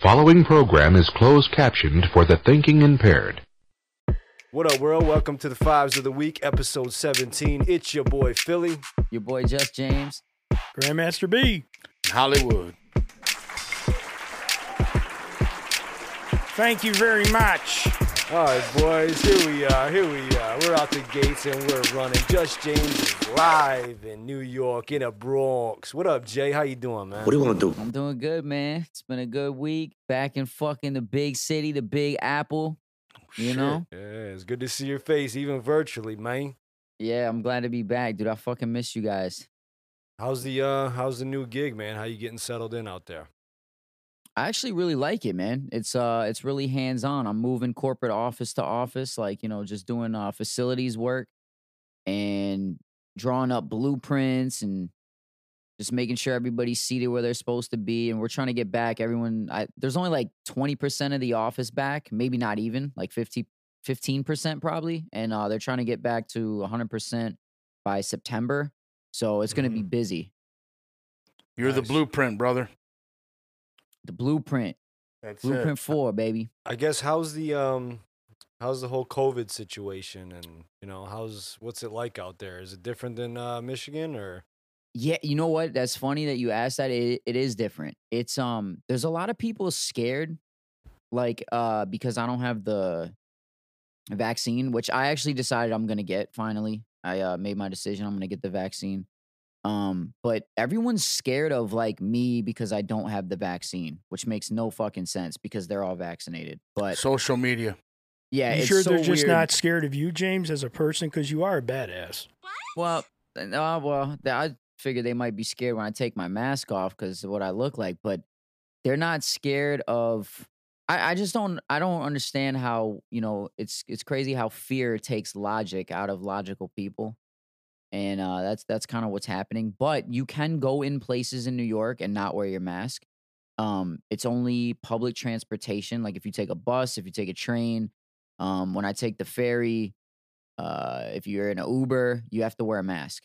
Following program is closed captioned for the thinking impaired. What up, world? Welcome to the Fives of the Week, episode 17. It's your boy, Philly. Your boy Just James. Grandmaster B. Hollywood. Thank you very much. All right, boys, here we are. Here we are. We're out the gates and we're running. Just James is live in New York, in the Bronx. What up, Jay? How you doing, man? What do you want to do? I'm doing good, man. It's been a good week. Back in fucking the big city, the big apple. You Shit. know? Yeah, it's good to see your face, even virtually, man. Yeah, I'm glad to be back, dude. I fucking miss you guys. How's the uh how's the new gig, man? How you getting settled in out there? I actually really like it, man. It's uh it's really hands-on. I'm moving corporate office to office, like, you know, just doing uh facilities work and drawing up blueprints and just making sure everybody's seated where they're supposed to be and we're trying to get back everyone I, there's only like 20% of the office back, maybe not even, like 50 15% probably, and uh they're trying to get back to 100% by September. So it's going to be busy. You're the Nice. blueprint, brother. The blueprint, That's blueprint 4, baby. I guess how's the um how's the whole COVID situation and you know, how's what's it like out there? Is it different than uh Michigan or Yeah, you know what? That's funny that you asked that. It, it is different. It's um there's a lot of people scared like uh because I don't have the vaccine, which I actually decided I'm going to get finally. I uh made my decision. I'm going to get the vaccine. Um but everyone's scared of like me because I don't have the vaccine, which makes no fucking sense because they're all vaccinated. But Social media. yeah, you it's sure so they're just weird. not scared of you, James, as a person? Because you are a badass. Well, uh, no, well, th- I figure they might be scared when I take my mask off because of what I look like, but they're not scared of. I, I just don't. I don't understand how you know it's it's crazy how fear takes logic out of logical people, and uh, that's that's kind of what's happening. But you can go in places in New York and not wear your mask. Um, it's only public transportation. Like if you take a bus, if you take a train, um, when I take the ferry, uh, if you're in an Uber, you have to wear a mask.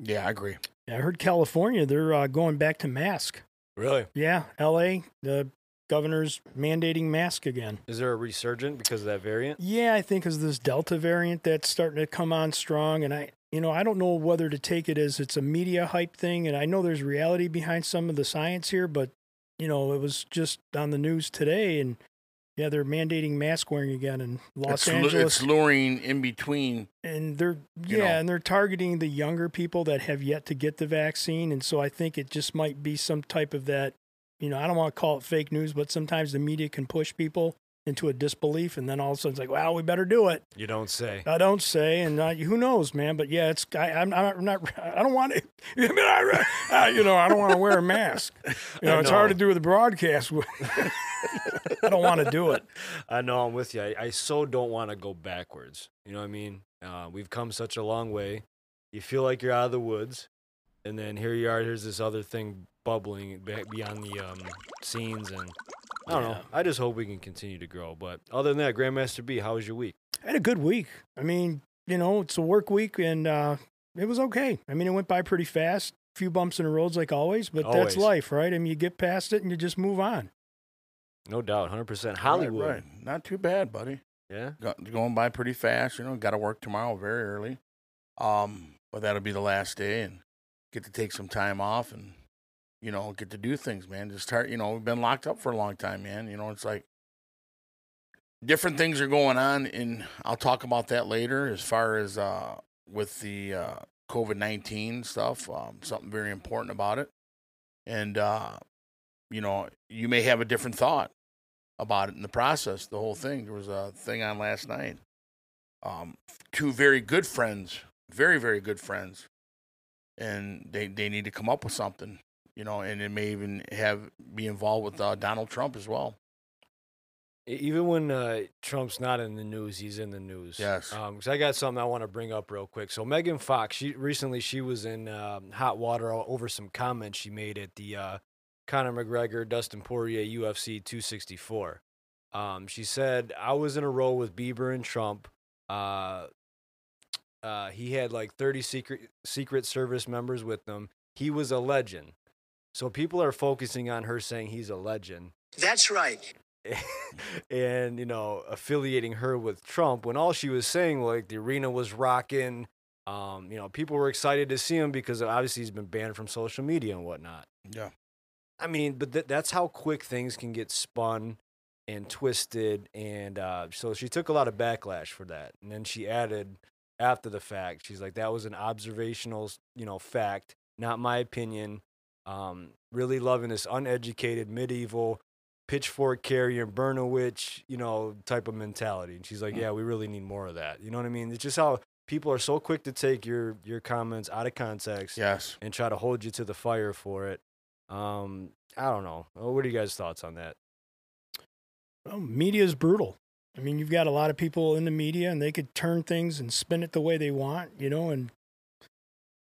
Yeah, I agree. Yeah, I heard California, they're uh, going back to mask. really? Yeah, LA, the governor's mandating mask again. Is there a resurgent because of that variant? Yeah, I think is this Delta variant that's starting to come on strong, and I, you know, I don't know whether to take it as it's a media hype thing, and I know there's reality behind some of the science here, but you know, it was just on the news today, and yeah, they're mandating mask wearing again in Los it's, lu- Angeles, it's luring in between. and they're yeah, you know. and they're targeting the younger people that have yet to get the vaccine, and so I think it just might be some type of that. You know, I don't want to call it fake news, but sometimes the media can push people into a disbelief, and then all of a sudden it's like, "Wow, we better do it." You don't say. I don't say, and uh, who knows, man? But yeah, it's I, I'm, I'm not. I don't want to. I mean, I, I, you know, I don't want to wear a mask. You know, I it's know. hard to do with the broadcast. I don't want to do it. I know I'm with you. I, I so don't want to go backwards. You know what I mean? Uh, we've come such a long way. You feel like you're out of the woods, and then here you are. Here's this other thing bubbling be- beyond the um, scenes, and I don't know. Yeah. I just hope we can continue to grow. But other than that, Grandmaster B, how was your week? I had a good week. I mean, you know, it's a work week, and uh, it was okay. I mean, it went by pretty fast. Few bumps in the roads, like always, but Always. that's life, right? I mean, you get past it and you just move on. No doubt, 100% Hollywood. Right, right. Not too bad, buddy. Yeah. Go- going by pretty fast. You know, got to work tomorrow very early. Um, but that'll be the last day, and get to take some time off, and you know, get to do things, man. Just start. You know, we've been locked up for a long time, man. You know, it's like different things are going on, and I'll talk about that later. As far as uh, with the uh, COVID nineteen stuff, um, something very important about it, and uh, you know, you may have a different thought about it in the process, the whole thing. There was a thing on last night. Um, two very good friends, very, very good friends, and they, they need to come up with something, you know, and it may even have be involved with uh, Donald Trump as well. E- Even when uh, Trump's not in the news, he's in the news. Yes. Because I got something I want to bring up real quick. So Megan Fox, she recently she was in um, hot water o- over some comments she made at the uh, Conor McGregor Dustin Poirier UFC 264. Um, she said, "I was in a row with Bieber and Trump. Uh, uh, he had like 30 secret Secret Service members with him. He was a legend. So people are focusing on her saying he's a legend." That's right. and you know affiliating her with Trump when all she was saying like the arena was rocking. Um, you know, people were excited to see him because obviously he's been banned from social media and whatnot. Yeah. I mean, but th- that's how quick things can get spun and twisted, and uh, so she took a lot of backlash for that. And then she added after the fact, she's like, "That was an observational, you know, fact, not my opinion." Um, really loving this uneducated medieval pitchfork carrier Bernowitz, you know, type of mentality. And she's like, "Yeah, we really need more of that." You know what I mean? It's just how people are so quick to take your your comments out of context Yes. and try to hold you to the fire for it. Um, I don't know. Uh, What are you guys' thoughts on that? Well, media is brutal. I mean, you've got a lot of people in the media, and they could turn things and spin it the way they want, you know. And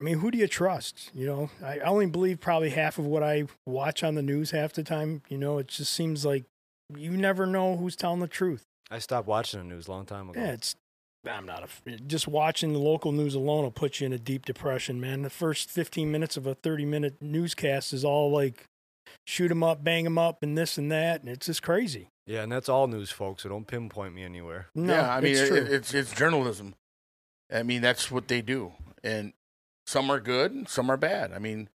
I mean, who do you trust? You know, I I only believe probably half of what I watch on the news half the time. You know, it just seems like you never know who's telling the truth. I stopped watching the news a long time ago. Yeah, it's. I'm not a. f- eh, Just watching the local news alone will put you in a deep depression, man. The first 15 minutes of a 30 minute newscast is all like shoot 'em up, bang 'em up, and this and that. And it's just crazy. yeah, and that's all news, folks. So don't pinpoint me anywhere. No, yeah, I mean it's it- true. it- it's it's journalism. I mean that's what they do, and some are good, and some are bad. I mean,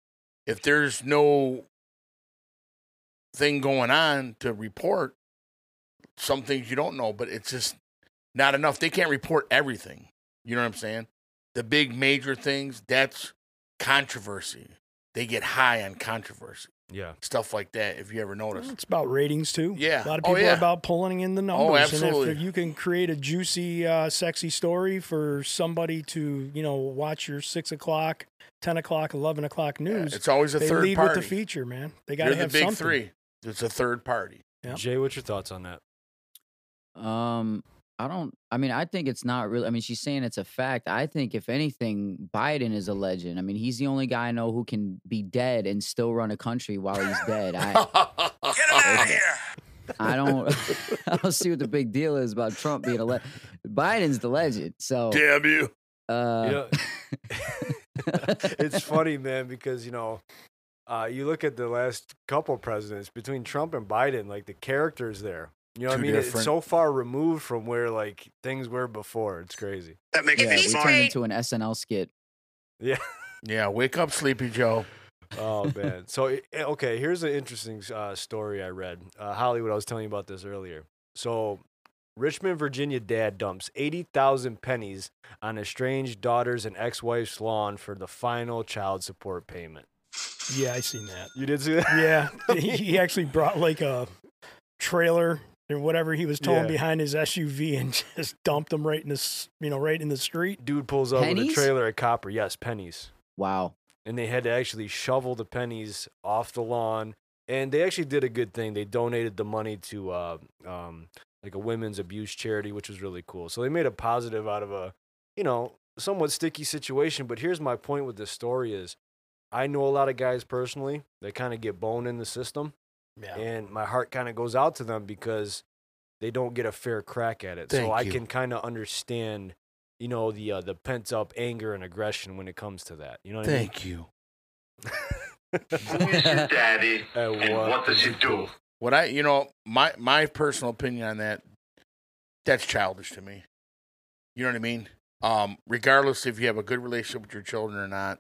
if there's no thing going on to report, some things you don't know, but it's just not enough. They can't report everything. You know what I'm saying? The big major things that's controversy. They get high on controversy, Yeah, stuff like that. If you ever notice, It's about ratings too. Yeah. a lot of Oh, people yeah. Oh, are about pulling in the numbers. And absolutely. if, if you can create a juicy, uh, sexy story for somebody to, you know, watch your six o'clock, ten o'clock, eleven o'clock news, it's always a they third lead party. with the feature, man. They got You're to the have big something. three. It's a third party. Yeah. Jay, what's your thoughts on that? Um, I don't. I mean, I think it's not really. I mean, she's saying it's a fact. I think if anything, Biden is a legend. I mean, he's the only guy I know who can be dead and still run a country while he's dead. I Get him out of here. I don't. I don't see what the big deal is about Trump being a legend. Biden's the legend. So, Damn you. You uh, know, it's funny, man, because you know, uh, you look at the last couple presidents between Trump and Biden, like the characters there. You know, what I Two mean, it's different- so far removed from where like things were before. It's crazy. That makes yeah, me we smart. turned into an SNL skit. Yeah. Yeah, wake up, Sleepy Joe. Oh man. So i- i- okay, here's an interesting uh, story I read. Uh, Hollywood. I was telling you about this earlier. So, Richmond, Virginia, dad dumps eighty thousand pennies on estranged daughter's and ex-wife's lawn for the final child support payment. Yeah, I seen that. You did see that? Yeah, he, he actually brought like a trailer or whatever he was towing Yeah. behind his SUV and just dumped them right in this, you know, right in the street. Dude pulls up with a Pennies? trailer of copper. Yes, pennies. Wow. And they had to actually shovel the pennies off the lawn. And they actually did a good thing. They donated the money to uh, um, like a women's abuse charity, which was really cool. So they made a positive out of a, you know, somewhat sticky situation. But here's my point with this story is I know a lot of guys personally that kind of get boned in the system. And my heart kind of goes out to them because they don't get a fair crack at it. so Thank I you. can kind of understand, you know, the uh, the pent up anger and aggression when it comes to that. You know what Thank you. Who is your daddy? I mean? And what does he do? What I, you know, my my personal opinion on that, that's childish to me. You know what I mean? Um, regardless if you have a good relationship with your children or not,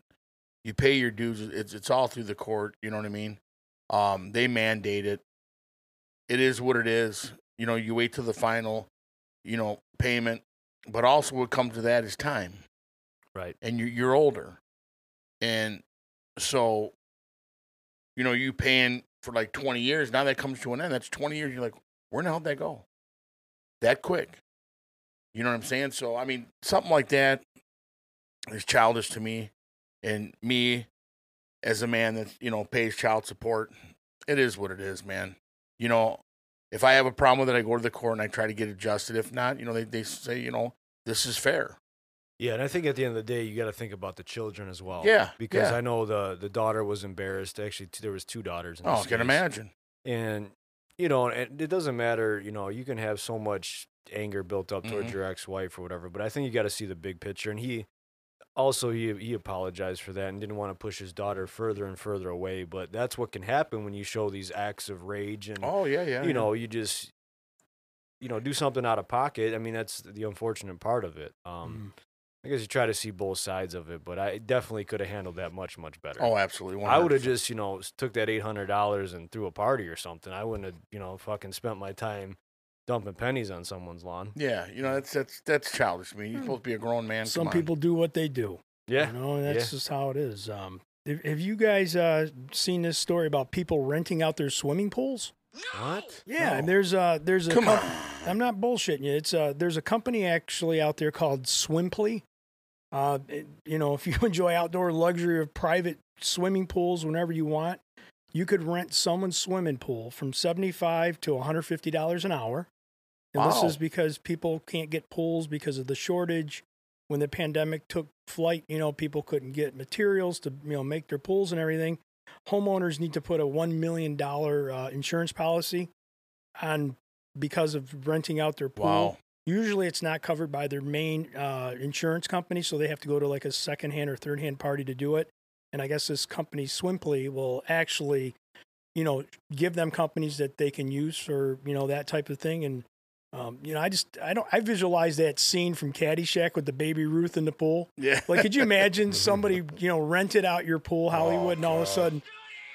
you pay your dues. It's it's all through the court. You know what I mean? Um, they mandate it. It is what it is. You know, you wait till the final, you know, payment. But also, what comes to that is time. Right. and you're, you're older. And so, you know, you paying for like 20 years. Now that comes to an end. That's 20 years. You're like, where in the hell did that go? That quick. You know what I'm saying? So, I mean, something like that is childish to me. And me, as a man that, you know, pays child support, it is what it is, man. You know, if I have a problem with it, I go to the court and I try to get adjusted. If not, you know, they, they say, you know, this is fair. Yeah, and I think at the end of the day, you got to think about the children as well. Yeah, because yeah. I know the the daughter was embarrassed. Actually, t- there was two daughters. In Oh, this I can case. imagine. and you know and it doesn't matter you know you can have so much anger built up towards Mhm. your ex-wife or whatever but i think you got to see the big picture and he also he he apologized for that and didn't want to push his daughter further and further away. But that's what can happen when you show these acts of rage and Oh yeah, yeah. Mm. you know you just you know do something out of pocket. I mean that's the unfortunate part of it. Mm-hmm. Um, I guess you try to see both sides of it, but I definitely could have handled that much much better. Oh, absolutely. I would have 100%. just, you know, s- took that eight hundred dollars and threw a party or something. I wouldn't have, you know, fucking spent my time dumping pennies on someone's lawn. Yeah, you know that's that's that's childish. I mean, you're supposed to be a grown man. Hmm. Some come on. people do what they do. Yeah, You know, and that's just how it is. Um, have have you guys uh, seen this story about people renting out their swimming pools? What? Yeah, No. and there's uh there's a Come com- on. I'm not bullshitting you. It's uh there's a company actually out there called Swimply. Uh, it- you know, if you enjoy outdoor luxury of private swimming pools whenever you want, you could rent someone's swimming pool from seventy five to one hundred fifty dollars an hour. And this Wow. is because people can't get pools because of the shortage. When the pandemic took flight, you know, people couldn't get materials to you know make their pools and everything homeowners need to put a one million dollar uh, insurance policy on because of renting out their pool. Wow. Usually, it's not covered by their main uh, insurance company, so they have to go to like a second hand or third hand party to do it. And I guess this company Swimply will actually, you know, give them companies that they can use for you know that type of thing. And um, you know, I just I don't I visualize that scene from Caddyshack with the baby Ruth in the pool. Yeah. Mm-hmm. Like, could you imagine somebody, you know, rented out your pool, Hollywood, and all of a Oh, God. sudden,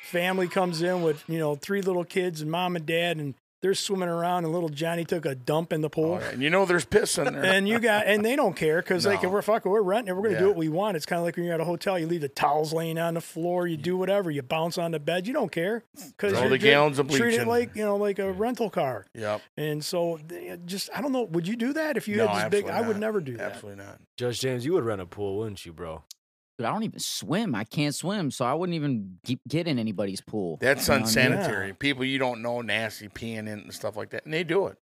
family comes in with you know three little kids and mom and dad, and they're swimming around, and little Johnny took a dump in the Oh, pool, yeah, and you know there's piss in there. and you got, and they don't care because like No. we're fucking, we're renting, it, we're gonna do Yeah. what we want. It's kind of like when you're at a hotel, you leave the towels laying on the floor, you do whatever, you bounce on the bed, you don't care because Throw you're the just- gallons of bleach treat it in. like you know like a rental car, yep. and so they- just I don't know, would you do that if you No, had this big? absolutely I would not. never do that. Absolutely not. Judge James, you would rent a pool, wouldn't you, bro? Dude, I don't even swim. I can't swim, so I wouldn't even ge- get in anybody's pool. That's You know what I mean? unsanitary. People you don't know, nasty peeing in it and stuff like that, and they do it.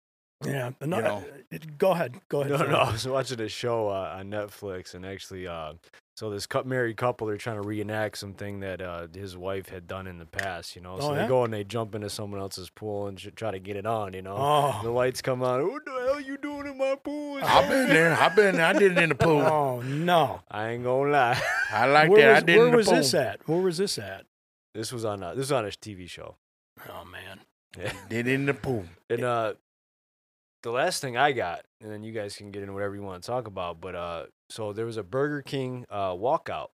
Yeah, no, uh, You know. it- go ahead, go ahead. No, Phil. no. I was watching a show uh, on Netflix, and actually, uh, so this cou- married couple they're trying to reenact something that uh, his wife had done in the past. You know, so Oh, yeah? they go and they jump into someone else's pool and sh- try to get it on. You know, the Oh, lights come on. What the hell you doing in my pool? It's I've been over." there. I've been. there. I did it in the pool. oh no! I ain't gonna lie. I like where that. was, I did it where in the was pool. this at? Where was this at? This was on a, this was on a TV show. Oh man! Yeah. Did it in the pool. And uh the last thing I got, and then you guys can get in whatever you want to talk about, but uh so there was a Burger King uh walkout.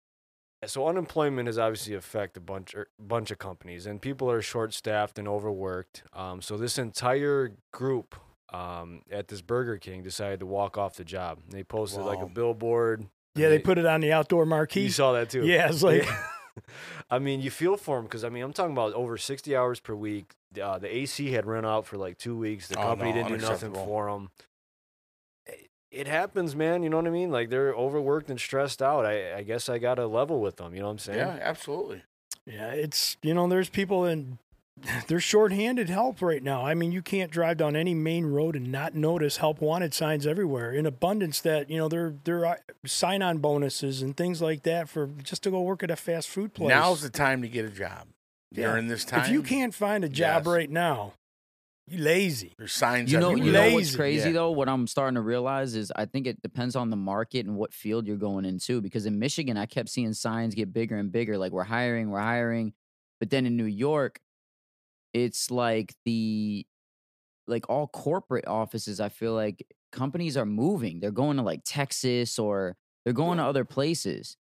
And So unemployment has obviously affected a bunch er, bunch of companies and people are short staffed and overworked. Um so this entire group um at this Burger King decided to walk off the job. They posted like a Wow. billboard. and Yeah, they put it on the outdoor marquee. you saw that too. Yeah, it's like Yeah. I mean, you feel for him because I mean, I'm talking about over 60 hours per week. Uh, the AC had run out for like two weeks. The Oh, company no, didn't do nothing unacceptable. for him. It happens, man. You know what I mean? Like they're overworked and stressed out. I, I guess I got to level with them. You know what I'm saying? Yeah, absolutely. yeah, it's you know, there's people in they're shorthanded help right now. I mean, you can't drive down any main road and not notice help wanted signs everywhere in abundance. That you know, there there are sign on bonuses and things like that for just to go work at a fast food place. Now's the time to get a job. Yeah. During this time, if you can't find a job Yes. right now, you lazy. There's signs. You know, everywhere. you know what's Lazy, crazy yeah. though. What I'm starting to realize is I think it depends on the market and what field you're going into. Because in Michigan, I kept seeing signs get bigger and bigger, like we're hiring, we're hiring. But then in New York, it's like the like all corporate offices. I feel like companies are moving. They're going to like Texas or they're going to other places.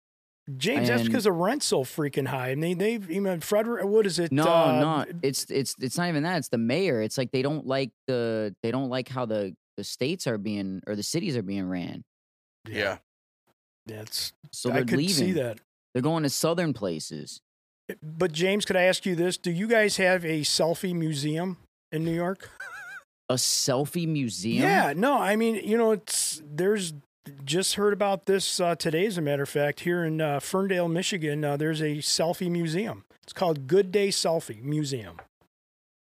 James, that's And- because the rent's so freaking high. I mean, they've even Frederick. What is it? No, uh, no, it's it's it's not even that. It's the mayor. It's like they don't like the they don't like how the the states are being or the cities are being ran. Yeah. That's So they're I could leaving. see that. They're going to southern places. But James, could I ask you this? Do you guys have a selfie museum in New York? A selfie museum. Yeah. No, I mean, you know, it's there's just heard about this uh, today, as a matter of fact, here in uh, Ferndale, Michigan. Uh, there's a selfie museum. It's called Good Day Selfie Museum.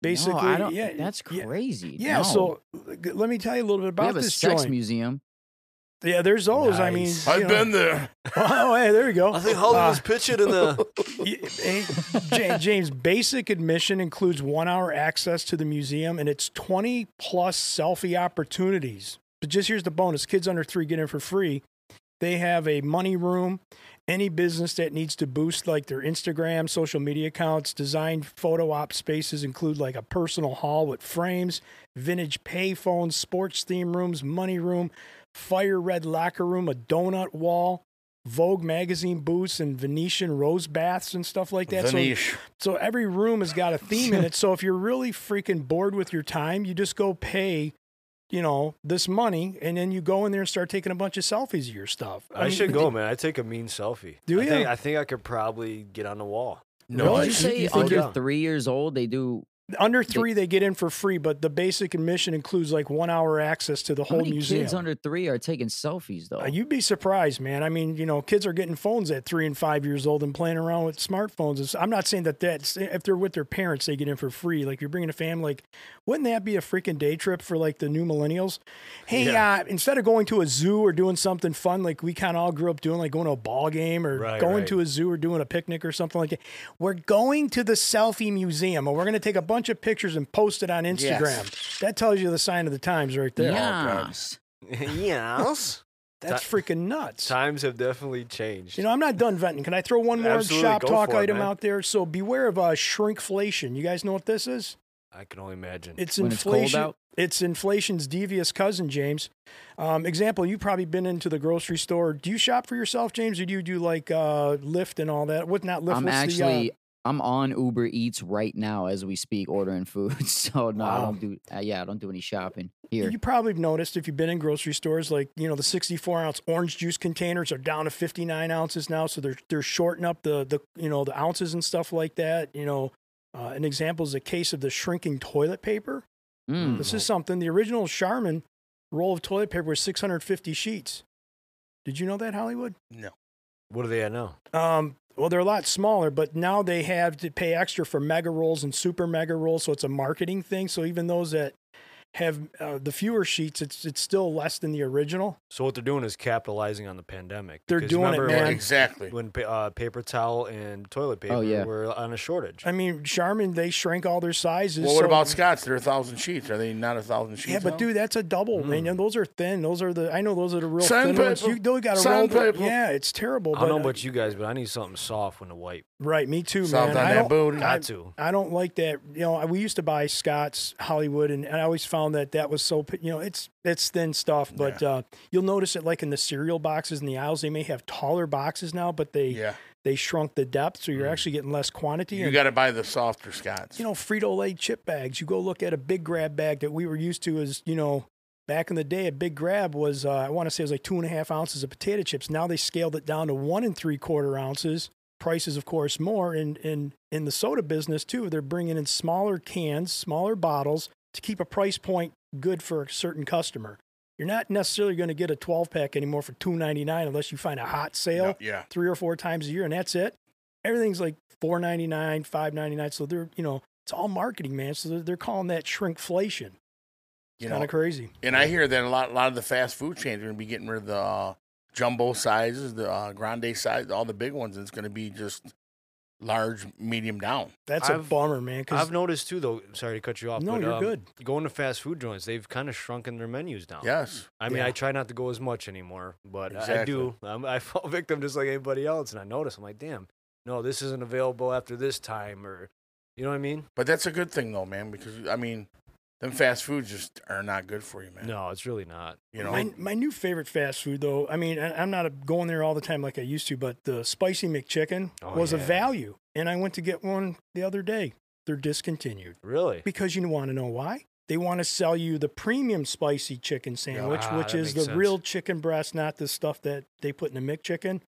Basically, no, I don't, yeah, that's yeah, crazy. Yeah, no. so l- let me tell you a little we bit about have a this sex joint. museum. Yeah, there's those. I mean, Nice. you I've know- been there. Oh, ah. hey, there you go. Uh, I think Hollywood was pitching in the. Y- eh, Ja- James, basic admission includes one hour access to the museum and it's 20 plus selfie opportunities. But just here's the bonus kids under three get in for free. They have a money room. Any business that needs to boost like their Instagram, social media accounts, designed photo op spaces include like a personal hall with frames, vintage payphones, sports theme rooms, money room, fire red locker room, a donut wall, Vogue magazine booths, and Venetian rose baths and stuff like that. So- Vanish. so every room has got a theme in it. So if you're really freaking bored with your time, you just go pay, you know, this money, and then you go in there and start taking a bunch of selfies of your stuff. I, mean, should go, man. I take a mean selfie. Do I think, ya? I think I could probably get on the wall. No, Did Really? you you- Oh, say you think- under Yeah. three years old they do? Under three, they get in for free, but the basic admission includes like one hour access to the How whole many museum. kids under three are taking selfies though? Uh, you'd be surprised, man. I mean, you know, kids are getting phones at three and five years old and playing around with smartphones. It's- I'm not saying that that's if they're with their parents, they get in for free. Like you're bringing a family, like wouldn't that be a freaking day trip for like the new millennials? Hey, uh, instead of going to a zoo or doing something fun, like we kind of all grew up doing, like going to a ball game or Right, going right. to a zoo or doing a picnic or something like that. We're going to the selfie museum and we're going to take a bunch of pictures and post it on Instagram. That tells you the sign of the times right there. Oh, yes. yes. That's Ti- freaking nuts. Times have definitely changed. You know, I'm not done venting. Can I throw one more Absolutely, shop go talk for it, item man. out there? So beware of uh, shrinkflation. You guys know what this is? I can only imagine. It's When it's cold inflation. out? it's inflation's devious cousin, James. Um, example: You've probably been into the grocery store. Do you shop for yourself, James, or do you do like uh, Lyft and all that? What not Lyft? I'm what's actually the, uh, I'm on Uber Eats right now as we speak, ordering food. So no, I Wow. don't do. Uh, yeah, I don't do any shopping uh, here. you probably have noticed if you've been in grocery stores, like you know the 64 ounce orange juice containers are down to 59 ounces now, so they're they're shorting up the the you know the ounces and stuff like that. You know, uh, an example is a case of the shrinking toilet paper. Mm. This is something. The original Charmin roll of toilet paper was 650 sheets. Did you know that, Hollywood? No. what do they at now? Um, well, they're a lot smaller, but now they have to pay extra for mega rolls and super mega rolls. So it's a marketing thing. So even those that have uh, the fewer sheets, it's it's still less than the original. So what they're doing is capitalizing on the pandemic. They're because doing it, remember man. when- Exactly. When pa- uh, paper towel and toilet paper yeah. were on a shortage. I mean, Charmin they shrank all their sizes. Well, what so- about Scott's? They're a thousand sheets. Are they not a thousand sheets? Yeah, but now? dude, that's a double, man. And those are thin. Those are the I know those are the real thin ones. You Sandpaper. those got to roll. Sandpaper. Yeah, it's terrible. I don't know but, uh, about you guys, but I need something soft when to wipe. Right, me too, Something man. I don't- that booty. I- Got to. I don't like that. You know, I- we used to buy Scott's Hollywood, and, and I always found that that was so. p- You know, it's it's thin stuff, but uh, you'll notice it like in the cereal boxes in the aisles. They may have taller boxes now, but they yeah, Mm. they shrunk the depth, so you're actually getting less quantity. you and, got to buy the softer Scott's. you know, Frito Lay chip bags. You go look at a big grab bag that we were used to as you know. Back in the day, a big grab was, uh, I want to say it was like two and a half ounces of potato chips. Now they scaled it down to one and three quarter ounces. Prices, of course, more. And in, in the soda business, too, they're bringing in smaller cans, smaller bottles to keep a price point good for a certain customer. You're not necessarily going to get a 12 pack anymore for two ninety nine unless you find a hot sale No, yeah, three or four times a year, and that's it. Everything's like four ninety nine, five ninety nine. So they're you know it's all marketing, man. So they're, they're calling that shrinkflation. you kind know, of crazy. and I hear that a lot. A lot of the fast food chains are going to be getting rid of the uh, jumbo sizes, the uh, grande size, all the big ones. And it's going to be just large, medium down. That's a I've- bummer, man. Because I've noticed too, though. Sorry to cut you off. No, but, you're um, good. Going to fast food joints, they've kind of shrunken their menus down. Yes, I mean, Yeah. I try not to go as much anymore, but I- I Exactly. do. Um, I fall victim just like anybody else, and I notice. I'm like, damn, no, this isn't available after this time, or you know what I mean? but that's a good thing though, man, because I mean, them fast foods just are not good for you, man. No, it's really not. You know, my, my new favorite fast food, though. I mean, I, I'm not a, going there all the time like I used to, but the spicy McChicken Oh, was a yeah. value, and I went to get one the other day. They're discontinued Really? because you want to know why. They want to sell you the premium spicy chicken sandwich, Ah, which that is makes the sense. real chicken breast, not the stuff that they put in the McChicken.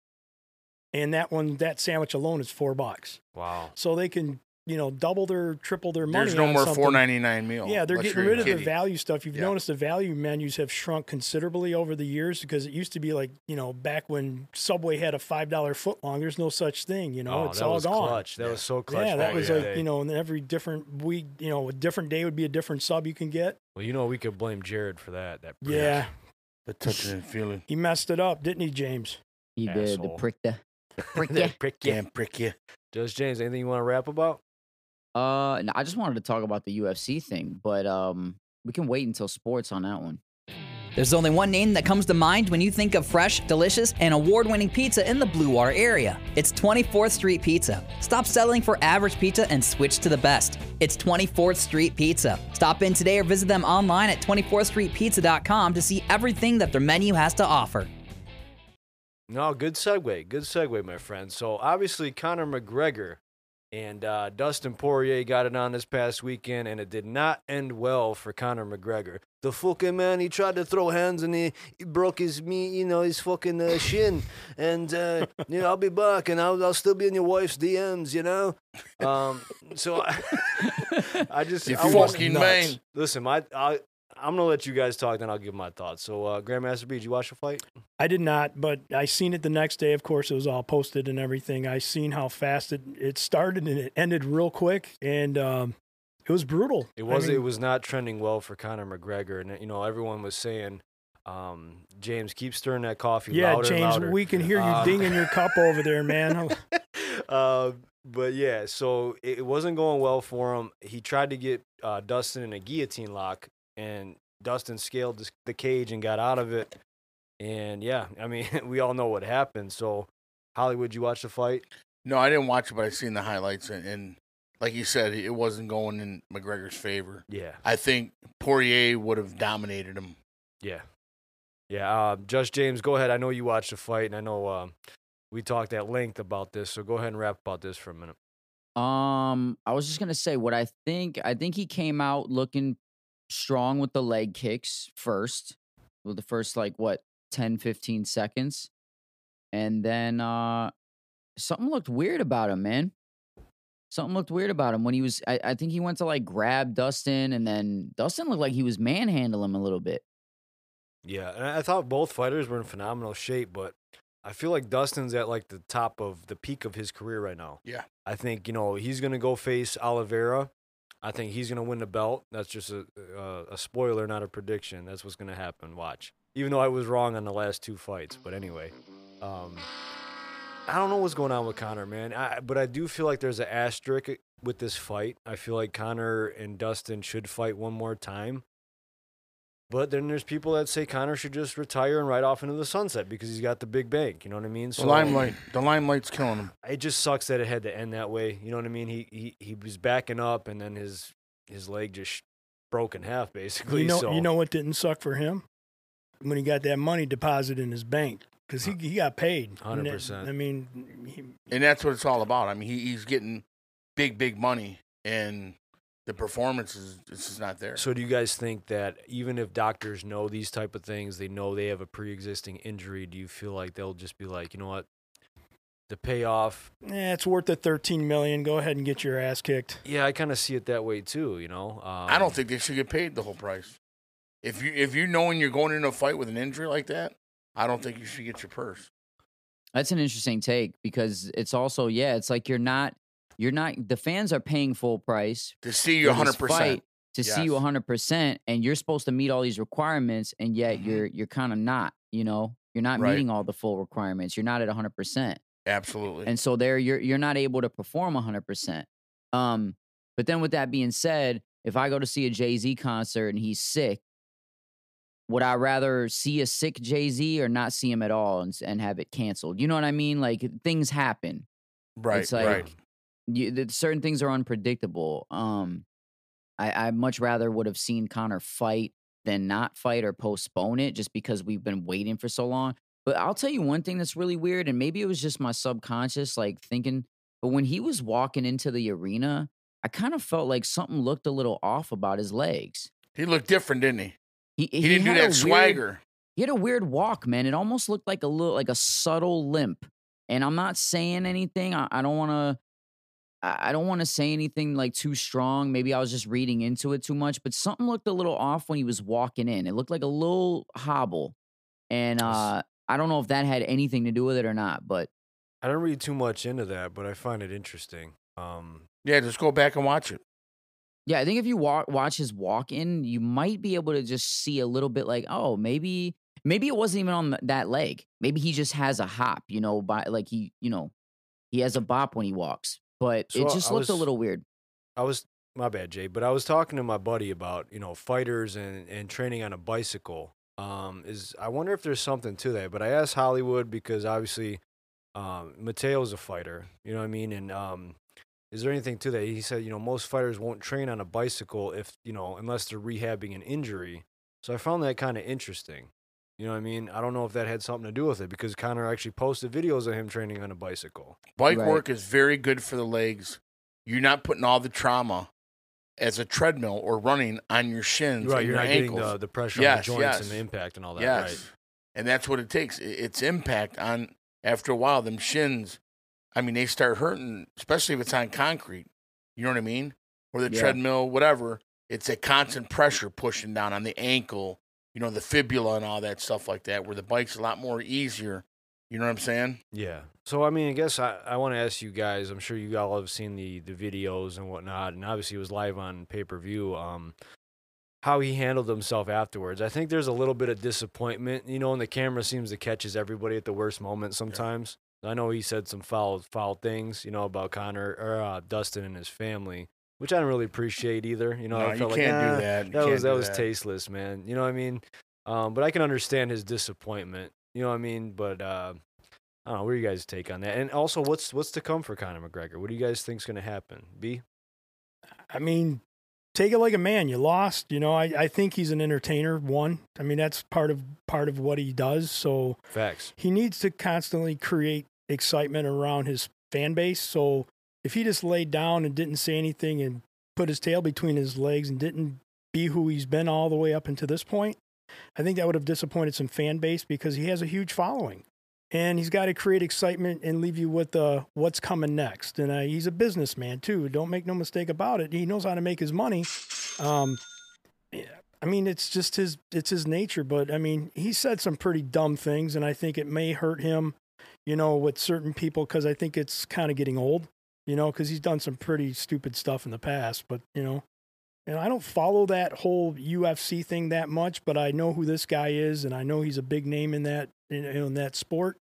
And that one, that sandwich alone is four bucks. Wow. So they can, you know, double their, triple their money. there's no on more something. four ninety nine meal. Yeah, they're unless getting you're rid of kidding. the value stuff. You've Yeah. noticed the value menus have shrunk considerably over the years because it used to be like, you know, back when Subway had a five dollar foot long. There's no such thing. You know, oh, it's that all was gone. clutch. That Yeah. was so clutch. Yeah, that back was in the like day. you know, and every different week, you know, a different day would be a different sub you can get. Well, you know, we could blame Jared for that. That prick. Yeah, the touching and feeling. he messed it up, didn't he, James? He did the Asshole. prick the prick ya. that prick. Yeah. Can't prick you. Judge James, anything you want to rap about? Uh, no, I just wanted to talk about the UFC thing, but um, we can wait until sports on that one. There's only one name that comes to mind when you think of fresh, delicious, and award winning pizza in the Blue Water area. It's 24th Street Pizza. Stop settling for average pizza and switch to the best. It's 24th Street Pizza. Stop in today or visit them online at 24thstreetpizza.com to see everything that their menu has to offer. No, good segue. Good segue, my friend. So obviously Conor McGregor and uh, Dustin Poirier got it on this past weekend, and it did not end well for Conor McGregor. The fucking man, he tried to throw hands and he, he broke his me, you know, his fucking uh, shin. And uh, you know, I'll be back, and I'll, I'll still be in your wife's DMs, you know. Um, so I, I just If I you want- fucking nuts. man. Listen, my I, I'm gonna let you guys talk, then I'll give my thoughts. So uh, Grandmaster B, did you watch the fight? I did not, but I seen it the next day. Of course, it was all posted and everything. I seen how fast it, it started and it ended real quick, and um, it was brutal. It I was mean, it was not trending well for Conor McGregor, and you know everyone was saying, um, James, keep stirring that coffee yeah, louder, James, louder. we can hear you Um, dinging your cup over there, man. uh, but yeah, so it, it wasn't going well for him. He tried to get uh, Dustin in a guillotine lock, and Dustin scaled the, the cage and got out of it. And yeah, I mean we all know what happened. So Hollywood, you watch the fight? No, I didn't watch it, but I seen the highlights, and, and like you said, it wasn't going in McGregor's favor. Yeah, I think Poirier would have dominated him. yeah, yeah. Uh, Judge James, go ahead. I know you watched the fight, and I know uh, we talked at length about this. So go ahead and rap about this for a minute. Um, I was just gonna say what I think. I think he came out looking strong with the leg kicks first, with the first like what 10, 15 seconds, and then uh, something looked weird about him, man. Something looked weird about him when he was. I, I think he went to like grab Dustin, and then Dustin looked like he was manhandling him a little bit. Yeah, and I I thought both fighters were in phenomenal shape, but I feel like Dustin's at like the top of the peak of his career right now. Yeah. I think you know he's gonna go face Oliveira. I think he's gonna win the belt. That's just a uh, a, a spoiler, not a prediction. That's what's gonna happen. Watch. Even though I was wrong on the last two fights, but anyway, um, I don't know what's going on with Connor, man. I, but I do feel like there's an asterisk with this fight. I feel like Connor and Dustin should fight one more time. But then there's people that say Connor should just retire and ride off into the sunset because he's got the big bank. You know what I mean? The limelight, the limelight's killing him. it just sucks that it had to end that way. You know what I mean? He he he was backing up, and then his his leg just sh- broke in half, basically. you know, so you know what didn't suck for him when he got that money deposited in his bank because he he got paid. And that- 100%. I mean, he, and that's what it's all about. I mean, he, he's getting big, big money, and the performance is it's just not there. So do you guys think that even if doctors know these type of things, they know they have a pre-existing injury? Do you feel like they'll just be like, you know what, the payoff? eh, it's worth the thirteen million. Go ahead and get your ass kicked. Yeah, I kind of see it that way too. You know, um, I don't think they should get paid the whole price. If you if you knowing you're going into a fight with an injury like that, I don't think you should get your purse. That's an interesting take because it's also yeah, it's like you're not you're not the fans are paying full price To see you for this 100 percent, fight to see you Yes. 100% and you're supposed to meet all these requirements and yet you're you're kind of not you know you're not Mm-hmm. Right. meeting all the full requirements you're not at 100% absolutely. and so there you're you're not able to perform 100% um but then with that being said if i go to see a jay-z concert and he's sick would i rather see a sick jay-z or not see him at all and, s- and have it canceled you know what i mean like things happen right, it's like- right. you, that certain things are unpredictable. Um, I, I much rather would have seen Connor fight than not fight or postpone it just because we've been waiting for so long. But I'll tell you one thing that's really weird, and maybe it was just my subconscious like thinking, but when he was walking into the arena, I kind of felt like something looked a little off about his legs. He looked different, didn't he? He, He, didn't do had that a weird- swagger. he had a weird walk, man. It almost looked like a little, like a subtle limp. And I'm not saying anything. I, I don't want to. I I don't want to say anything like too strong. Maybe I was just reading into it too much, but something looked a little off when he was walking in. It looked like a little hobble, and uh, I don't know if that had anything to do with it or not. But I don't read too much into that, but I find it interesting. Um, Yeah, just go back and watch it. Yeah, I think if you wa- watch his walk in, you might be able to just see a little bit like, oh, maybe maybe it wasn't even on th- that leg. Maybe he just has a hop, you know, by like he, you know, he has a bop when he walks. But So it just I looked a was- little weird. I was my bad, Jay, but I was talking to my buddy about you know fighters and and training on a bicycle. Um, is I wonder if there's something to that. But I asked Hollywood because obviously, um, Mateo's a fighter. You know what I mean? And um, is there anything to that? He said, you know, most fighters won't train on a bicycle if you know unless they're rehabbing an injury. So I found that kind of interesting. You know what I mean? I don't know if that had something to do with it because Connor actually posted videos of him training on a bicycle. Bike Right. work is very good for the legs. You're not putting all the trauma as a treadmill or running on your shins. and you're your not getting ankles. the, the pressure Yes, on the joints yes. and the impact and all that. yes, Right. and that's what it takes. I- It's impact on after a while. Them shins, I mean, they start hurting, especially if it's on concrete. You know what I mean? Or the Yeah. treadmill, whatever. It's a constant pressure pushing down on the ankle. You know, the fibula and all that stuff like that. Where the bike's a lot more easier. You know what I'm saying? Yeah. So I mean, I guess I, I want to ask you guys. I'm sure you all have seen the the videos and whatnot, and obviously it was live on pay per view. Um, how he handled himself afterwards. I think there's a little bit of disappointment, you know, and the camera seems to catches everybody at the worst moment sometimes. I know he said some foul foul things, you know, about Connor or uh, Dustin and his family, which I don't really appreciate either. You know, No, I you felt can't like, "Nah, do that. You that was can't do that was tasteless, man. You know what I mean? Um, but I can understand his disappointment. You know what I mean? But uh, I don't know. What are you guys' take on that? And also, what's what's to come for Conor McGregor? What do you guys think's going to happen? B. I mean, take it like a man. You lost. You know, I, I think he's an entertainer. One, I mean, that's part of part of what he does. So Facts. he needs to constantly create excitement around his fan base. So if he just laid down and didn't say anything and put his tail between his legs and didn't be who he's been all the way up until this point, I think that would have disappointed some fan base because he has a huge following. And he's got to create excitement and leave you with uh, what's coming next. And uh, he's a businessman too. Don't make no mistake about it. He knows how to make his money. Um, I mean, it's just his it's his nature, but I mean, he said some pretty dumb things, and I think it may hurt him, you know, with certain people because I think it's kind of getting old, you know, because he's done some pretty stupid stuff in the past. But you know, and I don't follow that whole UFC thing that much, but I know who this guy is, and I know he's a big name in that in, in that sport.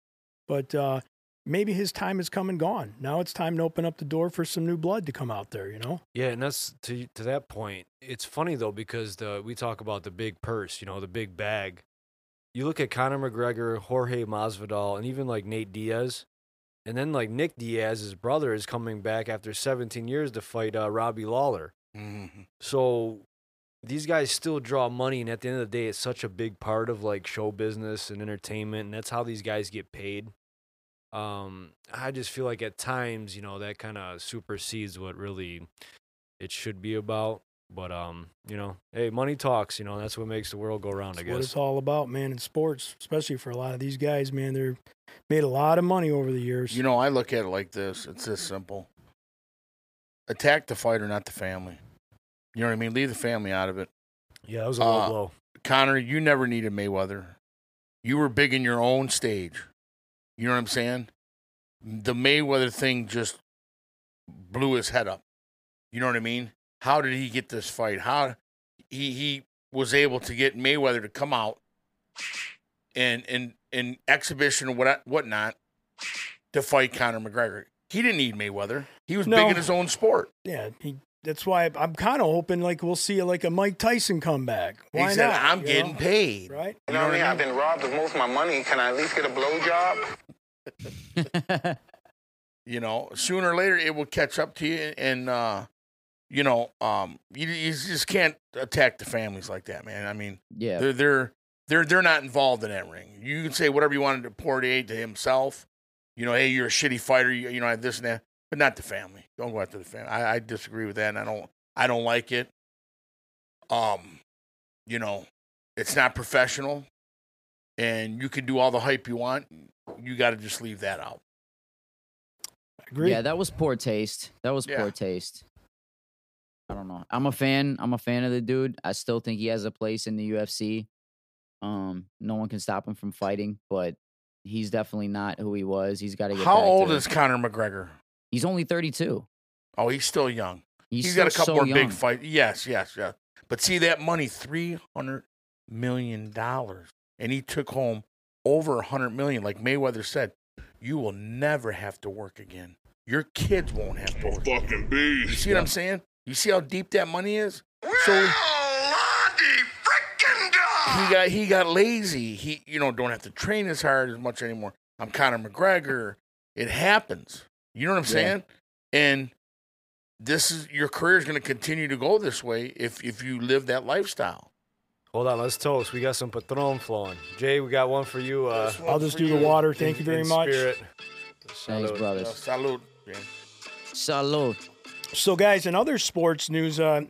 But uh, maybe his time has come and gone. Now it's time to open up the door for some new blood to come out there, you know. Yeah, and that's to to that point. It's funny though because the we talk about the big purse, you know, the big bag. You look at Conor McGregor, Jorge Masvidal, and even like Nate Diaz, and then like Nick Diaz, his brother, is coming back after 17 years to fight uh, Robbie Lawler. Mhm. So these guys still draw money, and at the end of the day, it's such a big part of like show business and entertainment, and that's how these guys get paid. Um, I just feel like at times, you know, that kind of supersedes what really it should be about. But um, you know, hey, money talks. You know, that's what makes the world go round. I That's what guess. it's all about, man, in sports, especially for a lot of these guys, man. They're made a lot of money over the years. You know, I look at it like this. It's this simple. Attack the fighter, not the family. You know what I mean? Leave the family out of it. Yeah, that was a low Uh, blow. Connor, you never needed Mayweather. You were big in your own stage. You know what I'm saying? The Mayweather thing just blew his head up. You know what I mean? How did he get this fight? How he he was able to get Mayweather to come out and and and exhibition and what whatnot to fight Conor McGregor. He didn't need Mayweather. He was No. big in his own sport. yeah, he, that's why I'm- I'm kind of hoping like we'll see like a Mike Tyson comeback. Why he said, not? "I'm you getting know? paid." right." You You know know what I what I mean? I've mean? been robbed of most of my money. Can I at least get a blowjob? you know sooner or later it will catch up to you and uh you know um you, you just can't attack the families like that man i mean yeah. they're they're they're they're not involved in that ring you can say whatever you wanted to Poirier to himself you know hey you're a shitty fighter you, you know this and that but not the family don't go after the family I, I disagree with that and i don't i don't like it um you know it's not professional and you can do all the hype you want you got to just leave that out Agree. Yeah, that was poor taste. That was Yeah. poor taste. I don't know. I'm a fan. I'm a fan of the dude. I still think he has a place in the UFC. Um, no one can stop him from fighting, but he's definitely not who he was. He's got to get. How back to old it. is Conor McGregor? He's only 32. Oh, he's still young. He's, he's got a still couple so more young. big fights. Yes, yes, yes. But see that money, three hundred million dollars, and he took home over a hundred million. Like Mayweather said, you will never have to work again. Your kids won't have to work. Fucking You bees. see what I'm saying? You see how deep that money is? Well, Lottie, frickin' he got he got lazy. He you know don't have to train as hard as much anymore. I'm Conor McGregor. It happens. You know what I'm saying? And this is your career is going to continue to go this way if if you live that lifestyle. Hold on, let's toast. We got some patron flowing. Jay, we got one for you. Uh, I'll just do the water. Thank in- you very in much. Spirit. Thanks, Salud. Uh, brothers. salud. man. Salud. So, guys, in other sports news, uh,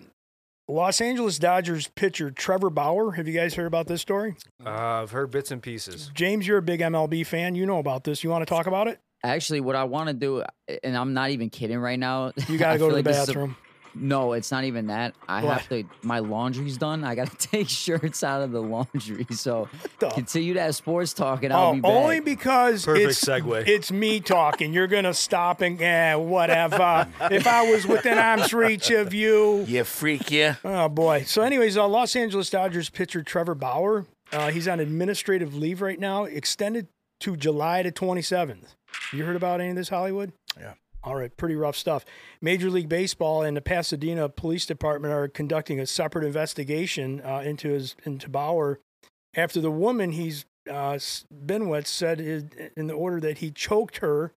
Los Angeles Dodgers pitcher Trevor Bauer. Have you guys heard about this story? Uh, I've heard bits and pieces. James, you're a big MLB fan. You know about this. You want to talk about it? Actually, what I want to do, uh, and I'm not even kidding right now. You got I to go feel to the like this is a- bathroom. no, it's not even that. I What? have to. My laundry's done. I got to take shirts out of the laundry. So the- continue that sports talk, and I'll Oh, be back. only because Perfect it's segue. it's me talking. You're gonna stop and eh, whatever. if I was within arm's reach of you, You freak, yeah. oh boy. So, anyways, uh, Los Angeles Dodgers pitcher Trevor Bauer. Uh, he's on administrative leave right now, extended to July to 27th. You heard about any of this, Hollywood? Yeah. All right, pretty rough stuff. Major League Baseball and the Pasadena Police Department are conducting a separate investigation uh, into his into Bauer after the woman he's uh, s- been with said i- in the order that he choked her,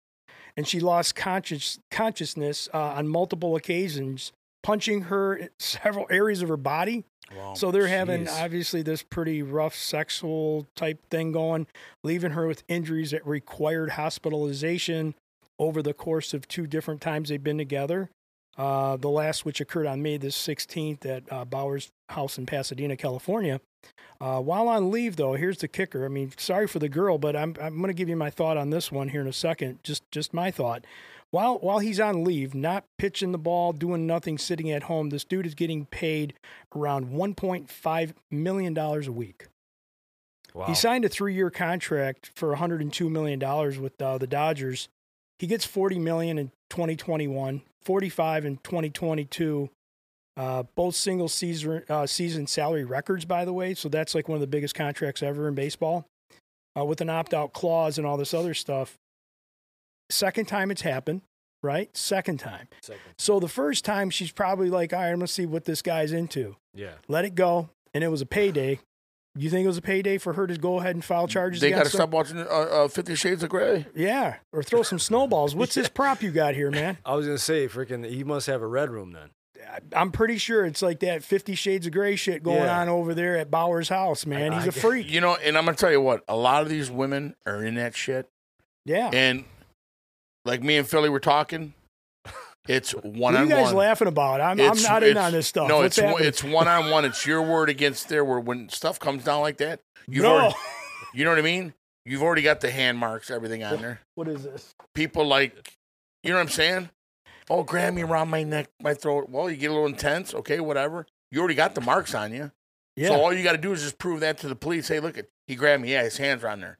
and she lost conscious consciousness uh, on multiple occasions, punching her in several areas of her body. Wow, So they're having jeez. obviously this pretty rough sexual type thing going, leaving her with injuries that required hospitalization over the course of two different times they've been together. Uh, the last, which occurred on May the 16th at uh, Bauer's house in Pasadena, California. Uh, while on leave, though, here's the kicker. I mean, sorry for the girl, but I'm I'm going to give you my thought on this one here in a second. Just just my thought. While while he's on leave, not pitching the ball, doing nothing, sitting at home, this dude is getting paid around 1.5 million dollars a week. Wow. He signed a three-year contract for 102 million dollars with uh, the Dodgers. He gets 40 million in 2021, 45 in 2022. Uh, both single season uh, season salary records, by the way. So that's like one of the biggest contracts ever in baseball, uh, with an opt-out clause and all this other stuff. Second time it's happened, right? Second time. Second. So the first time she's probably like, "All right, I'm gonna see what this guy's into." Yeah. let it go, and it was a payday. You think it was a payday for her to go ahead and file charges? They got to against him? stop watching uh, uh, Fifty Shades of Grey. Yeah, or throw some snowballs. What's this prop you got here, man? I was gonna say, freaking, he must have a red room then. I- I'm pretty sure it's like that Fifty Shades of Grey shit going Yeah. on over there at Bauer's house, man. I- He's I a get- freak. You know, and I'm gonna tell you what. A lot of these women are in that shit. Yeah. And like me and Philly were talking, it's one what are on you guys one. laughing about? I'm, I'm not in on this stuff. No, What's it's one- happening? it's one on one. It's your word against their word. When stuff comes down like that, you've no. already, you know what I mean. You've already got the hand marks, everything on there. what is this? People like, you know what I'm saying? Oh, grab me around my neck, my throat. Well, you get a little intense. Okay, whatever. You already got the marks on you. Yeah. So all you got to do is just prove that to the police. Hey, look, it- he grabbed me. Yeah, his hands are on there.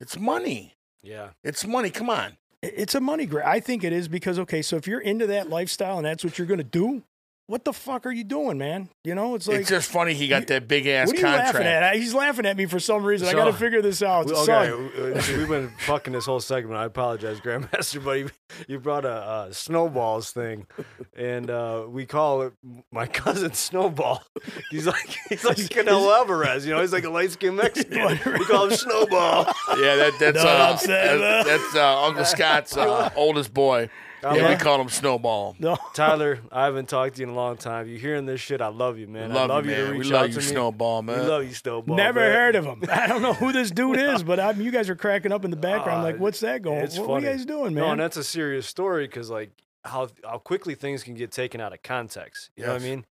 It's money. Yeah. It's money. Come on. It- It's a money grab. I think it is because okay, so if you're into that lifestyle and that's what you're gonna do, what the fuck are you doing, man? You know, it's like it's just funny he got that big ass What are you contract. laughing at? He's laughing at me for some reason. I So- got to figure this out. We, Son, okay, we- we've been fucking this whole segment. I apologize, Grandmaster, but you, you brought a uh, snowballs thing, and uh, we call it my cousin Snowball. He's like he's like Canelo Alvarez, you know. He's like a light skinned Mexican. we call him Snowball. Yeah, that, that's Know what uh, I'm saying, that- that's uh, Uncle Scott's uh, oldest boy. Yeah, we Yeah. call him Snowball. no. Tyler, I haven't talked to you in a long time. You hearing this shit? I love you, man. Love, I love you, you, man. to we reach out love you, to me. Snowball, We man. love you, Snowball. Never man. heard of him. I don't know who this dude is, but I'm, you guys are cracking up in the background. Uh, Ah, like, what's that going? It's What, funny. what are you guys doing, No, man? and that's a serious story because like how how quickly things can get taken out of context. You know what I Yes. mean?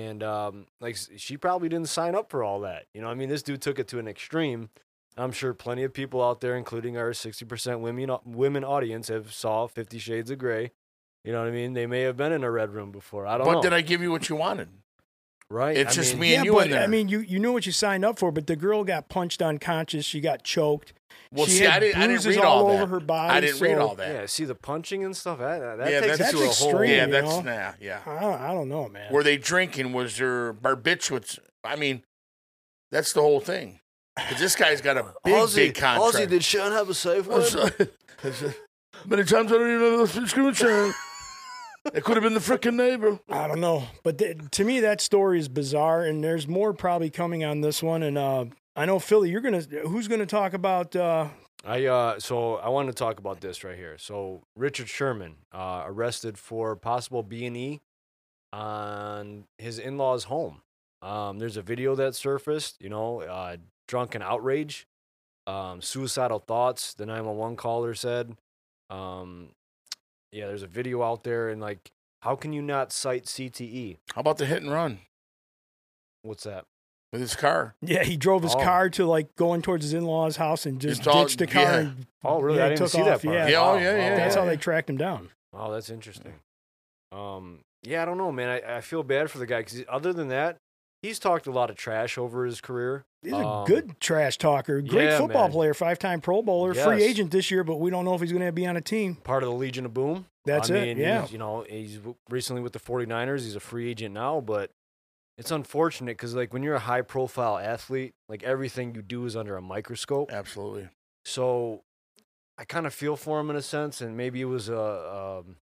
And um, like s- she probably didn't sign up for all that. You know, what I mean, this dude took it to an extreme. I'm sure plenty of people out there, including our 60% women au- women audience, have saw Fifty Shades of Grey. You know what I mean? They may have been in a red room before. I don't but know. did I give you what you wanted? right? it's I just mean, me yeah, and you but in there. I mean, you you knew what you signed up for, but the girl got punched unconscious. She got choked. Well, she see, had I didn't, I didn't bruises read all, over that. her body. I didn't read so- all that. Yeah, see the punching and stuff. That, that- that Yeah, takes that's it to a whole. extreme. yeah, you that's know? nah, yeah. I don't, I don't know, man. Were they drinking? Was there barbiturates? I mean, that's the whole thing. 'Cause this guy's got a big, big contract. Sean have a safe I'm sorry. Many times I don't even know the subscription. It could have been the frickin' neighbor. I don't know, but th- to me that story is bizarre, and there's more probably coming on this one. And uh, I know Philly, you're gonna who's gonna talk about? Uh, I uh, so I want to talk about this right here. So Richard Sherman uh, arrested for possible B and E on his in-laws' home. Um, there's a video that surfaced. You know, uh, drunken outrage, um, suicidal thoughts. The 911 caller said, um, "Yeah, there's a video out there, and like, how can you not cite CTE? How about the hit and run What's that? with his car? yeah, he drove his Oh. car to like going towards his in-laws' house and just It's all- ditched the car. yeah. And Oh, really? Yeah, I it didn't took see that off, part. yeah. Yeah, oh, Wow, yeah, wow, yeah, that's wow. how they tracked him down. Wow, Oh, that's interesting. Mm. Um, yeah, I don't know, man. I, I feel bad for the guy because other than that, he's talked a lot of trash over his career. He's a Um, good trash talker, great yeah, football man. player, five-time Pro Bowler, free Yes. agent this year, but we don't know if he's gonna be on a team. Part of the Legion of Boom. That's I it, mean, yeah. he's, you know, he's w- recently with the 49ers. He's a free agent now, but it's unfortunate because, like, when you're a high profile athlete, like, everything you do is under a microscope. Absolutely. So I kind of feel for him in a sense, and maybe it was a um,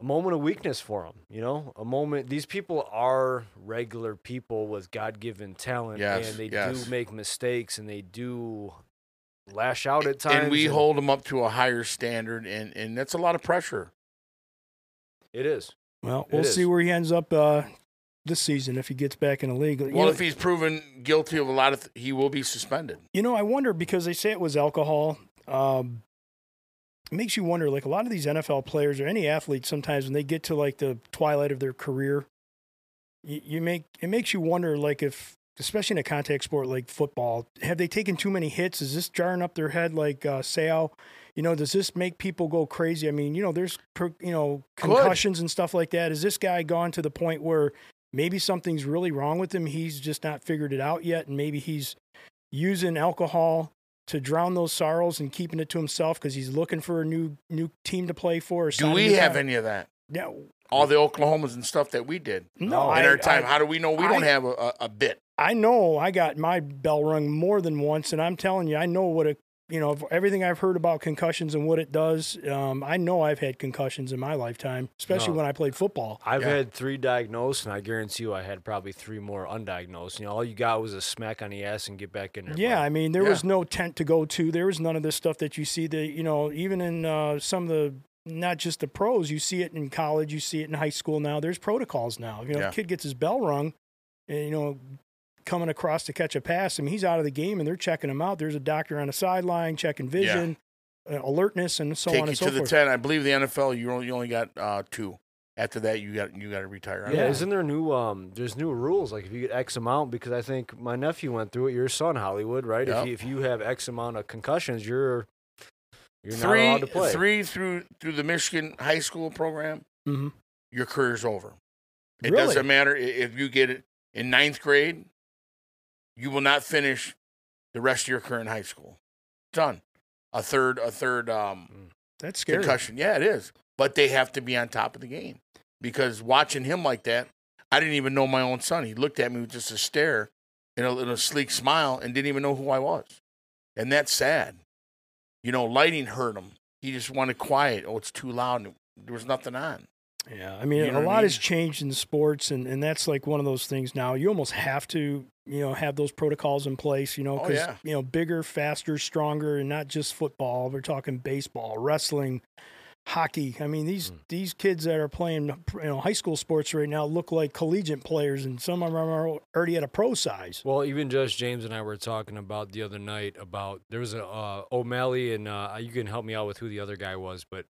a moment of weakness for him. You know, a moment. These people are regular people with God given talent, Yes, and they yes. do make mistakes, and they do lash out at times. And we hold him up to a higher standard, and, and that's a lot of pressure. it is. Well, It we'll see is. where he ends up uh, this season if he gets back in the league. You Well, know- if he's proven guilty of a lot of, th- he will be suspended. You know, I wonder because they say it was alcohol. Um, it makes you wonder. Like a lot of these NFL players or any athletes, sometimes when they get to like the twilight of their career, you, you make it makes you wonder. Like if, especially in a contact sport like football, have they taken too many hits? Is this jarring up their head? Like uh, Sal, you know, does this make people go crazy? I mean, you know, there's per, you know Could. concussions and stuff like that. Is this guy gone to the point where maybe something's really wrong with him? He's just not figured it out yet, and maybe he's using alcohol to drown those sorrows and keeping it to himself because he's looking for a new new team to play for. Or Do we have any of that? No, All the Oklahomans and stuff that we did no. in I, our time. I- How do we know we don't I- have a, a, a bit? I know I got my bell rung more than once, and I'm telling you, I know what a you know of everything I've heard about concussions and what it does. Um, I know I've had concussions in my lifetime, especially No. when I played football. I've Yeah. had three diagnosed, and I guarantee you, I had probably three more undiagnosed. You know, all you got was a smack on the ass and get back in there. Yeah, I bud. mean, there Yeah. was no tent to go to. There was none of this stuff that you see that you know, even in uh, some of the not just the pros, you see it in college, you see it in high school now. There's protocols now. You know, Yeah. if a kid gets his bell rung, and you know, coming across to catch a pass, I mean, he's out of the game, and they're checking him out. There's a doctor on the sideline checking vision, uh, alertness, and so Take on you and so to the forth. ten. I believe the NFL. You only, you only got uh, two. After that, you got you got to retire. I Yeah, don't isn't there new um there's new rules like if you get X amount because I think my nephew went through it, your son Hollywood, right? Yep. If you, if you have X amount of concussions, you're you're not three, allowed to play. three through through the Michigan high school program, Mhm. your career's over. It Really? doesn't matter i- if you get it in ninth grade, you will not finish the rest of your current high school. Done. A third, a third um, That's scary. concussion. Yeah, it is. But they have to be on top of the game because watching him like that, I didn't even know my own son. He looked at me with just a stare and a little sleek smile and didn't even know who I was. And that's sad. You know, lighting hurt him. He just wanted quiet. Oh, it's too loud. And there was nothing on. Yeah, I mean, You know a what I lot has mean? changed in sports, and, and that's like one of those things now. You almost have to, you know, have those protocols in place, you know, Oh, because, yeah. you know, bigger, faster, stronger, and not just football. We're talking baseball, wrestling, hockey. I mean, Hmm. these these kids that are playing, you know, high school sports right now look like collegiate players, and some of them are already at a pro size. Well, even Judge James and I were talking about the other night about there was a uh, O'Malley and uh, you can help me out with who the other guy was, but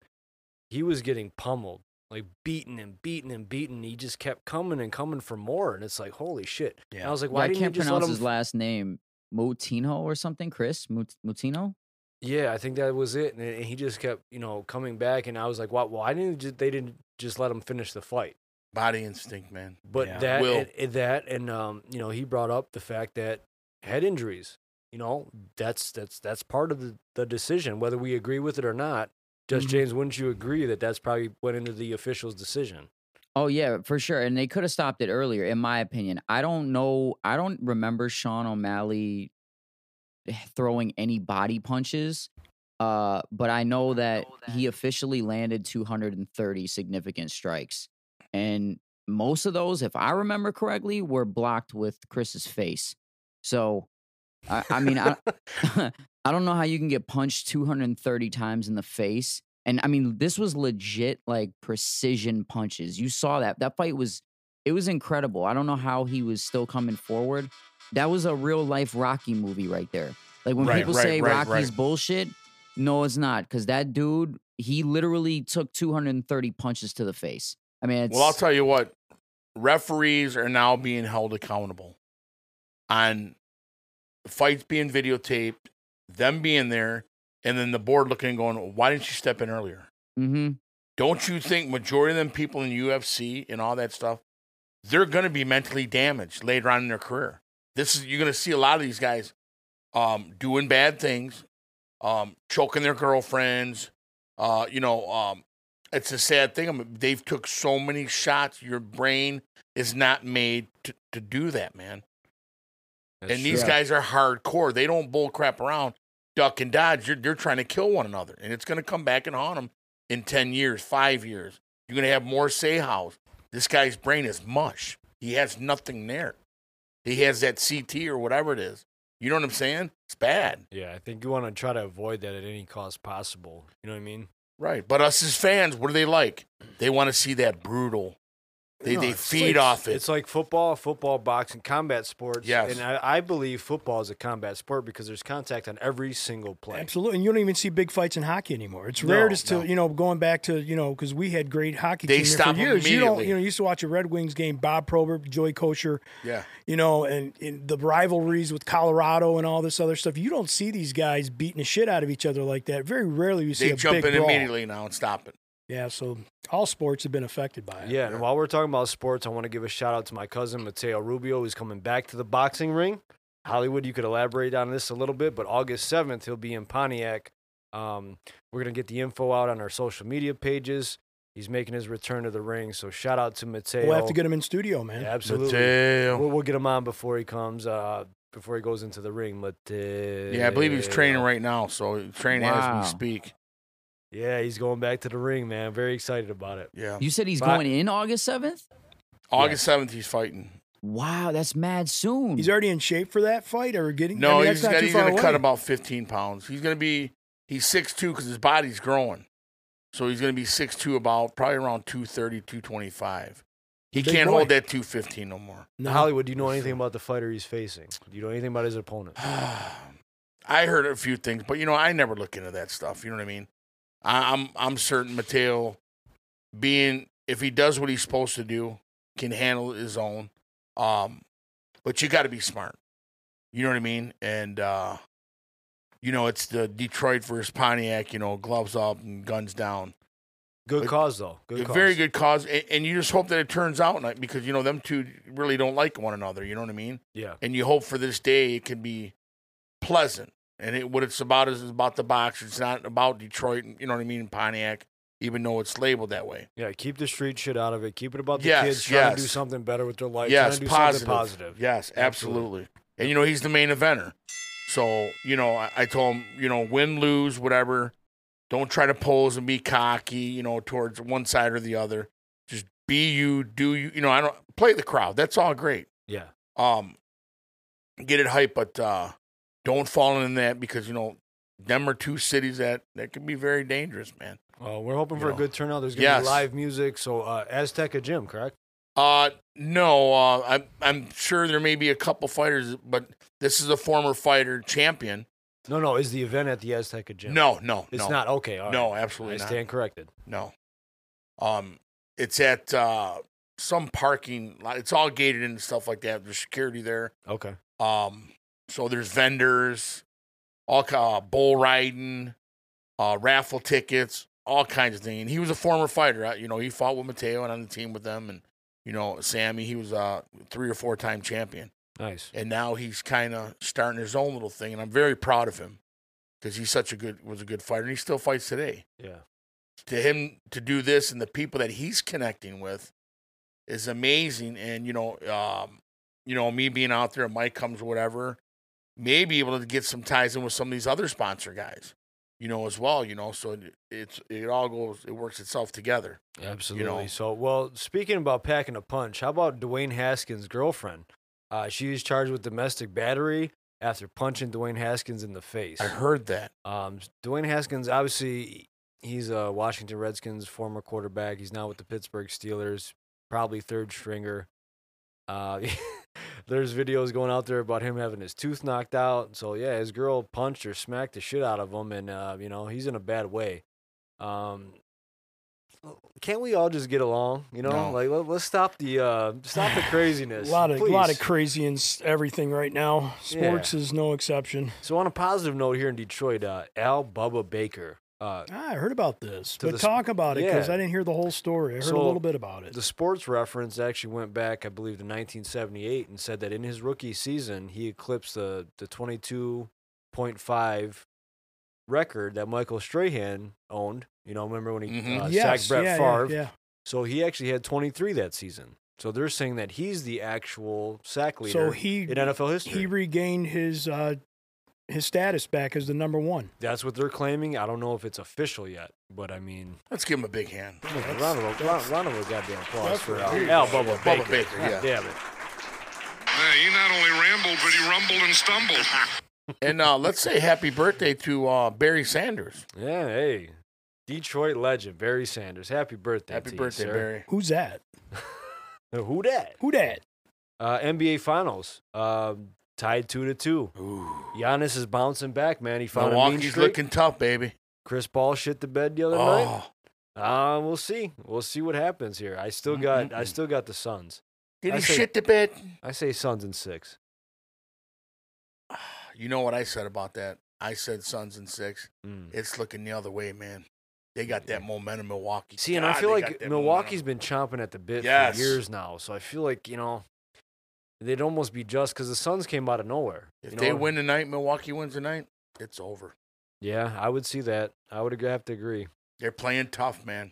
he was getting pummeled, like beaten and beaten and beaten. He just kept coming and coming for more, and it's like holy shit. And Yeah. I was like, Well, why I didn't can't you just let pronounce him? his last name. Mutino or something, Chris Mut- Mutino. Yeah, I think that was it, and, and he just kept, you know, coming back, and I was like, "Why? Why didn't ju- they didn't just let him finish the fight?" Body instinct, man. But Yeah. that, Will. and, and that, and um, you know, he brought up the fact that head injuries, you know, that's that's that's part of the, the decision, whether we agree with it or not. Just Mhm. James, wouldn't you agree that that's probably went into the official's decision? Oh yeah, for sure. And they could have stopped it earlier, in my opinion. I don't know. I don't eh, remember Sean O'Malley throwing any body punches. Uh, but I know that he officially landed 230 significant strikes. And most of those, if I remember correctly, were blocked with Chris's face. So, I, I mean, I, I don't know how you can get punched 230 times in the face. And I mean, this was legit like precision punches. You saw that. That fight was it was incredible. I don't know how he was still coming forward. That was a real life Rocky movie right there. Like when Right, people right, say right, Rocky's right. bullshit, no, it's not. Because that dude, he literally took 230 punches to the face. I mean, it's, Well, I'll tell you what, referees are now being held accountable on fights being videotaped, them being there, and then the board looking and going, why didn't you step in earlier? hmm Don't you think majority of them people in UFC and all that stuff, they're going to be mentally damaged later on in their career. This is you're going to see a lot of these guys um, doing bad things, um, choking their girlfriends. Uh, you know, um, it's a sad thing. I mean, they've took so many shots. Your brain is not made to, to do that, man. That's and true. these guys are hardcore. They don't bull crap around, duck and dodge. You're, they're trying to kill one another, and it's going to come back and haunt them in ten years, five years. You're going to have more Sayhows. This guy's brain is mush. He has nothing there. He has that CT or whatever it is. You know what I'm saying? It's bad, Yeah, I think you want to try to avoid that at any cost possible. You know what I mean? right? But us as fans, what do they like? They want to see that brutal. They No, they it's like- feed off it. It's like football, football, boxing, combat sports. Yes. And I, I believe football is a combat sport because there's contact on every single play. Absolutely. And you don't even see big fights in hockey anymore. It's No, rare just to, no. you know, going back to, you know, because we had great hockey They team here stop for years. You don't, immediately. you know, you used to watch a Red Wings game, Bob Probert, Joey Kosher, yeah, you know, and, and the rivalries with Colorado and all this other stuff. You don't see these guys beating the shit out of each other like that. Very rarely you see they a jump big in brawl. immediately now and stop it. Yeah, so all sports have been affected by it. Yeah, and while we're talking about sports, I want to give a shout out to my cousin Mateo Rubio, who's coming back to the boxing ring. Hollywood, you could elaborate on this a little bit, but August 7th, he'll be in Pontiac. Um, we're going to get the info out on our social media pages. He's making his return to the ring, so shout out to Mateo. We'll have to get him in studio, man. Yeah, absolutely. Mateo. We'll, we'll get him on before he comes, uh, before he goes into the ring. uh, Mateo. Yeah, I believe he's training right now. So training Wow. as we speak. Yeah, he's going back to the ring, man. Very excited about it. Yeah. You said he's But- going in August 7th? August seventh, he's fighting. Wow, that's mad soon. He's already in shape for that fight or getting I No, mean, that's he's, not got, too he's far going to cut away. about fifteen pounds. He's going to be he's six two because his body's growing, so he's going to be six two about probably around 230, 225. He Big can't boy. hold that two fifteen no more. No. Hollywood, do you know anything about the fighter he's facing? Do you know anything about his opponent? I heard a few things, but you know I never look into that stuff. You know what I mean? I, I'm I'm certain Mateo, being if he does what he's supposed to do, can handle his own. Um, but you got to be smart. You know what I mean? And uh, you know it's the Detroit versus Pontiac. You know, gloves up and guns down. Good But- cause though. Good A cause. Very good cause, and, and you just hope that it turns out like- because you know them two really don't like one another. You know what I mean? Yeah. and you hope for this day it can be pleasant. And it, what it's about is about the box. It's not about Detroit. You know what I mean? Pontiac, even though it's labeled that way. Yeah. Keep the street shit out of it. Keep it about the Yes, kids trying to do yes. something better with their life. trying to Uh, yes, do positive. something positive. Yes, absolutely. Absolutely. And you know he's the main eventer. So you know I, I told him you know win lose whatever. Don't try to pose and be cocky. You know towards one side or the other. Just be you, do you. You know I don't play the crowd. That's all great. Yeah. um get it hype but uh don't fall in that because you know them are two cities that that can be very dangerous man Well, Uh, we're hoping You for a know. good turnout. There's gonna Yes. be live music. So uh, Azteca Gym, correct? uh no uh i'm i'm sure there may be a couple fighters but this is a former fighter champion No, no. Is the event at the Azteca Gym? no no it's no. not. Okay. all right. no absolutely I not stand corrected. no um it's at uh some parking lot it's all gated in and stuff like that there's security there Okay. Um, so there's vendors, all ki- uh, bull riding, uh, raffle tickets, all kinds of things. And he was a former fighter. uh, You know, he fought with Mateo and on the team with them, and you know Sammy. He was a three or four time champion, Nice. and now he's kind of starting his own little thing. And I'm very proud of him because he's such a good was a good fighter, and he still fights today. Yeah. To him to do this and the people that he's connecting with is amazing. And you know, um, you know, me being out there, Mike comes, whatever, may be able to get some ties in with some of these other sponsor guys. you know, as well, you know. So it, it's it all goes it works itself together. Absolutely. So, well, speaking about packing a punch, how about Dwayne Haskins' girlfriend? Uh, she is charged with domestic battery after punching Dwayne Haskins in the face. I heard that. Um, Dwayne Haskins, obviously, he's a Washington Redskins former quarterback. He's now with the Pittsburgh Steelers, probably third stringer. Uh, there's videos going out there about him having his tooth knocked out. So yeah, his girl punched or smacked the shit out of him, and uh, you know he's in a bad way. Um, can't we all just get along? You know, No. like let, let's stop the uh, stop the A craziness. lot of lot of please. crazy and s- everything right now. Sports is no exception. So on a positive note here in Detroit, uh, Al Bubba Baker. Uh, Ah, I heard about this, To but the sp- talk about it because yeah. I didn't hear the whole story. I heard So, a little bit about it. the sports reference actually went back, I believe, to 1978 and said that in his rookie season, he eclipsed the, the 22.5 record that Michael Strahan owned. You know, remember when he Mhm. uh, Mm-hmm. yes, sacked Brett yeah, yeah, Favre? yeah. So he actually had 23 that season. So they're saying that he's the actual sack leader So he in NFL history. he regained his uh, his status back as the number one. That's what they're claiming. I don't know if it's official yet, but I mean, Let's give him a big hand. round of, a- round, round of a goddamn applause that's for what Al, it is. Al Bubba Bubba Baker. Baker, God yeah. Damn it. Yeah, you not only rambled, but you rumbled and stumbled. and uh, let's say happy birthday to uh, Barry Sanders. Yeah, hey. Detroit legend, Barry Sanders. Happy birthday. Happy to birthday, you, sir. Barry. Who's that? Barry. Who dat? Who that? Uh, NBA Finals. Um, tied two to two. Giannis is bouncing back, man. He found a mean Milwaukee's streak. looking Oh. tough, baby. Chris Paul shit the bed the other night. Uh, we'll see. We'll see what happens here. I still got I still got the Suns. did I he say- shit the bed? I say Suns in six. You know what I said about that? I said Suns and six. Mm. It's looking the other way, man. They got that momentum, Milwaukee. See, and I God, feel they like got that Milwaukee's momentum. been chomping at the bit Yes. for years now. So I feel like, you know, they'd almost be just because the Suns came out of nowhere. If you they know? win tonight, Milwaukee wins tonight. It's over. Yeah, I would see that. I would ag- have to agree. They're playing tough, man.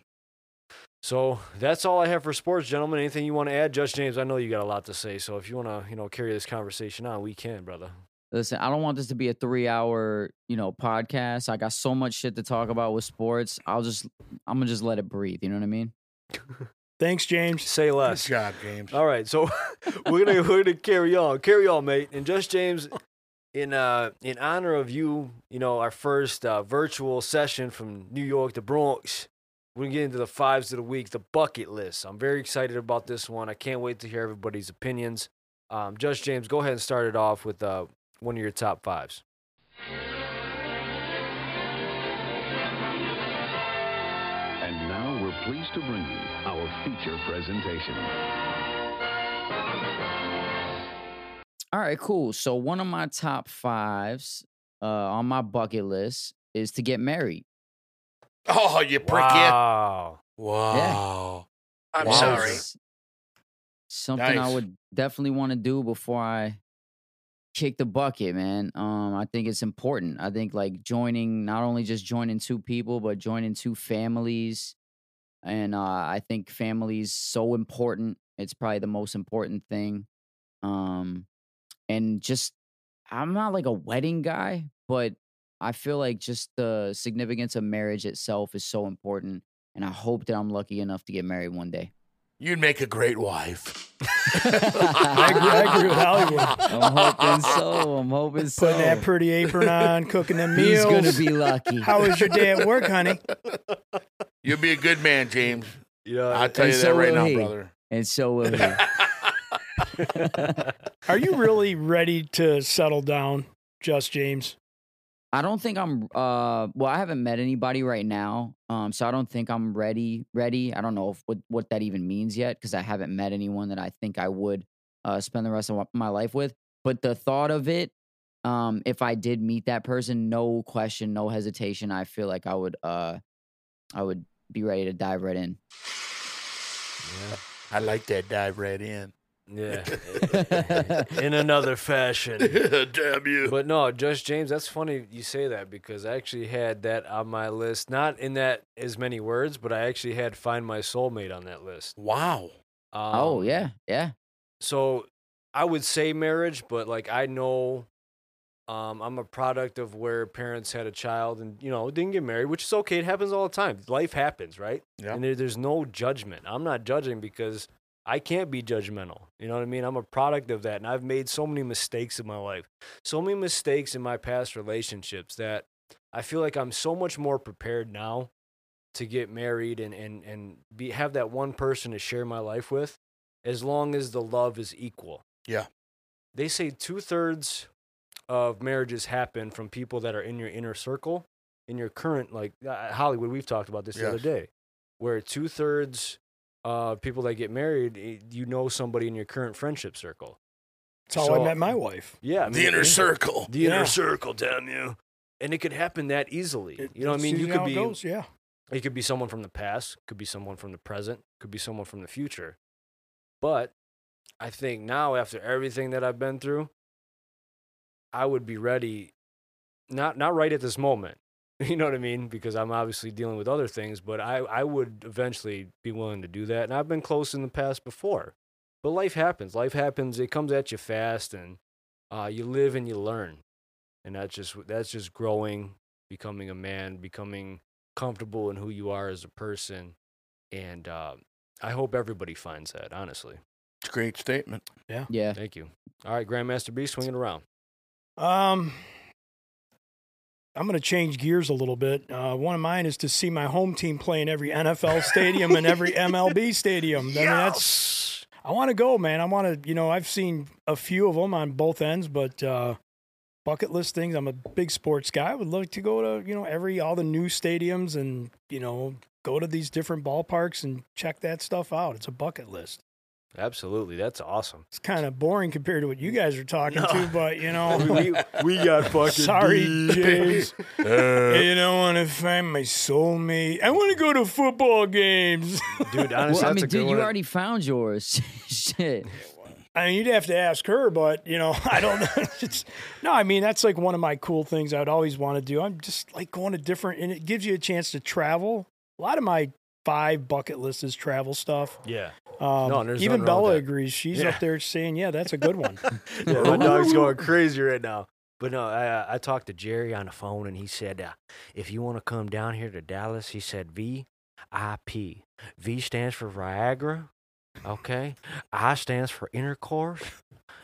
So that's all I have for sports, gentlemen. Anything you want to add, Judge James? I know you got a lot to say, so if you want to, you know, carry this conversation on, we can, brother. Listen, I don't want this to be a three-hour, you know, podcast. I got so much shit to talk about with sports. I'll just, I'm gonna just let it breathe. You know what I mean? Thanks, James. Say Good less. job, James. All right, so we're gonna we're gonna carry on, carry on, mate. And Judge James, in uh in honor of you, you know, our first uh, virtual session from New York to Bronx, we're gonna get into the fives of the week, the bucket list. I'm very excited about this one. I can't wait to hear everybody's opinions. Um, Judge James, go ahead and start it off with uh, one of your top fives. And now we're pleased to bring you our feature presentation. All right, cool. So one of my top fives uh, on my bucket list is to get married. Oh, you prick! Yeah. Wow. Wow. I'm Wow. sorry. It's Something I Nice. would definitely want to do before I kick the bucket, man. Um, I think it's important. I think like joining, not only just joining two people, but joining two families. And uh, I think family's so important. It's probably the most important thing. Um, and just, I'm not like a wedding guy, but I feel like just the significance of marriage itself is so important. And I hope that I'm lucky enough to get married one day. You'd make a great wife. I agree, I agree with Hollywood. I'm hoping so. I'm hoping so. Putting that pretty apron on, cooking them He's meals. gonna be lucky. How was your day at work, honey? You'd be a good man, James. You know, I'll Uh, tell and you that so right will now, he. brother. and so will he. Are you really ready to settle down, Just James? I don't think I'm. Uh, well, I haven't met anybody right now, um, so I don't think I'm ready. Ready. I don't know if, what what that even means yet because I haven't met anyone that I think I would uh, spend the rest of my life with. But the thought of it, um, if I did meet that person, no question, no hesitation, I feel like I would. Uh, I would be ready to dive right in. I like that dive right in. yeah. In another fashion. Damn you. But no, Judge James, that's funny you say that because I actually had that on my list. Not in that as many words, but I actually had Find My Soulmate on that list. wow. Um, oh yeah, yeah. So I would say marriage, but like I know Um, I'm a product of where parents had a child and you know didn't get married, which is okay. It happens all the time. Life happens, right? Yeah. And there, there's no judgment. I'm not judging because I can't be judgmental. You know what I mean? I'm a product of that, and I've made so many mistakes in my life, so many mistakes in my past relationships that I feel like I'm so much more prepared now to get married and and and be have that one person to share my life with, as long as the love is equal. Yeah. They say two thirds of marriages happen from people that are in your inner circle, in your current like uh, Hollywood. We've talked about this the other Yes. day, where two thirds of people that get married, eh, you know somebody in your current friendship circle. That's how So- I met my wife. Yeah, I mean, the inner it- circle. the Yeah. inner circle, damn you. And it could happen that easily. It- you know what I it's mean? You usually could how it be goes, yeah. it could be someone from the past, could be someone from the present, could be someone from the future. But I think now, after everything that I've been through, I would be ready, not, not right at this moment. You know what I mean? Because I'm obviously dealing with other things, but I, I would eventually be willing to do that. And I've been close in the past before. But life happens. Life happens. It comes at you fast, and uh, you live and you learn. And that's just, that's just growing, becoming a man, becoming comfortable in who you are as a person. And uh, I hope everybody finds that, honestly. It's a great statement. Yeah. Thank you. All right, Grandmaster B, swing it around. Um, I'm going to change gears a little bit. Uh, one of mine is to see my home team play in every NFL stadium and every MLB stadium. I mean, that's I want to go, man. I want to, you know, I've seen a few of them on both ends, but uh, bucket list things. I'm a big sports guy. I would like to go to, you know, every all the new stadiums and you know go to these different ballparks and check that stuff out. It's a bucket list. Absolutely. That's awesome. It's kind of boring compared to what you guys are talking No. to, but you know. we, we got fucking. Sorry, beat. James. Uh, You don't want to find my soulmate. I want to go to football games. Dude, honestly, Well, that's I a mean, good dude, one. you already found yours. Shit. I mean, you'd have to ask her, but you know, I don't know. It's- no, I mean, that's like one of my cool things I'd always want to do. I'm just like going to different, and it gives you a chance to travel. A lot of my five bucket list is travel stuff. Yeah. Um, No, and there's even nothing wrong with Bella that. agrees. She's Yeah. up there saying, "Yeah, that's a good one." yeah. My dog's going crazy right now. But no, I, uh, I talked to Jerry on the phone, and he said, uh, if you want to come down here to Dallas, he said, VIP. V stands for Viagra. Okay. I stands for intercourse.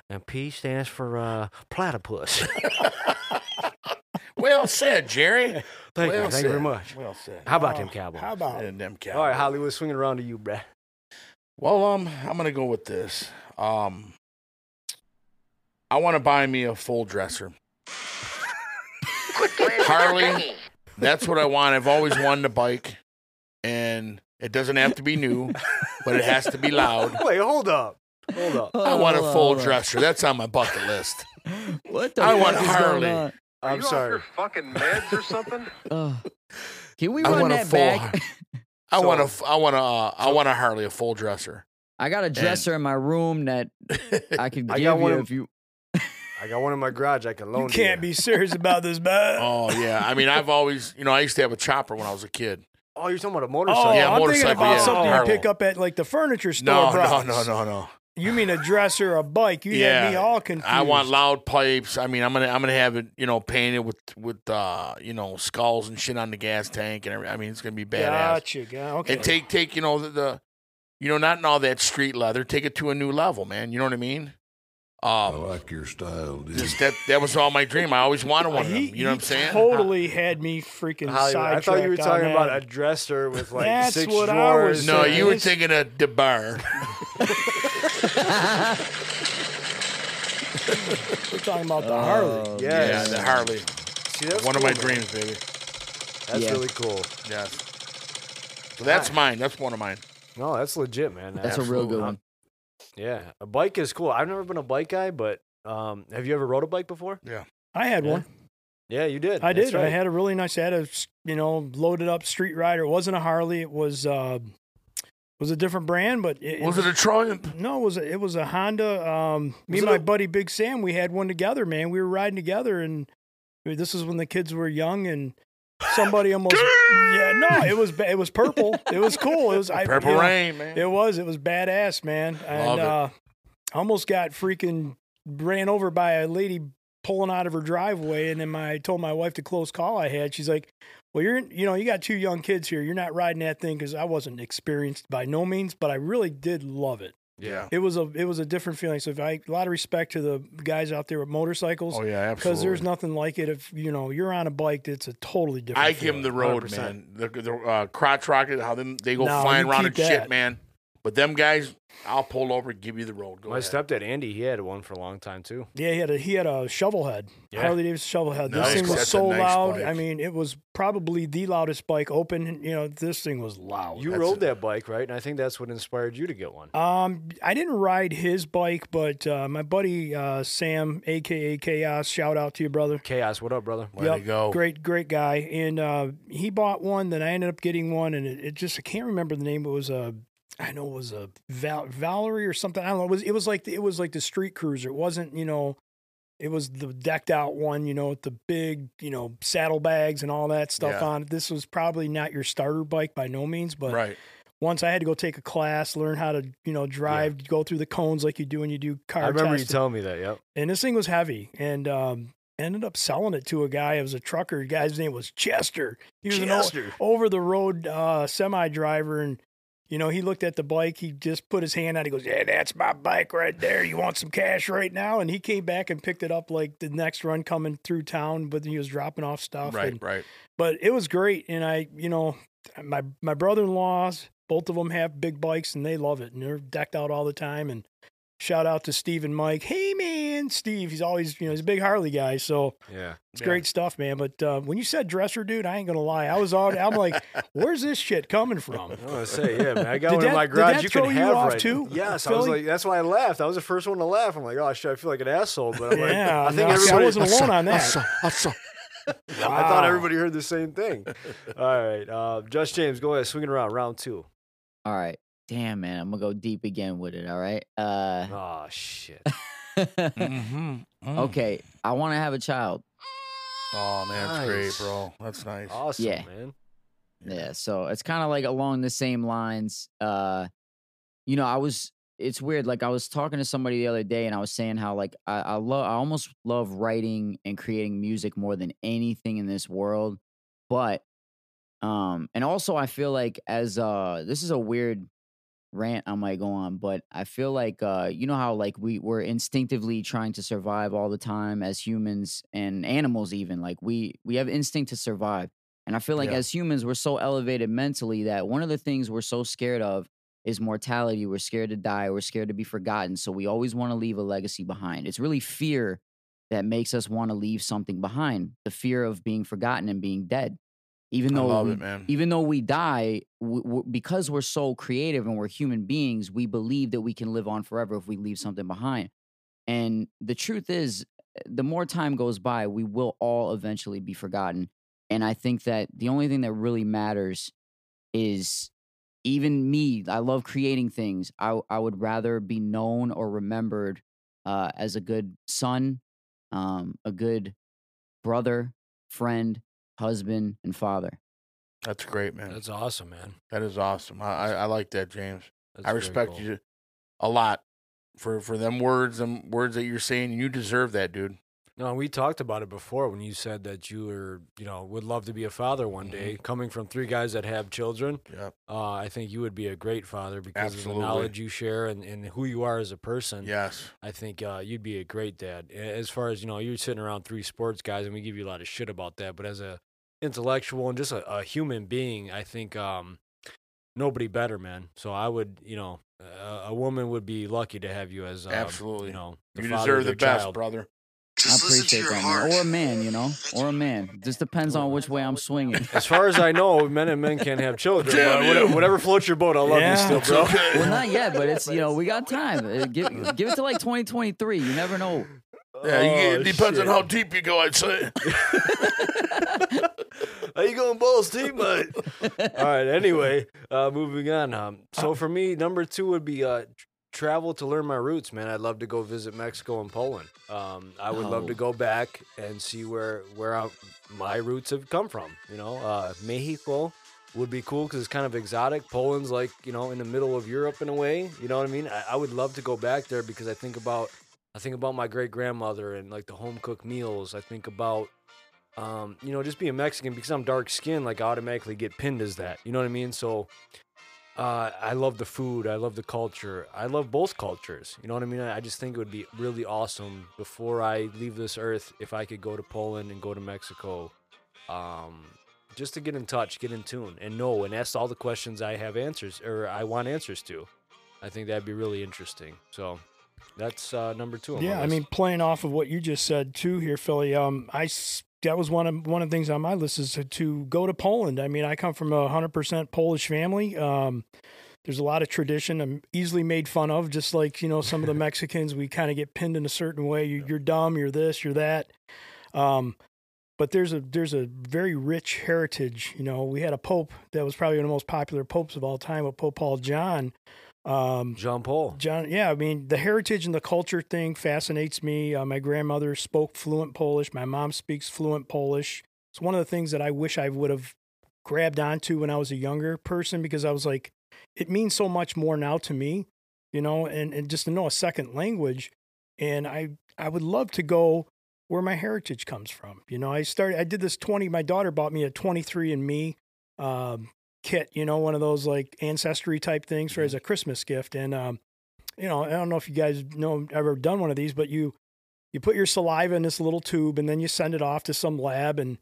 And P stands for uh, platypus. well said, Jerry. Thank well you. Thank said. you very much. Well said. How about them Oh, Cowboys? How about And them All right, Cowboys. Hollywood, swinging around to you, bruh. Well, um, I'm gonna go with this. Um, I want to buy me a full dresser. Harley. That's what I want. I've always wanted a bike, and it doesn't have to be new, but it has to be loud. Wait, hold up. Hold up. I want a Hold on, full hold on. dresser. That's on my bucket list. Oh. What the I fuck want is going Harley. on? I'm you sorry. Off your fucking meds or something? Ugh. Can we I run want a that full. back? I So- want a. f- I want a. Uh, I want a Harley, a full dresser. I got a dresser in my room that I could I give got you one of- if you. I got one in my garage I can loan you can't to be serious about this, bud? Oh yeah. I mean, I've always. You know, I used to have a chopper when I was a kid. Oh, you're talking about a Oh, motorcycle. yeah, I'm thinking motorcycle, about yeah, something you Harley. pick up at like the furniture store. No, no, Bronx. no, no, no. You mean a dresser, a bike? You had me all confused. I want loud pipes. I mean, I'm gonna I'm gonna have it, you know, painted with with uh, you know, skulls and shit on the gas tank and everything. I mean, it's gonna be badass. Gotcha. got- Okay. And take take you know the, the, you know, not in all that street leather. Take it to a new level, man. You know what I mean? Um, like your style, dude. just that that was all my dream. I always wanted one of them. He- You know what I'm he saying? Totally had me freaking Hollywood. I sidetracked. thought you were on talking that. about a dresser with like That's six what I drawers. was no, saying. you were This- thinking of the bar. We're talking about Uh, the Harley. yeah, Yes. the Harley. Oh, See, that's one of cool, my man. dreams, baby. That's Yeah. really cool. Yes. So that's mine. That's one of mine. No, that's legit, man. That's a real Absolutely. good one. Yeah, a bike is cool. I've never been a bike guy, but um, have you ever rode a bike before? I had Yeah. one. Yeah, you did. I That's did. I right. had a really nice. I had a you know loaded up street rider. It wasn't a Harley. It was uh, was a different brand, but it, Was it a Triumph? No, it was a, it was a Honda. Um, me Was and it my a- buddy Big Sam, we had one together, man. We were riding together, and I mean, this is when the kids were young, and somebody almost. yeah, no, it was ba- it was purple. It was cool. It was I, Purple you know, Rain, man. It was it was badass, man. And Love it. uh, I almost got freaking ran over by a lady pulling out of her driveway, and then my I told my wife the close call I had. She's like, "Well, you're you know you got two young kids here. You're not riding that thing because I wasn't experienced by no means, but I really did love it. Yeah. It was a it was a different feeling. So if I, a lot of respect to the guys out there with motorcycles Oh yeah, absolutely. because there's nothing like it. If you know you're on a bike, it's a totally different. I give them the road, 100%. man. The, the uh, crotch rocket, how them they go No, flying you around and keep shit, that. man. But them guys, I'll pull over, give you the road. Go My ahead. stepdad Andy, he had one for a long time too. Yeah, he had a he had a shovel head. Yeah. Harley Davidson shovel head. Nice. This thing was That's a so nice loud. bike. I mean, it was probably the loudest bike open. You know, this thing was loud. You that's rode a- that bike, right? And I think that's what inspired you to get one. Um, I didn't ride his bike, but uh, my buddy uh, Sam, aka Chaos, shout out to you, brother. Chaos, what up, brother? Way to Yep, go. Great, great guy. And uh, he bought one. Then I ended up getting one, and it, it just I can't remember the name. It was a I know it was a Val- Valerie or something. I don't know. It was it was like the, it was like the street cruiser. It wasn't you know, it was the decked out one. You know, with the big you know saddlebags and all that stuff Yeah. on it. This was probably not your starter bike by no means, but Right. once I had to go take a class, learn how to you know drive, go through the cones like you do when you do car. I remember you testing telling me that. Yep. and this thing was heavy and um ended up selling it to a guy it was a trucker the guy's name was chester he was an over the road uh semi driver and you know he looked at the bike he just put his hand out he goes yeah that's my bike right there you want some cash right now and he came back and picked it up like the next run coming through town but he was dropping off stuff Right, and, right. but it was great and i you know my my brother-in-laws both of them have big bikes and they love it and they're decked out all the time and shout out to steve and mike hey man steve he's always you know he's a big harley guy so Yeah. it's Yeah. great stuff man but uh, when you said dresser dude i ain't gonna lie i was on i'm like where's this shit coming from I want to say, yeah, man. I got Did one in that- my did garage. that you throw can you have off right. too, Yes, I was Philly? like, that's why I laughed. I was the first one to laugh. I'm like, oh shit, I feel like an asshole. But I'm like, yeah I think no, everybody. see, i wasn't alone on that I thought Wow. everybody heard the same thing. All right, uh, Josh James, go ahead, swing it around, round two. All right. Damn, man. I'm going to go deep again with it. All right. Uh, Oh shit. mm-hmm. okay. I want to have a child. Oh man, that's Nice. Oh, great, bro. That's nice. Awesome, Yeah. man. Yeah. So it's kind of like along the same lines. Uh, you know, I was, it's weird. Like I was talking to somebody the other day and I was saying how like I, I love, I almost love writing and creating music more than anything in this world. But, um, and also I feel like as, uh, this is a weird rant I might go on, but I feel like, uh, you know how like we we're instinctively trying to survive all the time as humans and animals, even like we, we have instinct to survive. And I feel like Yeah. as humans, we're so elevated mentally that one of the things we're so scared of is mortality. We're scared to die. We're scared to be forgotten. So we always want to leave a legacy behind. It's really fear that makes us want to leave something behind the fear of being forgotten and being dead. Even I though love we- it, man. even though we die, w w because we're so creative and we're human beings, we believe that we can live on forever if we leave something behind. And the truth is, the more time goes by, we will all eventually be forgotten. And I think that the only thing that really matters is even me. I love creating things. I, I would rather be known or remembered uh, as a good son, um, a good brother, friend, husband, and father. That's great, man. That's awesome, man. That is awesome. I, I, I like that, James. That's I very respect cool. you a lot for for them words, them words that you're saying. You deserve that, dude. No, we talked about it before when you said that you were, you know, would love to be a father one Mm-hmm. day. Coming from three guys that have children, Yeah. uh, I think you would be a great father because of Absolutely. the knowledge you share and, and who you are as a person. Yes. I think uh, you'd be a great dad. A- As far as you know, you're sitting around three sports guys, and we give you a lot of shit about that. But as a intellectual and just a, a human being, I think um, nobody better, man. So I would, you know, a, a woman would be lucky to have you as um, Absolutely. You know, the You father of deserve their the best, child. brother. I Just listen to appreciate your that, heart. man. Or a man, you know, or a man. Just depends on which way I'm swinging. As far as I know, men and men can't have children. Damn but you. whatever, whatever floats your boat, I love Yeah. you still, bro. well, not yet, but it's you know we got time. Uh, Give give it to like 2023. You never know. Yeah, you, Oh, it depends shit. on how deep you go. I'd say. How you going, balls, team, mate? All right. Anyway, uh, moving on. Um, so for me, number two would be uh, tr- travel to learn my roots. Man, I'd love to go visit Mexico and Poland. Um, I would love to Oh. go back and see where where I, my roots have come from. You know, uh, Mexico would be cool because it's kind of exotic. Poland's like you know in the middle of Europe in a way. You know what I mean? I, I would love to go back there because I think about I think about my great grandmother and like the home cooked meals. I think about, um, you know, just being Mexican because I'm dark skinned, like I automatically get pinned as that. You know what I mean? So uh, I love the food. I love the culture. I love both cultures. You know what I mean? I I just think it would be really awesome before I leave this earth if I could go to Poland and go to Mexico. Um, just to get in touch, get in tune, and know and ask all the questions I have answers or I want answers to. I think that'd be really interesting. So that's uh, number two. on my Yeah, I list. mean, playing off of what you just said too, here, Philly. Um, I s- that was one of one of the things on my list is to, to go to Poland. I mean, I come from a hundred percent Polish family. Um, there's a lot of tradition. I'm easily made fun of, just like you know some of the Mexicans. We kind of get pinned in a certain way. You, You're dumb. You're this. You're that. Um, but there's a there's a very rich heritage. You know, we had a pope that was probably one of the most popular popes of all time, with Pope Paul John. Um, John Paul. John, yeah, I mean, the heritage and the culture thing fascinates me. Uh, my grandmother spoke fluent Polish. My mom speaks fluent Polish. It's one of the things that I wish I would have grabbed onto when I was a younger person because I was like, it means so much more now to me, you know, and, and just to know a second language. And I, I would love to go where my heritage comes from. You know, I started, I did this 20, my daughter bought me a 23 and me, um, kit, you know, one of those like ancestry type things for as a Christmas gift. And, um, you know, I don't know if you guys know ever done one of these, but you you put your saliva in this little tube and then you send it off to some lab and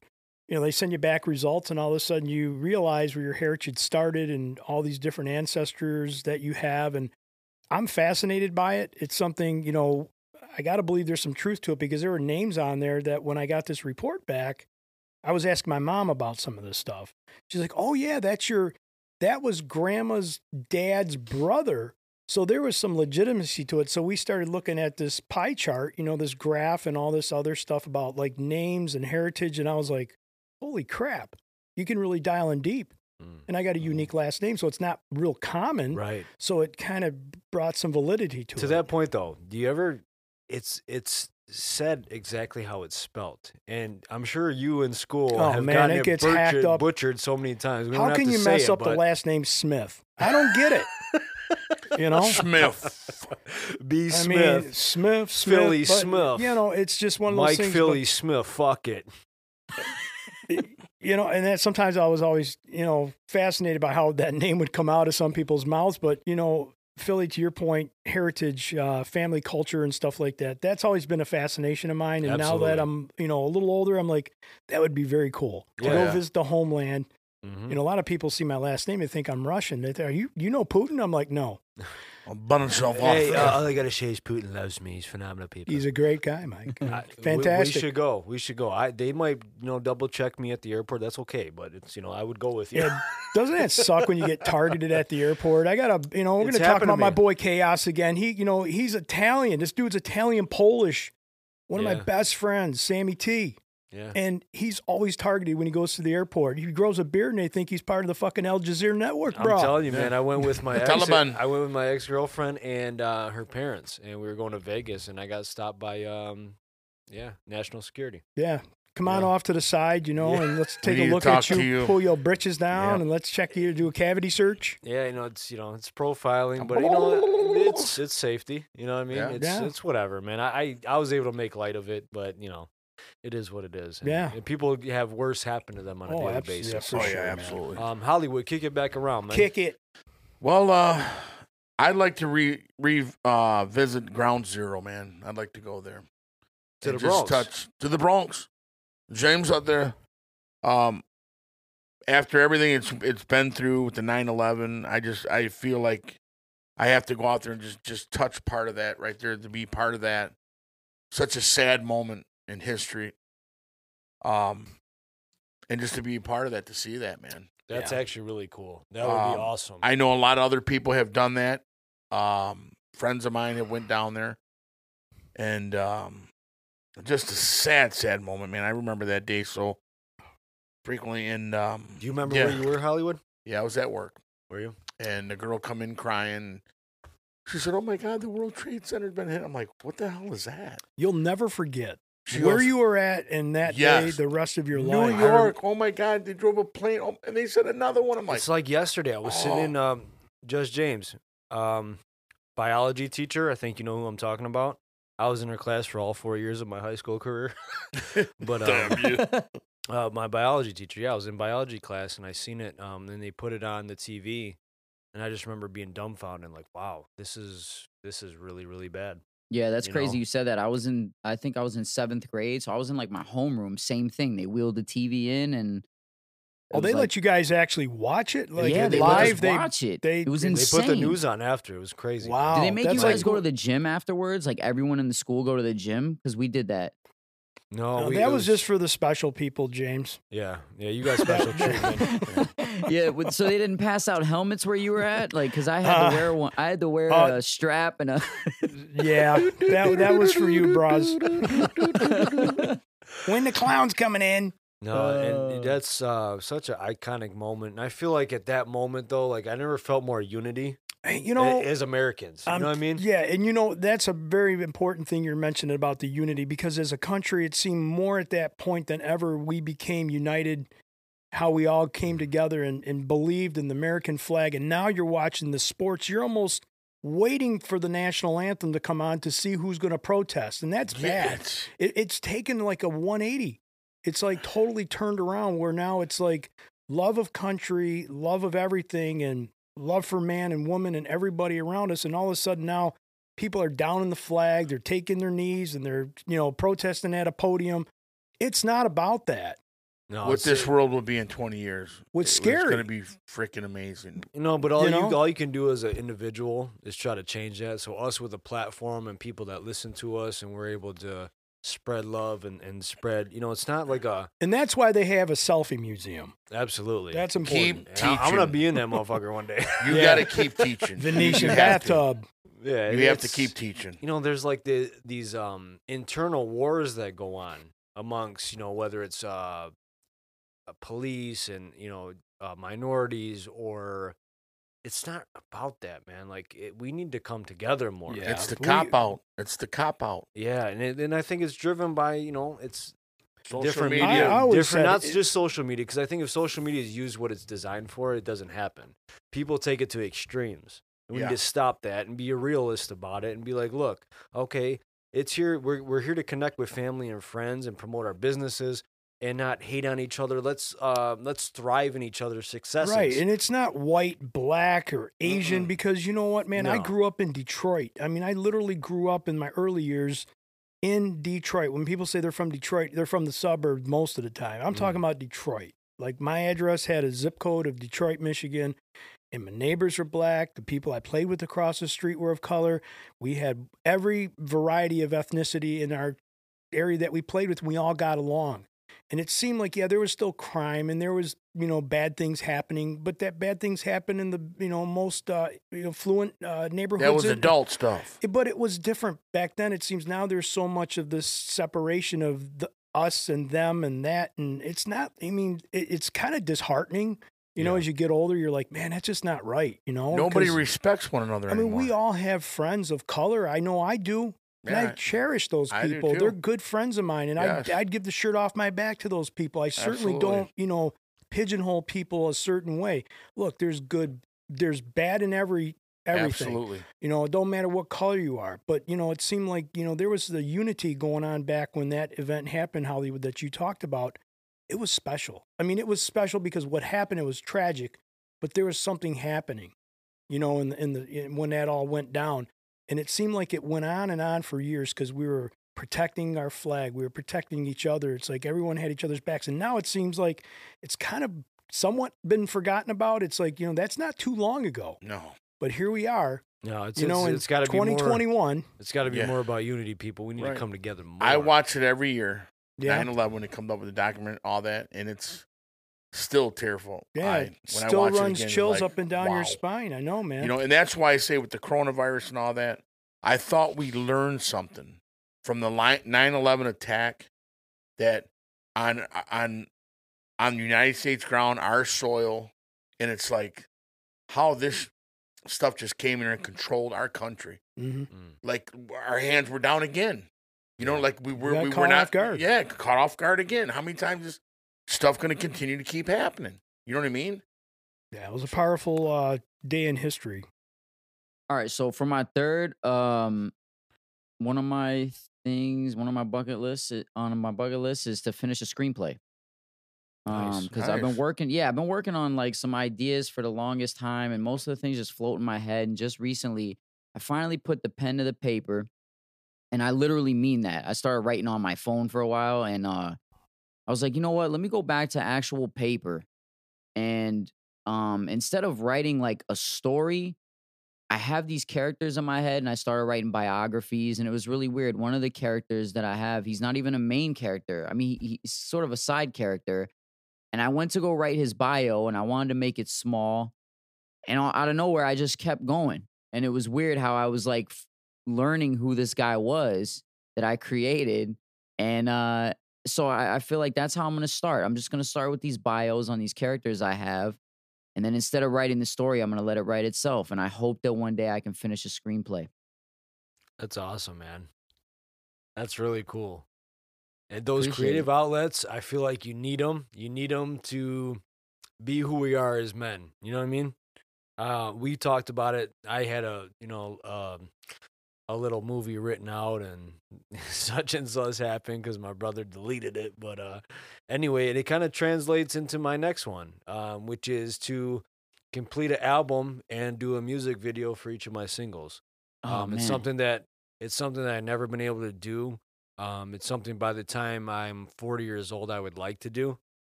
you know they send you back results and all of a sudden you realize where your heritage started and all these different ancestors that you have and I'm fascinated by it. It's something, you know, I got to believe there's some truth to it because there were names on there that when I got this report back, I was asking my mom about some of this stuff. She's like, "Oh yeah, that's your that was grandma's dad's brother." So there was some legitimacy to it. So we started looking at this pie chart, you know, this graph and all this other stuff about like names and heritage and I was like, "Holy crap. You can really dial in deep." And I got a unique last name, so it's not real common. Right. So it kind of brought some validity to, To it. that point, though, do you ever? It's it's said exactly how it's spelt, and I'm sure you in school Oh, have man, gotten it it gets hacked butchered, up. butchered so many times. We don't How have can to you say mess it, up the but- last name Smith? I don't get it. you know, Smith. B. I Smith, mean, Smith, Smith, Philly but, Smith. You know, it's just one of those Mike things. Philly Smith. Fuck it. but, you know, and that sometimes I was always you know fascinated by how that name would come out of some people's mouths. But you know, Philly, to your point, heritage, uh, family culture, and stuff like that. That's always been a fascination of mine. And now that Absolutely. I'm you know a little older, I'm like, that would be very cool to Yeah. go visit the homeland. Mhm. You know, a lot of people see my last name and think I'm Russian. They think, Are you you know Putin? I'm like, no, I'll bun himself Hey, off. uh, all I gotta say is Putin loves me. He's phenomenal people. he's a great guy, Mike. I- we- We, Fantastic. should go. We should go. I they might you know double check me at the airport. That's okay, but it's you know I would go with you. Yeah, doesn't that suck when you get targeted at the airport? I gotta, you know, we're It's gonna talk happened to about my me. boy Chaos again. He, you know, he's Italian. This dude's Italian Polish. One of my Yeah. best friends, Sammy T, yeah. and he's always targeted when he goes to the airport. He grows a beard, and they think he's part of the fucking Al Jazeera network, I'm bro. telling you, man. I went with my ex, Taliban. I went with my ex girlfriend and uh, her parents, and we were going to Vegas, and I got stopped by um, yeah, national security. yeah, come on Yeah. off to the side, you know, Yeah. and let's We take a need to look at talk to you, you. pull your britches down, Yeah. and let's check you, do a cavity search. Yeah, you know it's you know it's profiling, but you know it's it's safety. You know what I mean? Yeah. It's Yeah. it's whatever, man. I, I I was able to make light of it, but you know, it is what it is. and- Yeah. and people have worse happen to them on a Oh, daily abs- yeah, basis. for oh, sure, yeah, man. absolutely. Um, Hollywood, kick it back around, man. Kick it. Well, uh, I'd like to re re uh, visit Ground Zero, man. I'd like to go there To And the Bronx. touch to the Bronx. James out there. Um, after everything it's it's been through with the 9-11, I just I feel like I have to go out there and just just touch part of that right there to be part of that. Such a sad moment in history. Um, and just to be a part of that, to see that, man. That's Yeah. actually really cool. That would be Um, awesome. I know a lot of other people have done that. Um, friends of mine have went down there, and um, just a sad, sad moment, man. I remember that day so frequently. And um, Do you remember yeah, where you were, Hollywood? Yeah, I was at work, Were you? and the girl come in crying. She said, "Oh my God, the World Trade Center's been hit." I'm like, "What the hell is that?" You'll never forget She where goes, you were at in that day Yes. the rest of your New life. York. Oh my God, they drove a plane, oh, and they said another one. I'm like, it's like yesterday. I was sitting in Oh. um, Judge James, um, biology teacher. I think you know who I'm talking about. I was in her class for all four years of my high school career. but um, Damn you. uh, my biology teacher, yeah, I was in biology class and I seen it. Um, then they put it on the TV, and I just remember being dumbfounded, like, wow, this is this is really really bad. Yeah, that's you crazy. know? You said that. I was in, I think I was in seventh grade. So I was in like my homeroom. Same thing. They wheeled the TV in and. it Oh, was they like- let you guys actually watch it? Like yeah, they let us live? They, watch it. they- it was they They insane. put the news on after. It was crazy. wow. Did they make you that's guys like go to the gym afterwards? Like everyone in the school go to the gym because we did that. No, No, Oh, we, that it was just for the special people, James. yeah, yeah. You got special treatment. yeah, with- so they didn't pass out helmets where you were at, like because I had Uh, to wear one. I had to wear uh, a strap and a. Yeah, that, that was for you, bros. when the clown's coming in. No, and that's uh, such an iconic moment. And I feel like at that moment though, like I never felt more unity Hey, you a- know, as Americans. You I'm- know what I mean? Yeah, and you know that's a very important thing you're mentioning about the unity because as a country, it seemed more at that point than ever we became united. How we all came together and, and believed in the American flag, and now you're watching the sports. You're almost waiting for the national anthem to come on to see who's going to protest, and that's bad. Yes. It, it's taken like a 180. It's like totally turned around where now it's like love of country, love of everything, and love for man and woman and everybody around us. And all of a sudden now people are down in the flag, they're taking their knees and they're, you know, protesting at a podium. It's not about that. No, What it's- this world will be in 20 years. What's It's scary. going to be freaking amazing. No, but all You you, know? all you can do as an individual is try to change that. So us with a platform and people that listen to us and we're able to spread love and, and spread you know, it's not like a and that's why they have a selfie museum. absolutely That's important. And Keep I, am gonna teaching. be in that motherfucker one day. You Yeah. got to keep teaching. Venetian You have to. bathtub. yeah. You have to it's- keep teaching. you know, there's like the these um internal wars that go on amongst, you know, whether it's uh uh, police and, you know, uh, minorities or it's not about that, man. Like it, we need to come together more. Yeah. It's the We- cop out. It's the cop out. Yeah, and it, and I think it's driven by you know it's Social different media. I always different, said not it- just social media. Because I think if social media is used what it's designed for, it doesn't happen. People take it to extremes. We Yeah. need to stop that and be a realist about it and be like, look, okay, it's here. We're we're here to connect with family and friends and promote our businesses and not hate on each other. Let's uh, let's thrive in each other's successes. Right. And it's not white, black, or Asian Mm-mm. because you know what, man? I No. grew up in Detroit. I mean, I literally grew up in my early years in Detroit. When people say they're from Detroit, they're from the suburbs most of the time. I'm Mm. talking about Detroit. Like my address had a zip code of Detroit, Michigan, and my neighbors were black. The people I played with across the street were of color. We had every variety of ethnicity in our area that we played with. We all got along. And it seemed like, yeah, there was still crime and there was, you know, bad things happening, but that bad things happened in the, you know, most uh, you know, affluent uh, neighborhoods. That was in- adult stuff. it- but it was different back then. It seems now there's so much of this separation of the us and them and that, and it's not. I mean, it, it's kind of disheartening. You know, Yeah. as you get older, you're like, man, that's just not right. You know, Nobody 'Cause, respects one another I mean, we anymore. all have friends of color. I know I do. And I Yeah. cherish those I do people. They're too. good friends of mine, and Yes. I'd, I'd give the shirt off my back to those people. I certainly Absolutely. don't, you know, pigeonhole people a certain way. Look, there's good, there's bad in every everything. Absolutely. You know, it don't matter what color you are, but you know, it seemed like you know there was the unity going on back when that event happened, Hollywood, that you talked about. It was special. I mean, it was special because what happened it was tragic, but there was something happening. You know, in the, in the in, when that all went down, and it seemed like it went on and on for years because we were protecting our flag, we were protecting each other. It's like everyone had each other's backs, and now it seems like it's kind of somewhat been forgotten about. It's like you know that's not too long ago, No. but here we are No, it's you know, it's, in it's got to be more. 2021. It's got to be Yeah. more about unity, people. We need Right. to come together more. I watch it every year. yeah, 9 11 when it comes up with the document, all that, and it's still tearful. yeah, I, it when I still watch runs it again, chills like, up and down your wow. spine. I know, man. You know, and that's why I say with the coronavirus and all that, I thought we learned something from the 9 11 attack that on on on the United States ground, our soil, and it's like how this stuff just came in and controlled our country. hmm Mm. Like our hands were down again. You know, like we were got we caught were not off guard. Yeah, caught off guard again. How many times is stuff going to continue to keep happening? You know what I mean? yeah, it was a powerful uh, day in history. All right, so for my third, um, one of my things, one of my bucket lists i- on my bucket list is to finish a screenplay. Nice. Um, because I've been Nice. working, yeah, I've been working on like some ideas for the longest time, and most of the things just float in my head. And just recently, I finally put the pen to the paper, and I literally mean that. I started writing on my phone for a while, and uh, I was like, you know what? Let me go back to actual paper, and um, instead of writing like a story, I have these characters in my head and I started writing biographies and it was really weird. One of the characters that I have, he's not even a main character. I mean, he, he's sort of a side character. And I went to go write his bio and I wanted to make it small. And o- out of nowhere, I just kept going. And it was weird how I was like f- learning who this guy was that I created. And uh, so I, I feel like that's how I'm going to start. I'm just going to start with these bios on these characters I have. And then instead of writing the story, I'm going to let it write itself. And I hope that one day I can finish a screenplay. That's awesome, man. That's really cool. And those Appreciate creative it. outlets, I feel like you need them. You need them to be who we are as men. You know what I mean? Uh, we talked about it. I had a, you know, um, a little movie written out, and such and such happened because my brother deleted it. But uh, anyway, and it kind of translates into my next one, um, which is to complete an album and do a music video for each of my singles Oh, um, it's man. something that it's something that I've never been able to do. Um, it's something by the time I'm 40 years old, I would like to do.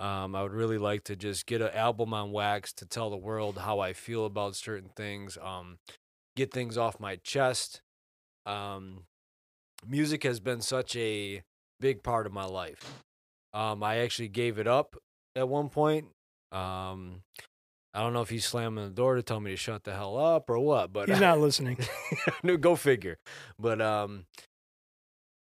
Um, I would really like to just get an album on wax to tell the world how I feel about certain things, um, get things off my chest. Um, music has been such a big part of my life. Um, I actually gave it up at one point. Um, I don't know if he's slamming the door to tell me to shut the hell up or what, but He's not listening. no, go figure. But um,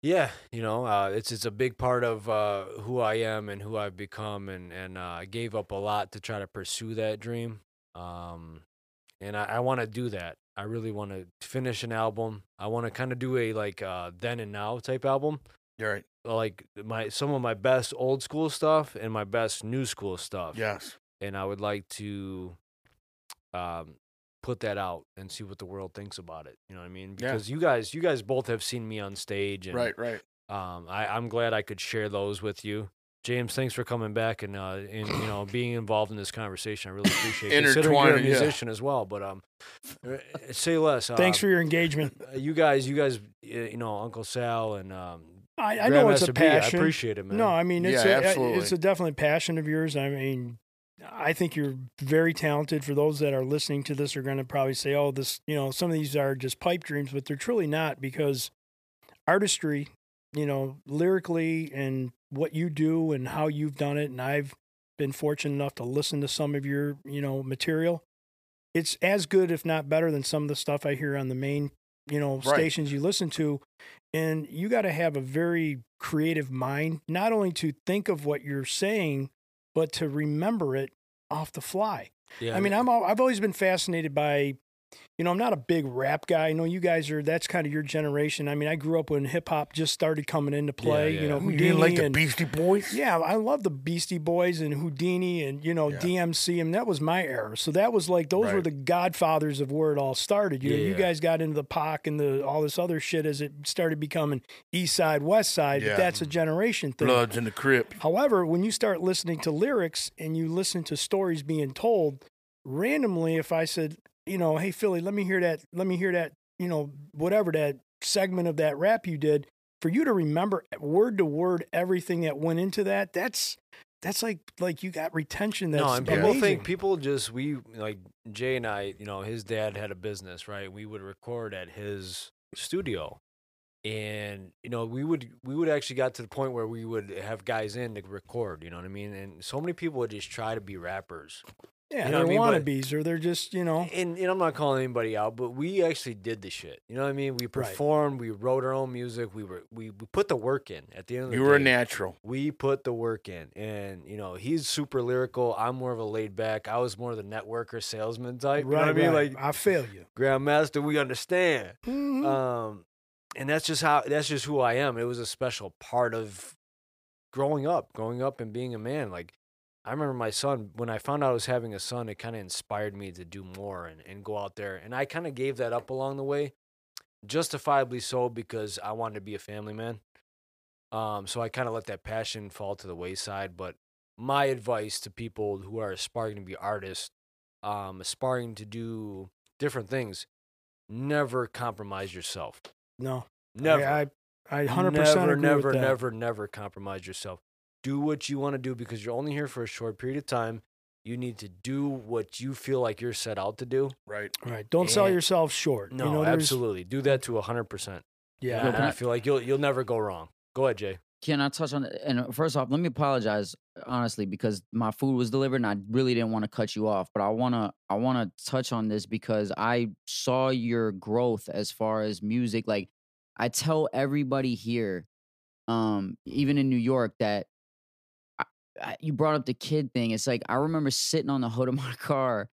yeah, you know, uh, it's it's a big part of uh, who I am and who I've become, and and uh, I gave up a lot to try to pursue that dream. Um, and I, I want to do that. I really want to finish an album. I want to kind of do a like uh, then and now type album You're right. like my some of my best old school stuff and my best new school stuff. Yes. And I would like to um put that out and see what the world thinks about it. You know what I mean? Yeah. Because you guys you guys both have seen me on stage and Right. Right. um I, I'm glad I could share those with you. James, thanks for coming back and uh and you know being involved in this conversation. I really appreciate it. Considering you're a Intertwining, yeah. musician as well, but um uh, say less. Uh, Um, Thanks for your engagement. uh, you guys you guys uh, you know Uncle Sal and um I, I know it's a Grandmaster B, I passion. appreciate it, man. No, I mean it's Yeah, a, absolutely. it's a definitely passion of yours. I mean, I think you're very talented. For those that are listening to this, are going to probably say, "Oh, this," you know, some of these are just pipe dreams, but they're truly not because artistry, you know, lyrically and what you do and how you've done it, and I've been fortunate enough to listen to some of your, you know, material. It's as good, if not better, than some of the stuff I hear on the main, you know, Right. stations you listen to and you got to have a very creative mind not only to think of what you're saying but to remember it off the fly yeah, i mean i'm al- i've always been fascinated by you know i'm not a big rap guy i know you guys are that's kind of your generation i mean i grew up when hip hop just started coming into play yeah. you know You Houdini didn't like the and, Beastie Boys? yeah, I love the Beastie Boys and Houdini and you know Yeah. DMC. and that was my era. So that was like those were Right. the godfathers of where it all started. You know, Yeah, you yeah. guys got into the POC and the all this other shit as it started becoming East Side West Side. Yeah. But that's a generation thing. Bloods in the Crypt. However, when you start listening to lyrics and you listen to stories being told randomly, if I said, you know, hey Philly, let me hear that, let me hear that, you know, whatever that segment of that rap you did, for you to remember word to word everything that went into that, that's that's like like you got retention. That's no, and people amazing. think people just we like Jay and I. You know, his dad had a business, right? We would record at his studio, and you know, we would we would actually got to the point where we would have guys in to record. You know what I mean? And so many people would just try to be rappers, yeah, you know they're what I mean? But- wannabes or they're just you know and and I'm not calling anybody out, but we actually did the shit. You know what I mean? We performed, we wrote our own music, we were we, we put the work in. At the end of the You were a day. natural. we put the work in and you know he's super lyrical i'm more of a laid back i was more of the networker salesman type you know what i mean like I feel you. grandmaster we understand Mhm. um and that's just how that's just who i am it was a special part of growing up growing up and being a man like i remember my son when i found out i was having a son it kind of inspired me to do more and, and go out there and i kind of gave that up along the way justifiably so because I wanted to be a family man. Um, so I kind of let that passion fall to the wayside. But my advice to people who are aspiring to be artists, um, aspiring to do different things, never compromise yourself. No, Never. I, I, I 100% never, agree never, with that. never, never compromise yourself. Do what you want to do because you're only here for a short period of time. You need to do what you feel like you're set out to do. Right. Right. Don't sell And- yourself short. No, you know, there's- absolutely. Do that to 100%. Yeah. And I- and I Blueprint. feel like you'll you'll never go wrong. Go ahead, Jay. Can I touch on and uh, first off, let me apologize honestly because my food was delivered and I really didn't want to cut you off, but I want to I want to touch on this because I saw your growth as far as music like I tell everybody here um even in New York that I, I, you brought up the kid thing. It's like I remember sitting on the hood of my car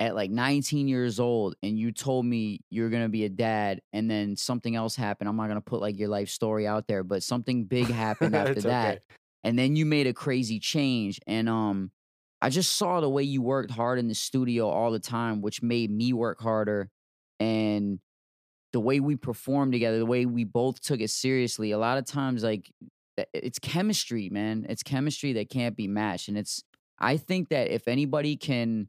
at like 19 years old and you told me you're going to be a dad and then something else happened. I'm not going to put like your life story out there, but something big happened after It's that. okay. And then you made a crazy change and um I just saw the way you worked hard in the studio all the time, which made me work harder and the way we performed together, the way we both took it seriously. A lot of times like that- it's chemistry, man. It's chemistry that can't be matched. And it's, I think that if anybody can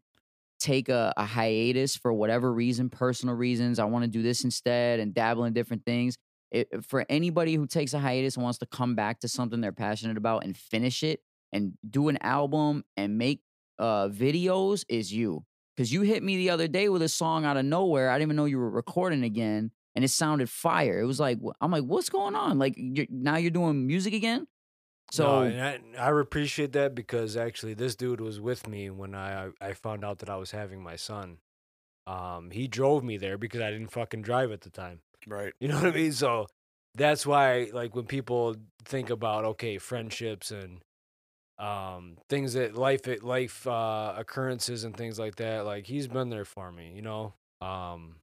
take a, a hiatus for whatever reason, personal reasons, I want to do this instead and dabble in different things. It, for anybody who takes a hiatus and wants to come back to something they're passionate about and finish it and do an album and make uh, videos is you. Cause you hit me the other day with a song out of nowhere. I didn't even know you were recording again, and it sounded fire. It was like wh- I'm like, what's going on? Like you're, now you're doing music again. No, So and I, I appreciate that because actually this dude was with me when I I found out that I was having my son. Um, he drove me there because I didn't fucking drive at the time. Right. You know what I mean? So that's why like when people think about okay, friendships and um things that life it life uh occurrences and things like that, like he's been there for me, you know? Um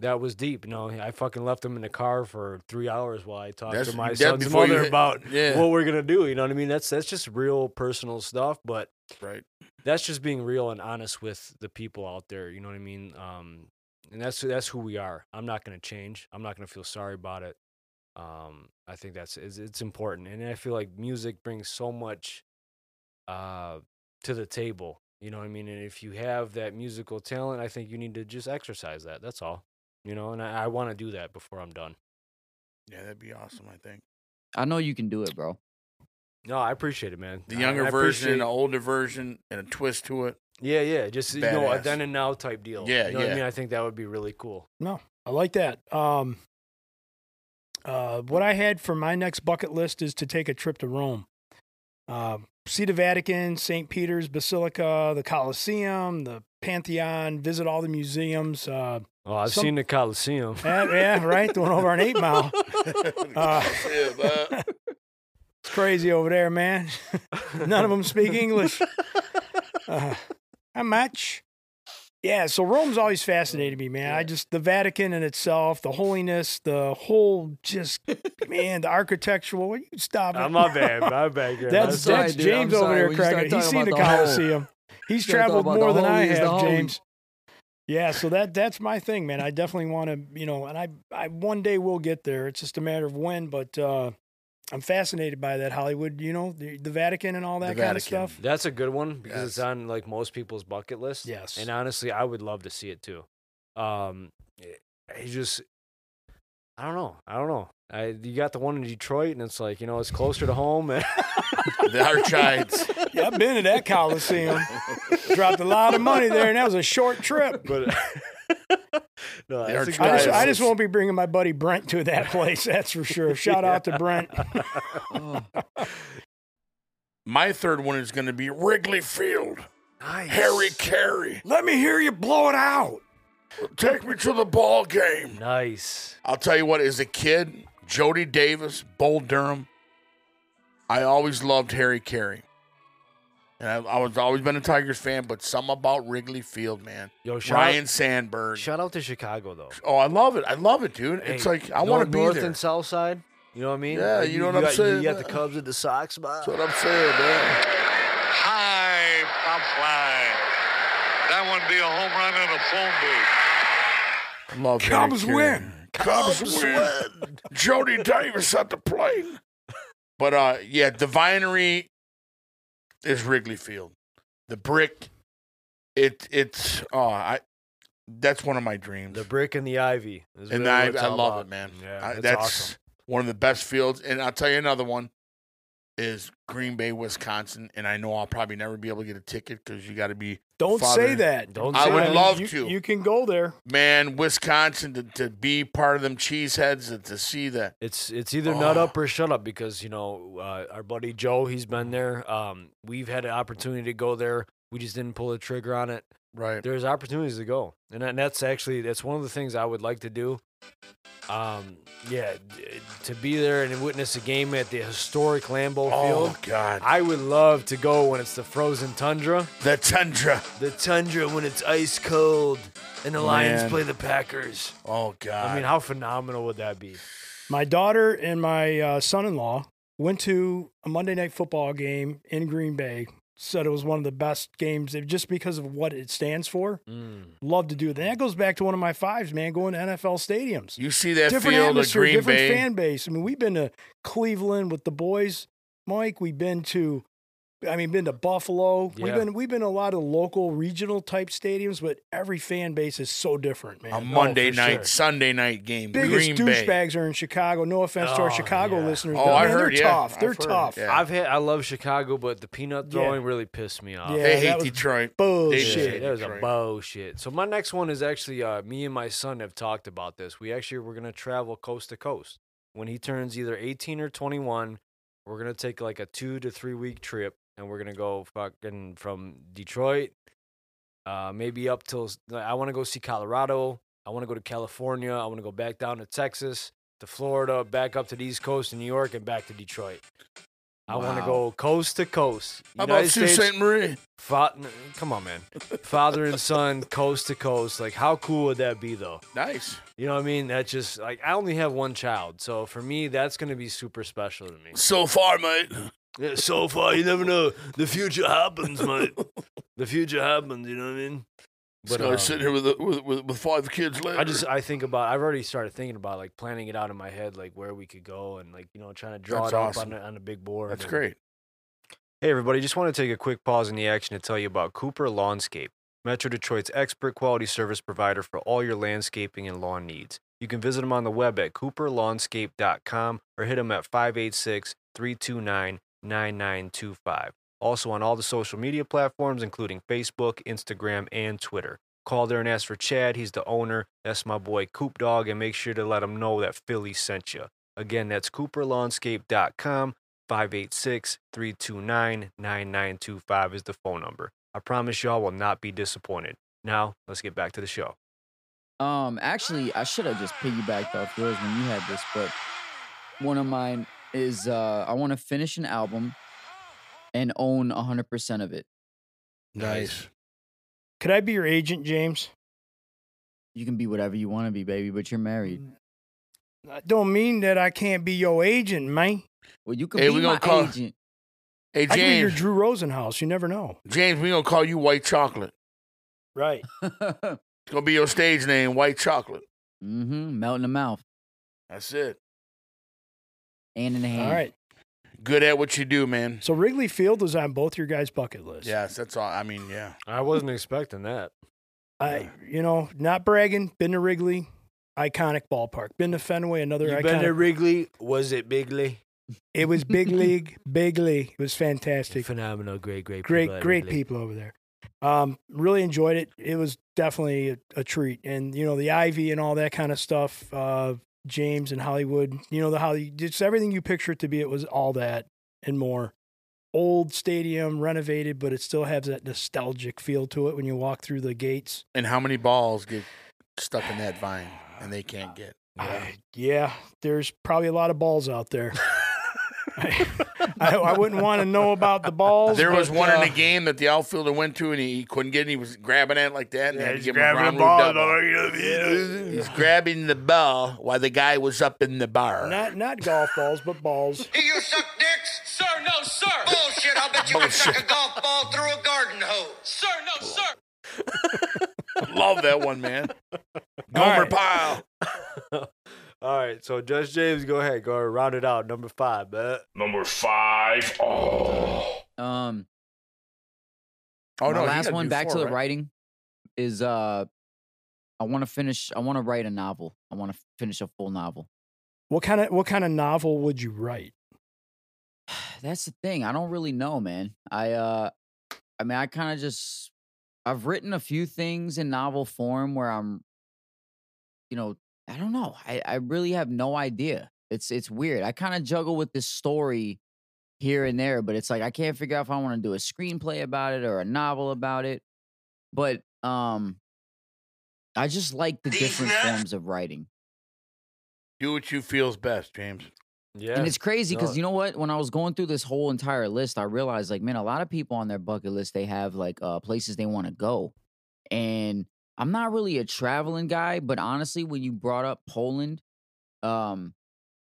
that was deep. You know, I fucking left him in the car for three hours while I talked That's- to my that son's before you mother hit- about yeah. what we're gonna do. You know what I mean? That's that's just real personal stuff, but Right. that's just being real and honest with the people out there. You know what I mean? Um, and that's that's who we are. I'm not gonna change. I'm not gonna feel sorry about it. Um, I think that's it's, it's important, and I feel like music brings so much uh, to the table. You know what I mean? And if you have that musical talent, I think you need to just exercise that. That's all. You know, and I, I want to do that before I'm done. Yeah, that'd be awesome. I think I know you can do it, bro. No, I appreciate it, man. the I- younger I version, appreciate- an older version, and a twist to it. Yeah, yeah. Just you know, a Badass. then and now type deal. Yeah, you know What yeah. I mean, I think that would be really cool. No, I like that. Um, uh, what I had for my next bucket list is to take a trip to Rome. Uh, see the Vatican, St. Peter's Basilica, the Colosseum, the Pantheon, visit all the museums. Uh, Oh, I've Some- seen the Coliseum. yeah, yeah, right? The one over on 8 Mile. Uh, yeah, but It's crazy over there, man. None of them speak English. Uh, how much? Yeah, so Rome's always fascinated me, man. I just the Vatican in itself, the holiness, the whole just man, the architectural. Will you stop it? Uh, my bad, my bad. Graham. that's I'm sorry, that's dude, James I'm over sorry. there When you start cracking. He's talking seen the about the whole- Colosseum. He's You gotta talk traveled about more the than I holy is the have, holy. James. Yeah, so that that's my thing, man. I definitely want to, you know, and I I one day will get there. It's just a matter of when, but uh I'm fascinated by that Hollywood, you know, the, the Vatican and all that The kind Vatican. of stuff. That's a good one because it's Yes. on like most people's bucket list. Yes. And honestly, I would love to see it too. Um, it, it just, I don't know. I don't know. I, you got the one in Detroit, and it's like you know, it's closer to home. eh, and- the Archides. Yeah, I've been to that Coliseum. Dropped a lot of money there, and that was a short trip. but no, that's a The good I just, Guys, one. I just it's- won't be bringing my buddy Brent to that place. That's for sure. Shout out to Brent. My third one is going to be Wrigley Field. Nice. Harry Carey, Let me hear you blow it out. take me to the ball game. Nice. I'll tell you what. As a kid, Jody Davis, Bull Durham. I always loved Harry Carey, and I, I was always been a Tigers fan. But some about Wrigley Field, man. Yo, shout Ryan out, Sandberg. shout out to Chicago though. Oh, I love it. I love it, dude. it's Hey, like I nor- want to be north there. and south side. You know what I mean? Yeah, Like, you know what I'm got, saying? You got the Cubs at the Sox, but That's what I'm saying, man. High pop fly. That would be a home run in a phone booth. Love Harry Cubs Carey. win. Cubs, win. Jody Davis at the plate. But uh, yeah, the Vinery is Wrigley Field. The brick, it it's uh, I that's one of my dreams. The brick and the ivy. is and really what I, it's I all love about. it, man. Yeah, I- it's that's awesome. one of the best fields. And I'll tell you another one is Green Bay, Wisconsin. And I know I'll probably never be able to get a ticket because you got to be Don't Father, say that. Don't I say would that. love you, to. You can go there. man, Wisconsin to, to be part of them cheeseheads and to see that. It's it's either nut Oh. up or shut up because you know uh, our buddy Joe he's been there. Um, we've had an opportunity to go there. We just didn't pull the trigger on it. Right. There's opportunities to go, and, that- and that's actually that's one of the things I would like to do. Um, yeah, d- to be there and witness a game at the historic Lambeau Oh Field. God, I would love to go when it's the frozen tundra. the tundra. The tundra when it's ice cold and the Man. Lions play the Packers. Oh God. I mean, how phenomenal would that be? My daughter and my uh, son-in-law went to a Monday night football game in Green Bay. Said it was one of the best games eh, just because of what it stands for. Mm. Love to do it. And that goes back to one of my fives, man, going to NFL stadiums. you see that different field of atmosphere, Green different Bay. fan base. I mean, we've been to Cleveland with the boys, Mike. We've been to, I mean, been to Buffalo. We've Yeah. been we've been to a lot of local, regional type stadiums, but every fan base is so different, man. Oh, a Monday for night, sure. Sunday night game. Biggest Green Bay. douchebags are in Chicago. No offense to our Oh, Chicago yeah. listeners. Oh, but, I man, heard, They're yeah. tough. They're I've heard, tough. yeah. I've had I love Chicago, but the peanut Yeah. throwing really pissed me off. Yeah, They that hate was Detroit. They Bullshit. hate Shit, that was a Detroit. bullshit. So my next one is actually uh, me and my son have talked about this. We actually we're gonna travel coast to coast. When he turns either 18 or 21, we're gonna take like a two to three week trip, and we're gonna go fucking from Detroit, uh, maybe up till s- I want to go see Colorado. I want to go to California. I want to go back down to Texas, to Florida, back up to the East Coast in New York, and back to Detroit. I want to Wow. go coast to coast. How about United Sault States- Ste. Marie? Fa- n- come on, man. Father and son, coast to coast. Like, how cool would that be, though? Nice. You know what I mean? That just like I only have one child, so for me, that's gonna be super special to me. So far, mate. Yeah, so far, you never know. The future happens, mate. the future happens. You know what I mean? But, But so um, sitting here with, with with with five kids later. I just I think about. I've already started thinking about like planning it out in my head, like where we could go and like you know trying to draw That's it awesome. up on a, on a big board. that's and- great. Hey, everybody, just want to take a quick pause in the action to tell you about Cooper Lawnscape, Metro Detroit's expert quality service provider for all your landscaping and lawn needs. You can visit them on the web at cooperlawnscape.com or hit them at 586 329 9925. Also on all the social media platforms, including Facebook, Instagram, and Twitter. Call there and ask for Chad. He's the owner. That's my boy Coop Dog, and make sure to let him know that Philly sent you. Again, that's cooperlawnscape.com 586 329 9925 is the phone number. I promise y'all will not be disappointed. Now, let's get back to the show. Um, actually, I should have just piggybacked off yours when you had this, but one of mine is uh, I want to finish an album and own 100% of it. Nice. Could I be your agent, James? You can be whatever you want to be, baby, but you're married. Mm. I don't mean that I can't be your agent, man. Well, you could Hey, be we my gonna call- agent. Hey I could be your James, Drew Rosenhaus. You never know. James, we gonna call you White Chocolate. Right. mm-hmm. It's gonna be your stage name, White Chocolate. Melt in Mm-hmm, the mouth That's it. and in the hand. All right. Good at what you do, man. So Wrigley Field was on both your guys' bucket list. Yes, that's all. I mean, yeah. I wasn't expecting that. I, you know, not bragging. Been to Wrigley, iconic ballpark. Been to Fenway, another iconic. Wrigley? Was it Bigley? it was big league, big league. It was fantastic. Phenomenal, great, great, Great, people at great Wrigley. people over there. Um, really enjoyed it. It was definitely a, a treat, and you know the ivy and all that kind of stuff. Uh, James and Hollywood, you know the Holly, just everything you picture it to be. It was all that and more. Old stadium, renovated, but it still has that nostalgic feel to it when you walk through the gates. And how many balls get stuck in that vine and they can't get? I- yeah, there's probably a lot of balls out there. I, I wouldn't want to know about the balls. There was but, one in uh, the game that the outfielder went to and he couldn't get it. He was grabbing at it like that. And had to give him a ground rule double. He's grabbing the ball while the guy was up in the bar. Not not golf balls, but balls. You suck dicks? Sir, no, sir. Bullshit. I'll bet you can suck a golf ball through a garden hose. Sir, no, sir. Love that one, man. Homer right. Pyle. All right, so Judge James, go ahead, go ahead, round it out. Number five, bet. Number five. Oh. Um, Oh my no, he last gotta one do back to four, the right? writing is uh, I want to finish. I want to write a novel. I want to finish a full novel. What kind of what kind of novel would you write? That's the thing. I don't really know, man. I uh I mean I kind of just I've written a few things in novel form where I'm you know, I don't know. I I really have no idea. It's it's weird. I kind of juggle with this story here and there, but it's like I can't figure out if I want to do a screenplay about it or a novel about it. But um I just like the These different nuts- forms of writing. Do what you feels best, James. Yeah, And it's crazy because No. you know what? When I was going through this whole entire list, I realized like, man, a lot of people on their bucket list they have like uh, places they want to go, and I'm not really a traveling guy. But honestly, when you brought up Poland, um,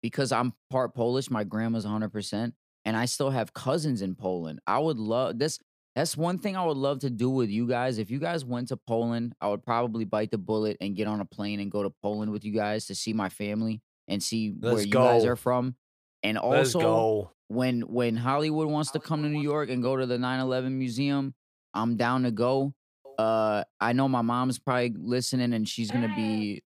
because I'm part Polish, my grandma's 100, percent and I still have cousins in Poland. I would love this. That's one thing I would love to do with you guys. If you guys went to Poland, I would probably bite the bullet and get on a plane and go to Poland with you guys to see my family and see where Let's you guys go. are from. And let's also, go. when when Hollywood wants to come to New York and go to the 9/11 museum, I'm down to go. Uh, I know my mom's probably listening, and she's gonna be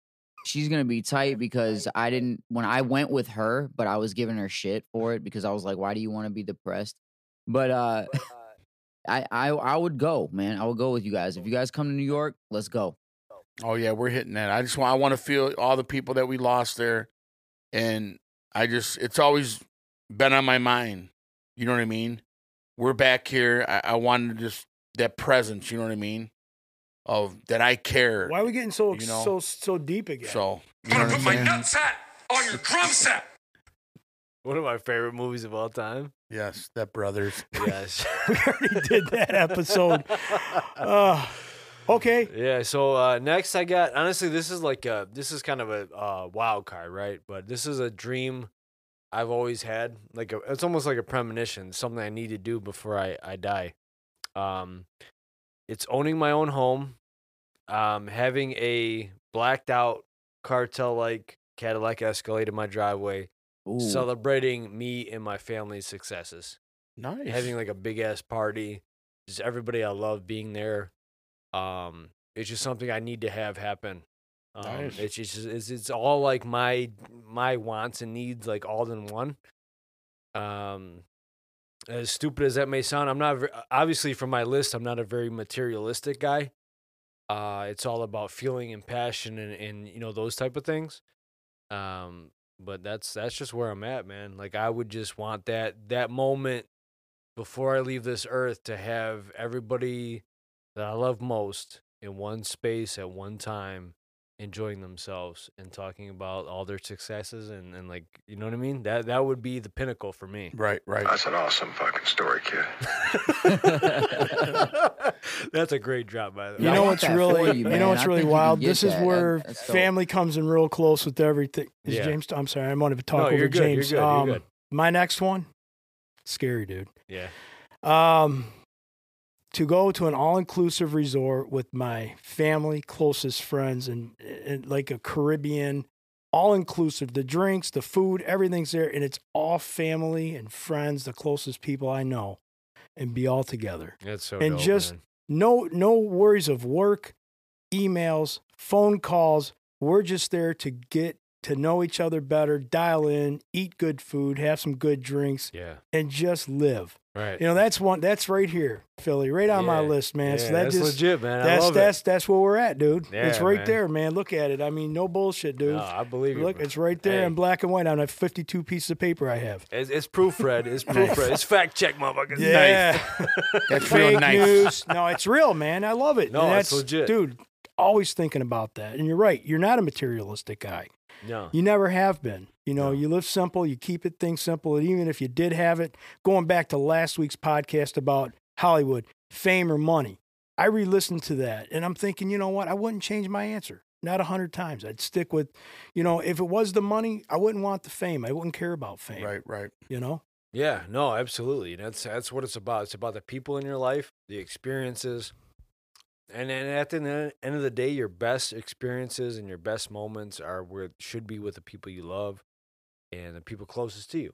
she's gonna be tight because I didn't when I went with her, but I was giving her shit for it because I was like, why do you want to be depressed? But uh, I I I would go, man. I would go with you guys. If you guys come to New York, let's go. Oh yeah, we're hitting that. I just want I want to feel all the people that we lost there, and I just it's always been on my mind. You know what I mean? We're back here. I, I wanted just that presence. You know what I mean? Of that I care. Why are we getting so You know? so so deep again? So I'm you know gonna what put I'm my saying? nutsack on your drum set. One of my favorite movies of all time. Yes, that brothers. Yes. we already did that episode. Uh, okay. Yeah. So uh, next, I got honestly, this is like a this is kind of a uh, wild card, right? But this is a dream I've always had. Like a, it's almost like a premonition, something I need to do before I I die. Um, it's owning my own home, um, having a blacked out cartel like Cadillac Escalade in my driveway, Ooh. celebrating me and my family's successes Nice. having like a big ass party. Just everybody I love being there. Um, it's just something I need to have happen. Um, Nice. It's just it's, it's all like my my wants and needs like all in one. Um, as stupid as that may sound, I'm not ver- obviously from my list. I'm not a very materialistic guy. Uh, it's all about feeling and passion and, and you know those type of things. Um, but that's that's just where I'm at, man. Like I would just want that that moment before I leave this earth to have everybody that I love most in one space at one time enjoying themselves and talking about all their successes and, and like you know what I mean? That that would be the pinnacle for me. right, right. That's an awesome fucking story, kid. That's a great drop by the way. You I know want what's that for really you, you, man. know what's I really think you can wild. get This is that. That- where that's dope. family comes in real close with everything. Is Yeah. James? I'm sorry, I'm going to No, talk you're over good, you're James. good, you're um, good. My next one, scary dude. yeah. Um, to go to an all-inclusive resort with my family, closest friends, and, and like a Caribbean all-inclusive. The drinks, the food, everything's there, and it's all family and friends, the closest people I know, and be all together That's so and dope, just man. no no worries of work emails phone calls we're just there to get to know each other better dial in eat good food have some good drinks Yeah. and just live Right. you know that's one that's right here philly right on my Yeah. list man so Yeah, that that's just legit, man. I that's love that's that's where we're at dude it's Yeah, right man. there man look at it i mean no bullshit it. dude No, I believe you. look bro. it's right there Hey, in black and white on a 52 piece of paper i have it's, it's proofread. It's proofread. It's fact check, motherfuckers. That's real fake nice. news. No, it's real, man. I love it. No, And it's legit. dude. Always thinking about that, and you're right. You're not a materialistic guy. No. You never have been. You know, No. you live simple. You keep it things simple. And even if you did have it, going back to last week's podcast about Hollywood fame or money, I re-listened to that, and I'm thinking, you know what? I wouldn't change my answer. Not a hundred times. I'd stick with, you know, if it was the money, I wouldn't want the fame. I wouldn't care about fame. Right, right. You know. Yeah, no, absolutely. That's that's what it's about. It's about the people in your life, the experiences, And then at the n- end of the day, your best experiences and your best moments are where should be with the people you love and the people closest to you.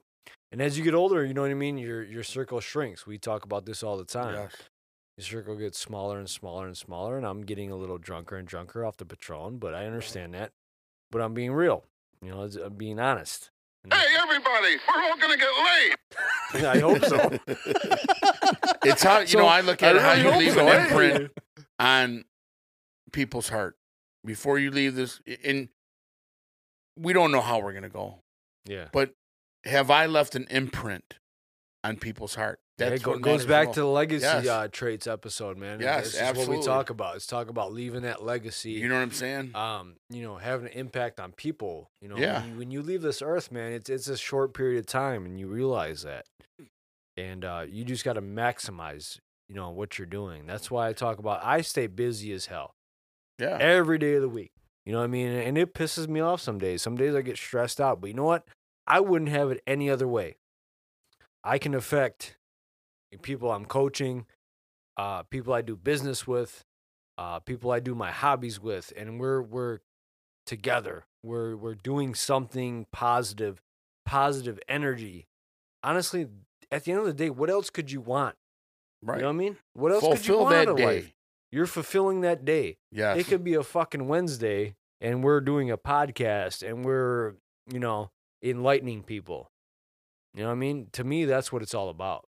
And as you get older, you know what I mean. Your your circle shrinks. We talk about this all the time. Yes. The circle gets smaller and smaller and smaller, and I'm getting a little drunker and drunker off the Patron. But I understand that. But I'm being real. You know, it's- I'm being honest. And Hey, everybody, we're all gonna get laid. I hope so. It's how you So, know. I look at I it how really you hope leave so. an imprint on people's heart before you leave this. And we don't know how we're gonna go, Yeah. but have I left an imprint on people's heart? Yeah, it go- what goes matters back most. to the legacy Yes. uh, traits episode, man. and Yes, this is what absolutely. we talk about. It's talk about leaving that legacy. You know what I'm saying? um, you know, having an impact on people. You know, Yeah. when, you, when you leave this earth, man, it's it's a short period of time, and you realize that, and uh, you just got to maximize, you know, what you're doing. That's why I talk about. I stay busy as hell yeah. every day of the week. You know what I mean? And it pisses me off some days. Some days I get stressed out. But you know what? I wouldn't have it any other way. I can affect the people I'm coaching, uh, people I do business with, uh, people I do my hobbies with, and we're we're together. We're we're doing something positive, positive energy. Honestly, at the end of the day, what else could you want? Right. You know what I mean? What else could you Fulfill want that out of day. life? You're fulfilling that day. Yes. It could be a fucking Wednesday and we're doing a podcast and we're, you know, enlightening people. You know what I mean? To me, that's what it's all about.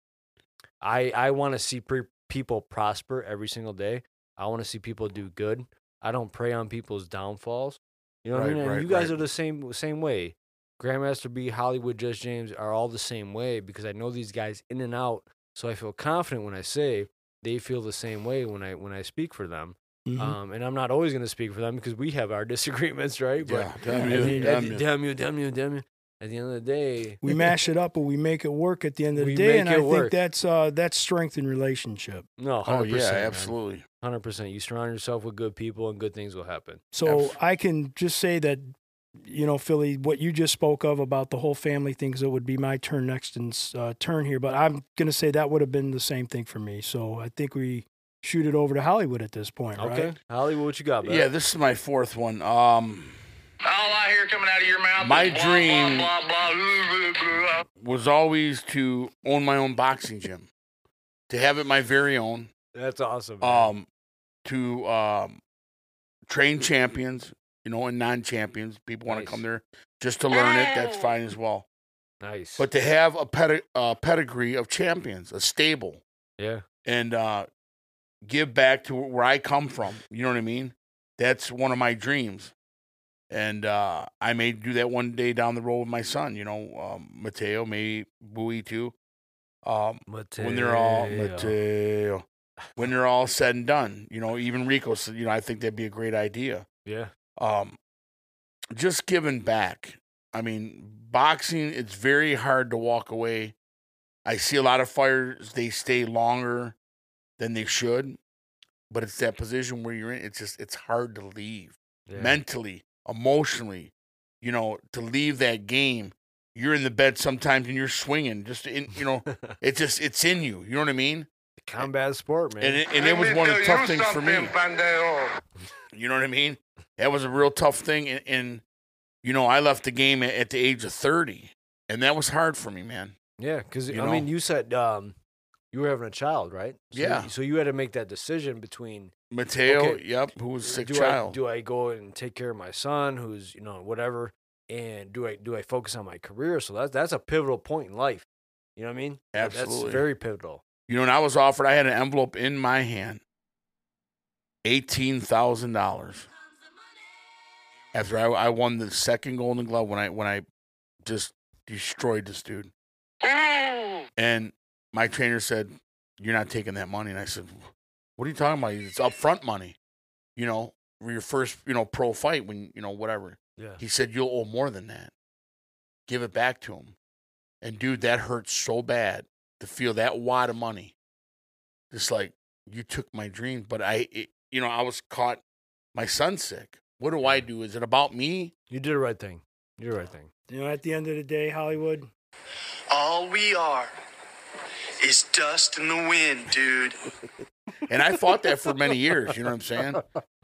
I I want to see pre- people prosper every single day. I want to see people do good. I don't prey on people's downfalls. You know what Right, I mean? And right, you guys right. are the same same way. Grandmaster B, Hollywood Judge James are all the same way because I know these guys in and out. So I feel confident when I say they feel the same way when I when I speak for them. Mhm. Mm-hmm. Um, and I'm not always going to speak for them because we have our disagreements, right? yeah. Damn at you. the- Damn at, you. damn you, damn you, damn you. At the end of the day, we mash it up, but we make it work at the end of the We day, make and it I work. think that's uh, that's strength in relationship. no, 100%, Oh yeah, man. absolutely. 100%. You surround yourself with good people and good things will happen. So Abs- I can just say that, you know, Philly, what you just spoke of about the whole family thing, 'cause it would be my turn next in uh, turn here, but I'm going to say that would have been the same thing for me. So I think we shoot it over to Hollywood at this point, Okay. right? Hollywood, what you got, man? Yeah, this is my fourth one. Um, All I hear coming out of your mouth My is blah, dream- blah, blah, blah, blah, blah. was always to own my own boxing gym, to have it my very own. That's awesome. man. Um, to um, train champions, you know, and non-champions. People want to Nice. come there just to learn it. That's fine as well. nice. But to have a pedi- uh, pedigree of champions, a stable, yeah. and uh, give back to where I come from. You know what I mean? That's one of my dreams. And uh, I may do that one day down the road with my son, you know, um, Mateo, maybe Bowie too. Um, when they're all Mateo. Mateo, when they're all said and done, you know, even Rico said, you know, I think that'd be a great idea. Yeah. Um, just giving back. I mean, boxing, it's very hard to walk away. I see a lot of fighters, they stay longer than they should, but it's that position where you're in. It's just, it's hard to leave yeah. mentally, emotionally, you know, to leave that game. You're in the bed sometimes and you're swinging, just in, you know, it just, it's in you. You know what I mean? Combat sport, man. And it, and it was one of the tough things for me. Bandero. You know what I mean? That was a real tough thing. And, and you know, I left the game at, at the age of 30, and that was hard for me, man. Yeah, because You I mean, know? you said um, you were having a child, right? So you- Yeah. so you had to make that decision between Mateo, Okay. Uh, yep, who was a sick do I child. do I go and take care of my son, who's you know whatever, and do I do I focus on my career? So that's that's a pivotal point in life. You know what I mean? That- Absolutely. That's very pivotal. you know, and I was offered, I had an envelope in my hand $18,000 after I, I won the second Golden Glove when I, when I just destroyed this dude. And my trainer said, You're not taking that money. And I said, What are you talking about? It's upfront money, you know, for your first, you know, pro fight when, you know, whatever. Yeah. He said, You'll owe more than that. Give it back to him. And dude, that hurts so bad to feel that wad of money. Just like, you took my dream, but I, it, you know, I was caught my son's sick. What do I do? Is it about me? You did the right thing. You did the right thing. You know, at the end of the day, Hollywood, All we are is dust in the wind, dude. and I fought that for many years. You know what I'm saying?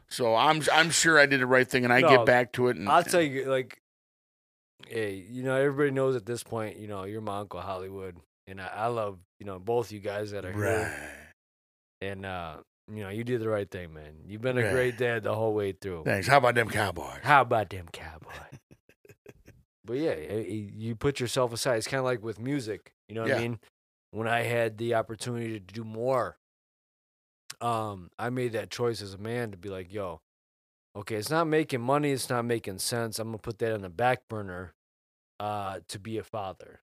So I'm I'm sure I did the right thing, and I No, get back to it. And I'll tell you, like, hey, you know, everybody knows at this point, you know, you're my uncle Hollywood, and I, I love, you know, both you guys that are Right. here, and uh, you know, you did the right thing, man. You've been a Right. great dad the whole way through. Thanks. How about them Cowboys? How about them cowboy? but yeah, i- i- you put yourself aside. It's kind of like with music. You know what I Yeah. mean? When I had the opportunity to do more, um, I made that choice as a man to be like, yo, okay, it's not making money, it's not making sense. I'm gonna put that on the back burner, uh, to be a father.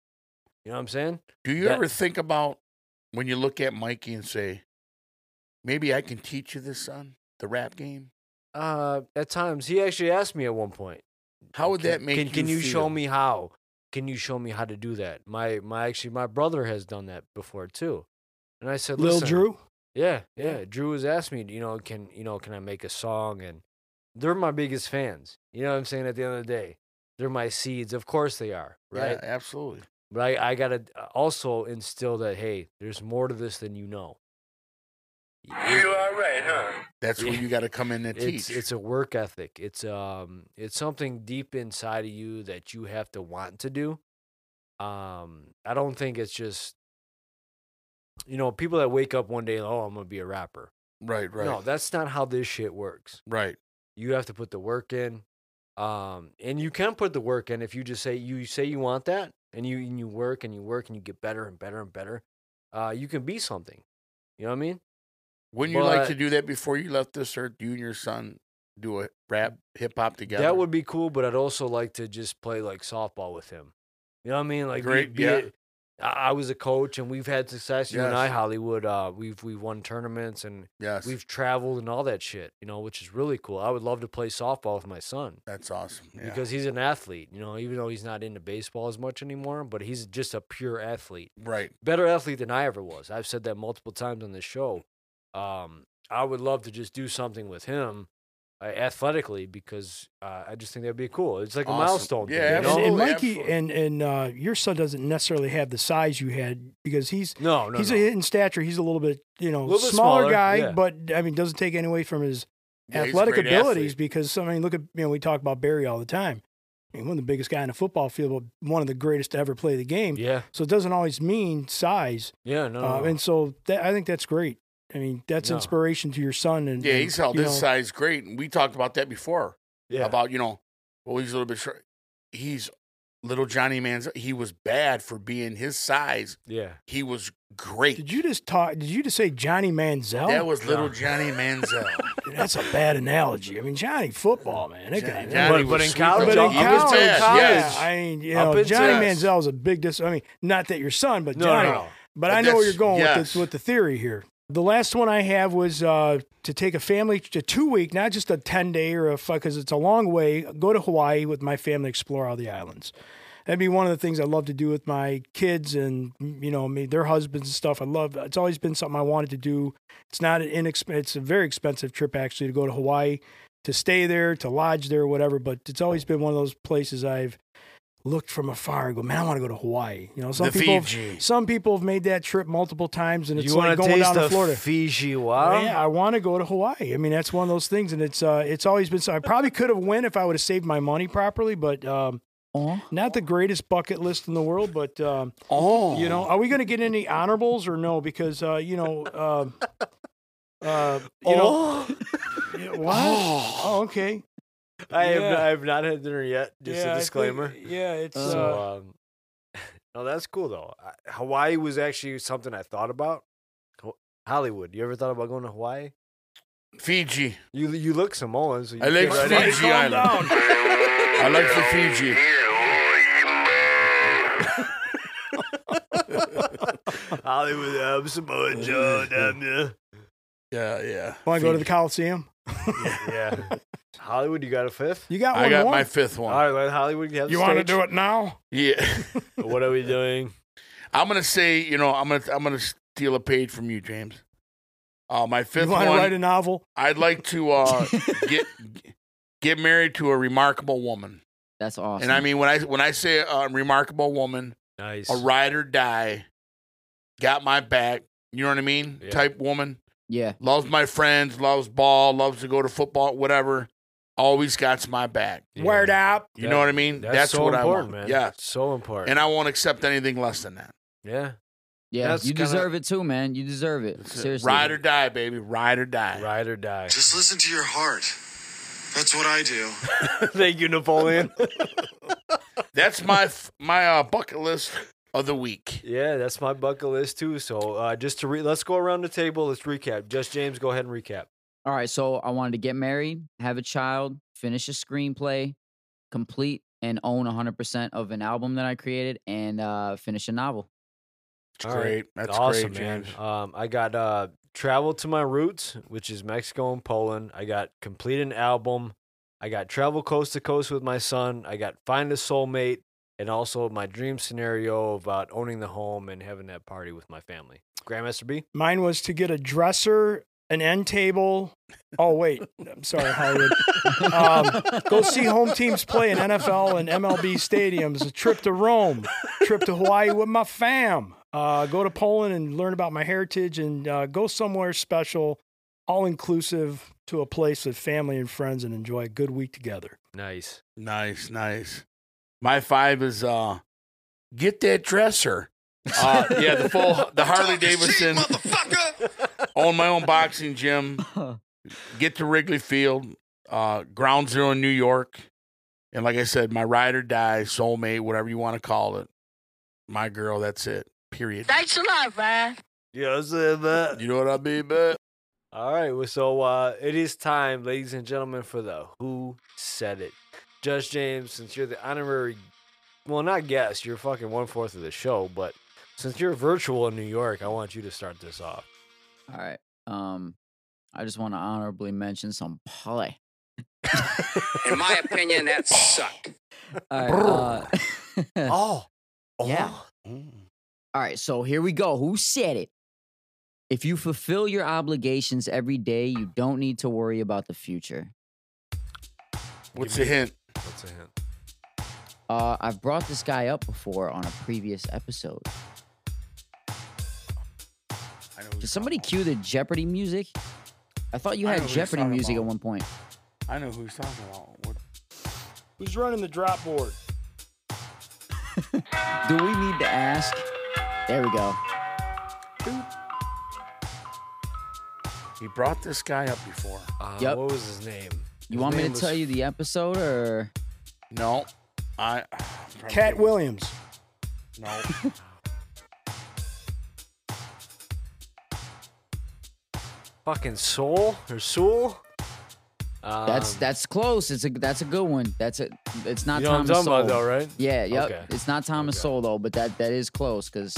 You know what I'm saying? Do you That- ever think about when you look at Mikey and say, maybe I can teach you this, son, the rap game? Uh, at times he actually asked me at one point. How would Can- that make can, you Can you show feel? me how? Can you show me how to do that? My my actually my brother has done that before too, and I said, Lil "Listen, Drew. yeah, yeah." Drew has asked me, you know, can you know, can I make a song? And they're my biggest fans. You know what I'm saying? At the end of the day, they're my seeds. Of course they are, right? Yeah, absolutely. But I, I gotta uh, also instill that hey, there's more to this than you know. You all right, huh? That's where Yeah. you got to come in and it's teach. it's a work ethic. It's um it's something deep inside of you that you have to want to do. Um I don't think it's just you know, people that wake up one day oh I'm going to be a rapper. right, right, No, that's not how this shit works. right. You have to put the work in. Um and you can put the work in if you just say you say you want that and you and you work and you work and you get better and better and better. Uh you can be something. You know what I mean? Wouldn't you like But- to do that before you left this earth? You and your son do a rap, hip hop together. That would be cool, but I'd also like to just play like softball with him. You know what I mean? Like, be- Great, be yeah. it- I I was a coach, and we've had success. You and I, Yes. Hollywood, uh, we've we've won tournaments and Yes, we've traveled and all that shit. You know, which is really cool. I would love to play softball with my son that's awesome. Yeah. because he's an athlete. You know, even though he's not into baseball as much anymore, but he's just a pure athlete right, better athlete than I ever was. I've said that multiple times on this show. Um, I would love to just do something with him uh, athletically because uh, I just think that'd be cool. It's like a Awesome. milestone. thing, Yeah, you And, know? absolutely. and Mikey absolutely. and and uh, your son doesn't necessarily have the size you had because he's No, no, he's no. a, in stature. He's a little bit you know Little bit smaller, smaller, guy, yeah. but I mean doesn't take any away from his Yeah, he's a athletic great abilities athlete. because I mean look at you know we talk about Barry all the time. I mean, one of the biggest guy in the football field, but one of the greatest to ever play the game. yeah, So it doesn't always mean size, yeah, no, uh, no, no. and so that, I think that's great. I mean, that's No. inspiration to your son. And Yeah, and, he's held you this know, size great, and we talked about that before. yeah. about you know, well he's a little bit short. He's little Johnny Man's. He was bad for being his size. yeah. He was great. Did you just talk? Did you just say Johnny Manziel? That was little No. Johnny Manziel. Dude, that's a bad analogy. I mean, Johnny football man. That guy, Johnny- that- Johnny But- but was in sweet, college- though. But in He was college, bad, yeah, yes. I mean, you Up know, until- Johnny Yes. Manziel is a big dis. I mean, not that your son, but No, Johnny. no, no. But But I know where that's- you're going with yes. this, with the theory here. The last one I have was uh, to take a family to two week, not just a ten day or a because it's a long way. Go to Hawaii with my family, explore all the islands. That'd be one of the things I love to do with my kids and you know me, their husbands and stuff. I love. It's always been something I wanted to do. It's not an inexp- It's a very expensive trip actually to go to Hawaii, to stay there, to lodge there, whatever. But it's always been one of those places I've looked from afar and go, man, I want to go to Hawaii. You know, some The people, Fiji. some people have made that trip multiple times, and it's you want like going taste down the to Florida. Oh, Fiji wow? Yeah, I want to go to Hawaii. I mean, that's one of those things, and it's uh, it's always been. So I probably could have went if I would have saved my money properly, but um, Aw. not the greatest bucket list in the world. But um, Oh, you know, are we going to get any honorables or no? Because uh, you know, um uh, you Oh. know, yeah, what? Oh, okay. I have Yeah. I have not had dinner yet. Just Yeah, I a think- disclaimer. yeah, it's uh, So, um, no, that's cool though. I, Hawaii was actually something I thought about. Ho- Hollywood, you ever thought about going to Hawaii? Fiji. You you look Samoan, so you I like fit right in. Fiji Island. I like the Fiji. Hollywood, I'm Samoan Joe, damn ya. Yeah, yeah. want to go to the Fiji. Coliseum? Yeah, Hollywood, you got a fifth. You got one I got more. my fifth All one. right, let Hollywood have. you want want to do it now? Yeah, What are we doing? I'm gonna say you know I'm gonna I'm gonna steal a page from you, James. Uh, my fifth you one. want to write a novel? I'd like to uh, get get married to a remarkable woman. That's awesome. And I mean, when I when I say a remarkable woman, Nice. a ride or die, got my back. You know what I mean? Yeah. Type woman. Yeah. Loves my friends, loves ball, loves to go to football, whatever. Always got my back. Yeah. Word up. You know what I mean? That's, so what important, I man. want. Yeah. so important. And I won't accept anything less than that. yeah, Yeah. That's you kinda- deserve it too, man. You deserve it. That's it. Seriously. Ride or die, baby. Ride or die. ride or die. Just listen to your heart. That's what I do. Thank you, Napoleon. That's my f- my uh, bucket list of the week. yeah, that's my bucket list too. So uh, just to re- let's go around the table. Let's recap. Just James, go ahead and recap. All right. So I wanted to get married, have a child, finish a screenplay, complete and own 100% of an album that I created, and uh, finish a novel. It's All right. great. That's awesome, great, man. James. Um, I got uh, travel to my roots, which is Mexico and Poland. I got complete an album. I got travel coast to coast with my son. I got find a soulmate, and also my dream scenario about owning the home and having that party with my family. Grandmaster B. Mine was to get a dresser, an end table. Oh wait, I'm sorry, Hollywood. Um, go see home teams play in NFL and MLB stadiums. A trip to Rome, trip to Hawaii with my fam. Uh, go to Poland and learn about my heritage, and uh, go somewhere special, all inclusive to a place with family and friends, and enjoy a good week together. Nice. Nice, nice. My five is uh, get that dresser. Uh, yeah, the full the Harley Davidson. Motherfucker! own my own boxing gym. Get to Wrigley Field, uh, Ground Zero in New York, and like I said, my ride or die soulmate, whatever you want to call it, my girl. That's it. Period. Thanks a lot, man. Yeah, that. You know what I mean, man? All right, well, so uh, it is time, ladies and gentlemen, for the Who Said It. Judge James, since you're the honorary, well, not guest, you're fucking one fourth of the show, but since you're virtual in New York, I want you to start this off. All right. Um, I just want to honorably mention some play. In my opinion, that sucked. All right, uh, Oh, Yeah. Mm. All right, so here we go. Who said it? If you fulfill your obligations every day, you don't need to worry about the future. What's the hint? That's a hint. Uh, I've brought this guy up before on a previous episode. I know Did somebody cue the Jeopardy music? I thought you I had know who you're Jeopardy talking music at about. one point. I know who he's talking about. What? Who's running the drop board? Do we need to ask? There we go. He brought this guy up before. Uh, Yep. What was his name? You His want me name to was- tell you the episode or No, I. Cat Williams. No. Fucking Soul or Soul? Um, that's that's close. It's a that's a good one. That's it. It's not you know what I'm Thomas talking about, Sowell. though, right? Yeah, yep. Okay. It's not Thomas Okay. Sowell though, but that that is close because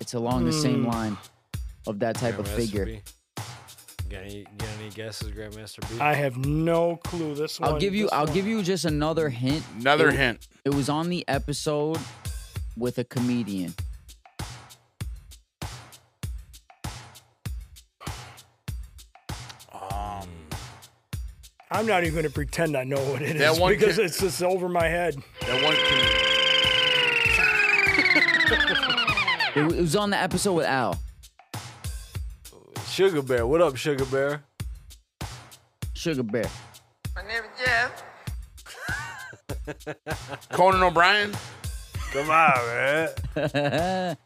it's along the Hmm. same line of that type of Grandmaster figure. B. Got any, got any guesses, Grandmaster B? I have no clue. This one. I'll give you this I'll one. give you just another hint. Another It- hint. It was on the episode with a comedian. Um, I'm not even going to pretend I know what it is That one because kid- it's just over my head. that one. Can, It, w- it was on the episode with Al. Sugar Bear. What up, Sugar Bear? Sugar Bear. My name is Jeff. Conan O'Brien. Come on, man.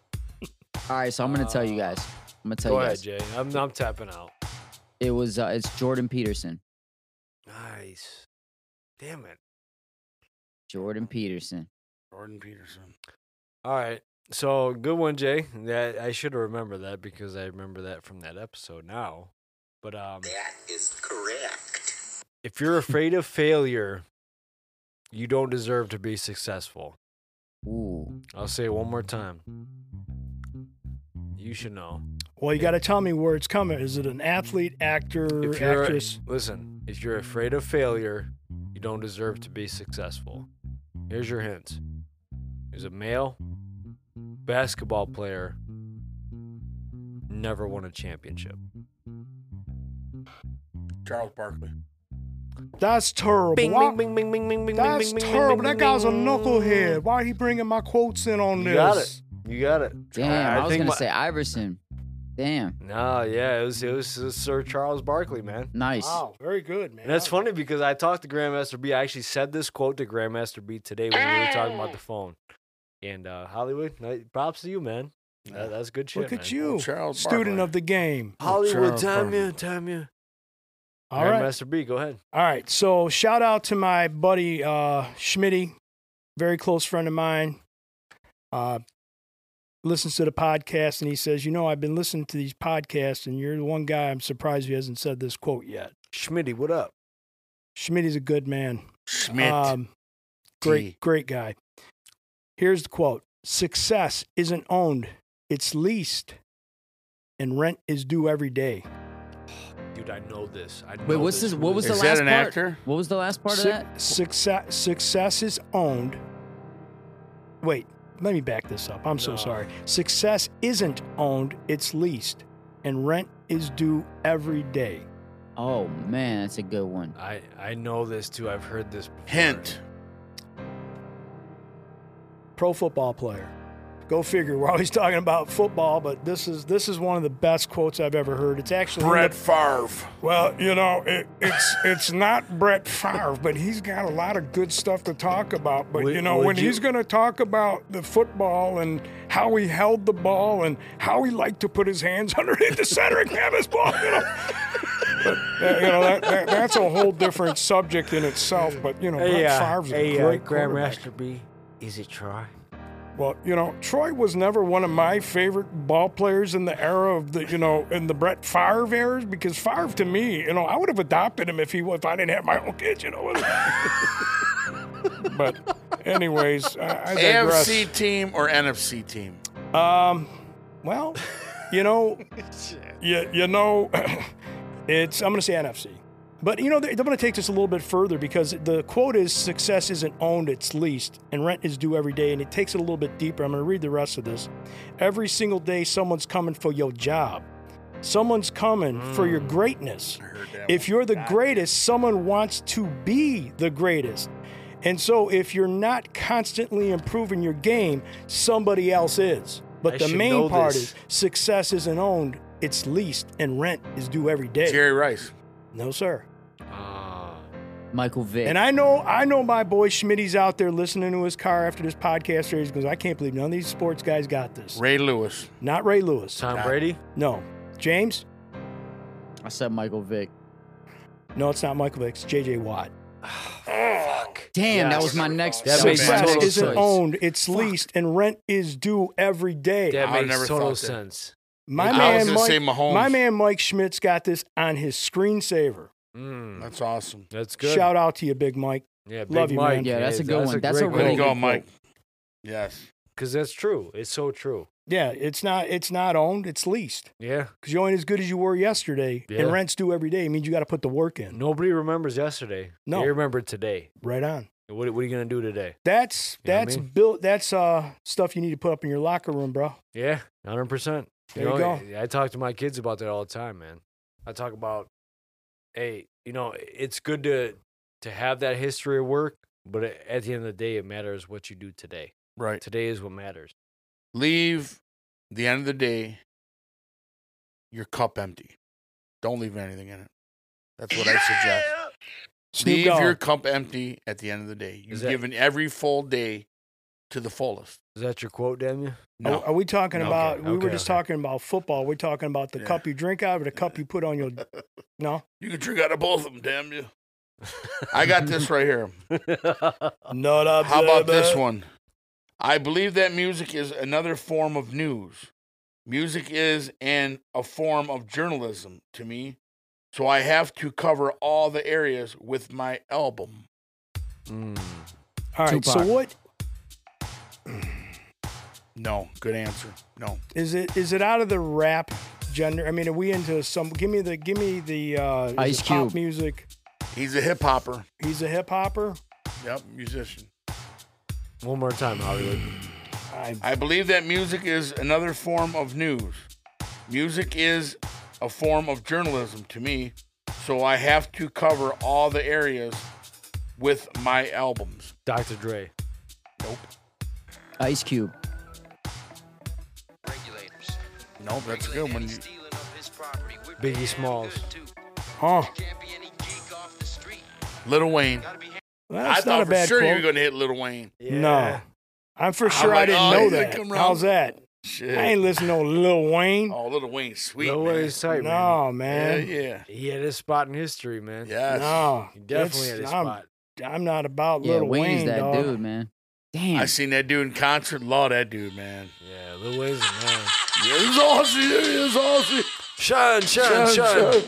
All right, so I'm gonna tell you Uh, guys. I'm gonna tell Go you ahead, guys. Jay. I'm, I'm tapping out. It was uh, it's Jordan Peterson. Nice. Damn it. Jordan Peterson. Jordan Peterson. All right. So good one, Jay. That I should remember that because I remember that from that episode now. But um, That is correct. if you're afraid of failure, you don't deserve to be successful. Ooh. I'll say it one more time. You should know. Well, you got to tell me where it's coming. Is it an athlete, actor, If you're actress? listen, if you're afraid of failure, you don't deserve to be successful. Here's your hints. He's a male basketball player. Never won a championship. Charles Barkley. That's terrible. Why- bing, bing, bing, bing, bing, That's terrible. That guy's a knucklehead. Why are he bringing my quotes in on You this? got it. You got it. Damn, I, was gonna say Iverson. Damn. No, yeah, it was it was uh, Sir Charles Barkley, man. Nice. Wow, very good, man. And that's funny because I talked to Grandmaster B. I actually said this quote to Grandmaster B today when we were talking about the phone. And uh, Hollywood, ni- props to you, man. That, that's good shit. Look man. at you, Charles student Barkley. of the game. Hollywood, Charles time Barkley. you, time you. All right. Grandmaster B, go ahead. All right. So shout out to my buddy uh Schmitty, very close friend of mine. Uh listens to the podcast and he says, "You know, I've been listening to these podcasts and you're the one guy I'm surprised he hasn't said this quote yet." Schmitty, what up? Schmitty's a good man. Schmidt. Um, T. great great guy. Here's the quote. Success isn't owned, it's leased and rent is due every day. Dude, I know this. I know Wait, what's this? What was Is the that last an part? actor? What was the last part Suc- of that? Success, success is owned. Wait, let me back this up. I'm so No. sorry. Success isn't owned, it's leased, and rent is due every day. Oh man, that's a good one. I, I know this too. I've heard this before. Hint. Pro football player. Go figure. We're always talking about football, but this is this is one of the best quotes I've ever heard. It's actually in the- Brett Favre. Well, you know, it, it's it's not Brett Favre, but he's got a lot of good stuff to talk about. But Would- you know, would when you- he's going to talk about the football and how he held the ball and how he liked to put his hands underneath the center and have his ball, you know, but, uh, you know that, that, that's a whole different subject in itself. But you know, Hey, Brett uh, Favre's a hey, uh, great quarterback. Grandmaster B, is it Troy? Well, you know, Troy was never one of my favorite ball players in the era of the, you know, in the Brett Favre eras because Favre to me, you know, I would have adopted him if he if I didn't have my own kids, you know. but anyways, I, I digress. AFC team or NFC team? Um, well, you know, you, you know, it's I'm gonna say NFC, but you know they, they're gonna take this a little bit further because the quote is success isn't owned, it's leased, and rent is due every day, and it takes it a little bit deeper. I'm gonna read the rest of this. Every single day, someone's coming for your job. Someone's coming for your greatness. If you're the greatest, someone wants to be the greatest. And so if you're not constantly improving your game, somebody else is. But I the should know main part this. is success isn't owned, it's leased, and rent is due every day. Jerry Rice. No, sir. Ah. Michael Vick. And I know I know my boy Schmitty's out there listening to his car after this podcast series because I can't believe none of these sports guys got this. Ray Lewis. Not Ray Lewis. Tom Brady? No. James? I said Michael Vick. No, it's not Michael Vick. It's JJ Watt. Damn, that was my next. That was makes my Success total next isn't sense. owned, it's leased, and rent is due every day. That I makes never total thought that. sense. My I man, was gonna Mike, say Mahomes. my man Mike Schmidt's got this on his screensaver. Mm, That's awesome. that's good. Shout out to you, Big Mike. Yeah, Big Love you, Mike. man. Yeah, that's a good one. That's a Way to really go, good Mike. Yes. Because that's true. It's so true. Yeah, it's not it's not owned, it's leased. Yeah. Because you ain't as good as you were yesterday, Yeah. and rent's due every day. It means you got to put the work in. Nobody remembers yesterday. No. They remember today. Right on. What, what are you going to do today? That's You know what I that's mean? built. That's uh stuff you need to put up in your locker room, bro. Yeah, 100%. There you know, go. I, I talk to my kids about that all the time, man. I talk about, hey, you know, it's good to to have that history of work, but a- at the end of the day, it matters what you do today. Right. Today is what matters. Leave the end of the day your cup empty. Don't leave anything in it. That's what I suggest. Snoop Leave your Dogg. cup empty at the end of the day. You've Is that- given every full day to the fullest. Is that your quote, Daniel? No. Are, are we talking No. about? Okay, we were okay, just okay. talking about football. We're talking about the Yeah. cup you drink out of, or the cup you put on your. No, You can drink out of both of them, damn you. I got this right here. not up. How about this one? I believe that music is another form of news. Music is an a form of journalism to me. So I have to cover all the areas with my album. Mm. All right. So Tupac. what No, good answer. No. Is it is it out of the rap gender? I mean, are we into some? Give me the give me the uh, is Ice it pop Cube. music. He's a hip hopper. He's a hip hopper. Yep, musician. One more time, Hollywood. I I believe that music is another form of news. Music is a form of journalism to me, so I have to cover all the areas with my albums. Dr. Dre. Nope. Ice Cube. Regulators. Nope, that's a good one. You- Biggie Smalls. Oh, Little Wayne. I that's thought not a for bad sure you were quote. going to hit Little Wayne. No, I'm for I'm sure I like, didn't oh, know he's gonna that. come around. How's that? Shit. I ain't listening to no Lil Wayne. Oh, Little Wayne's sweet. No man. way he's tight, man. no, man. Yeah, yeah. He had his spot in history, man. Yes. No, He definitely it's- had his I'm, spot. I'm not about Yeah, Lil Wayne's Wayne, that dog. dude, man. Damn. I seen that dude in concert. Love that dude, man. Yeah, Lil Wayne's the man. Yeah, he's awesome. Yeah, he's awesome. Shine, shine, shine,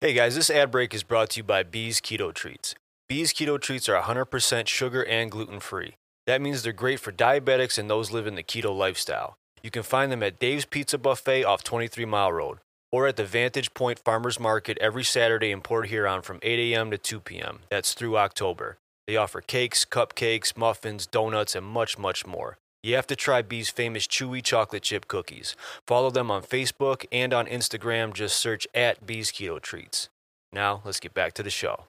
Hey guys, this ad break is brought to you by Bees Keto Treats. Bees Keto Treats are 100% sugar and gluten free. That means they're great for diabetics and those living the keto lifestyle. You can find them at Dave's Pizza Buffet off 23 Mile Road or at the Vantage Point Farmers Market every Saturday in Port Huron from 8 a.m. to 2 p.m. That's through October. They offer cakes, cupcakes, muffins, donuts, and much, much more. You have to try Bee's famous chewy chocolate chip cookies. Follow them on Facebook and on Instagram. Just search at Bee's Keto Treats. Now, let's get back to the show.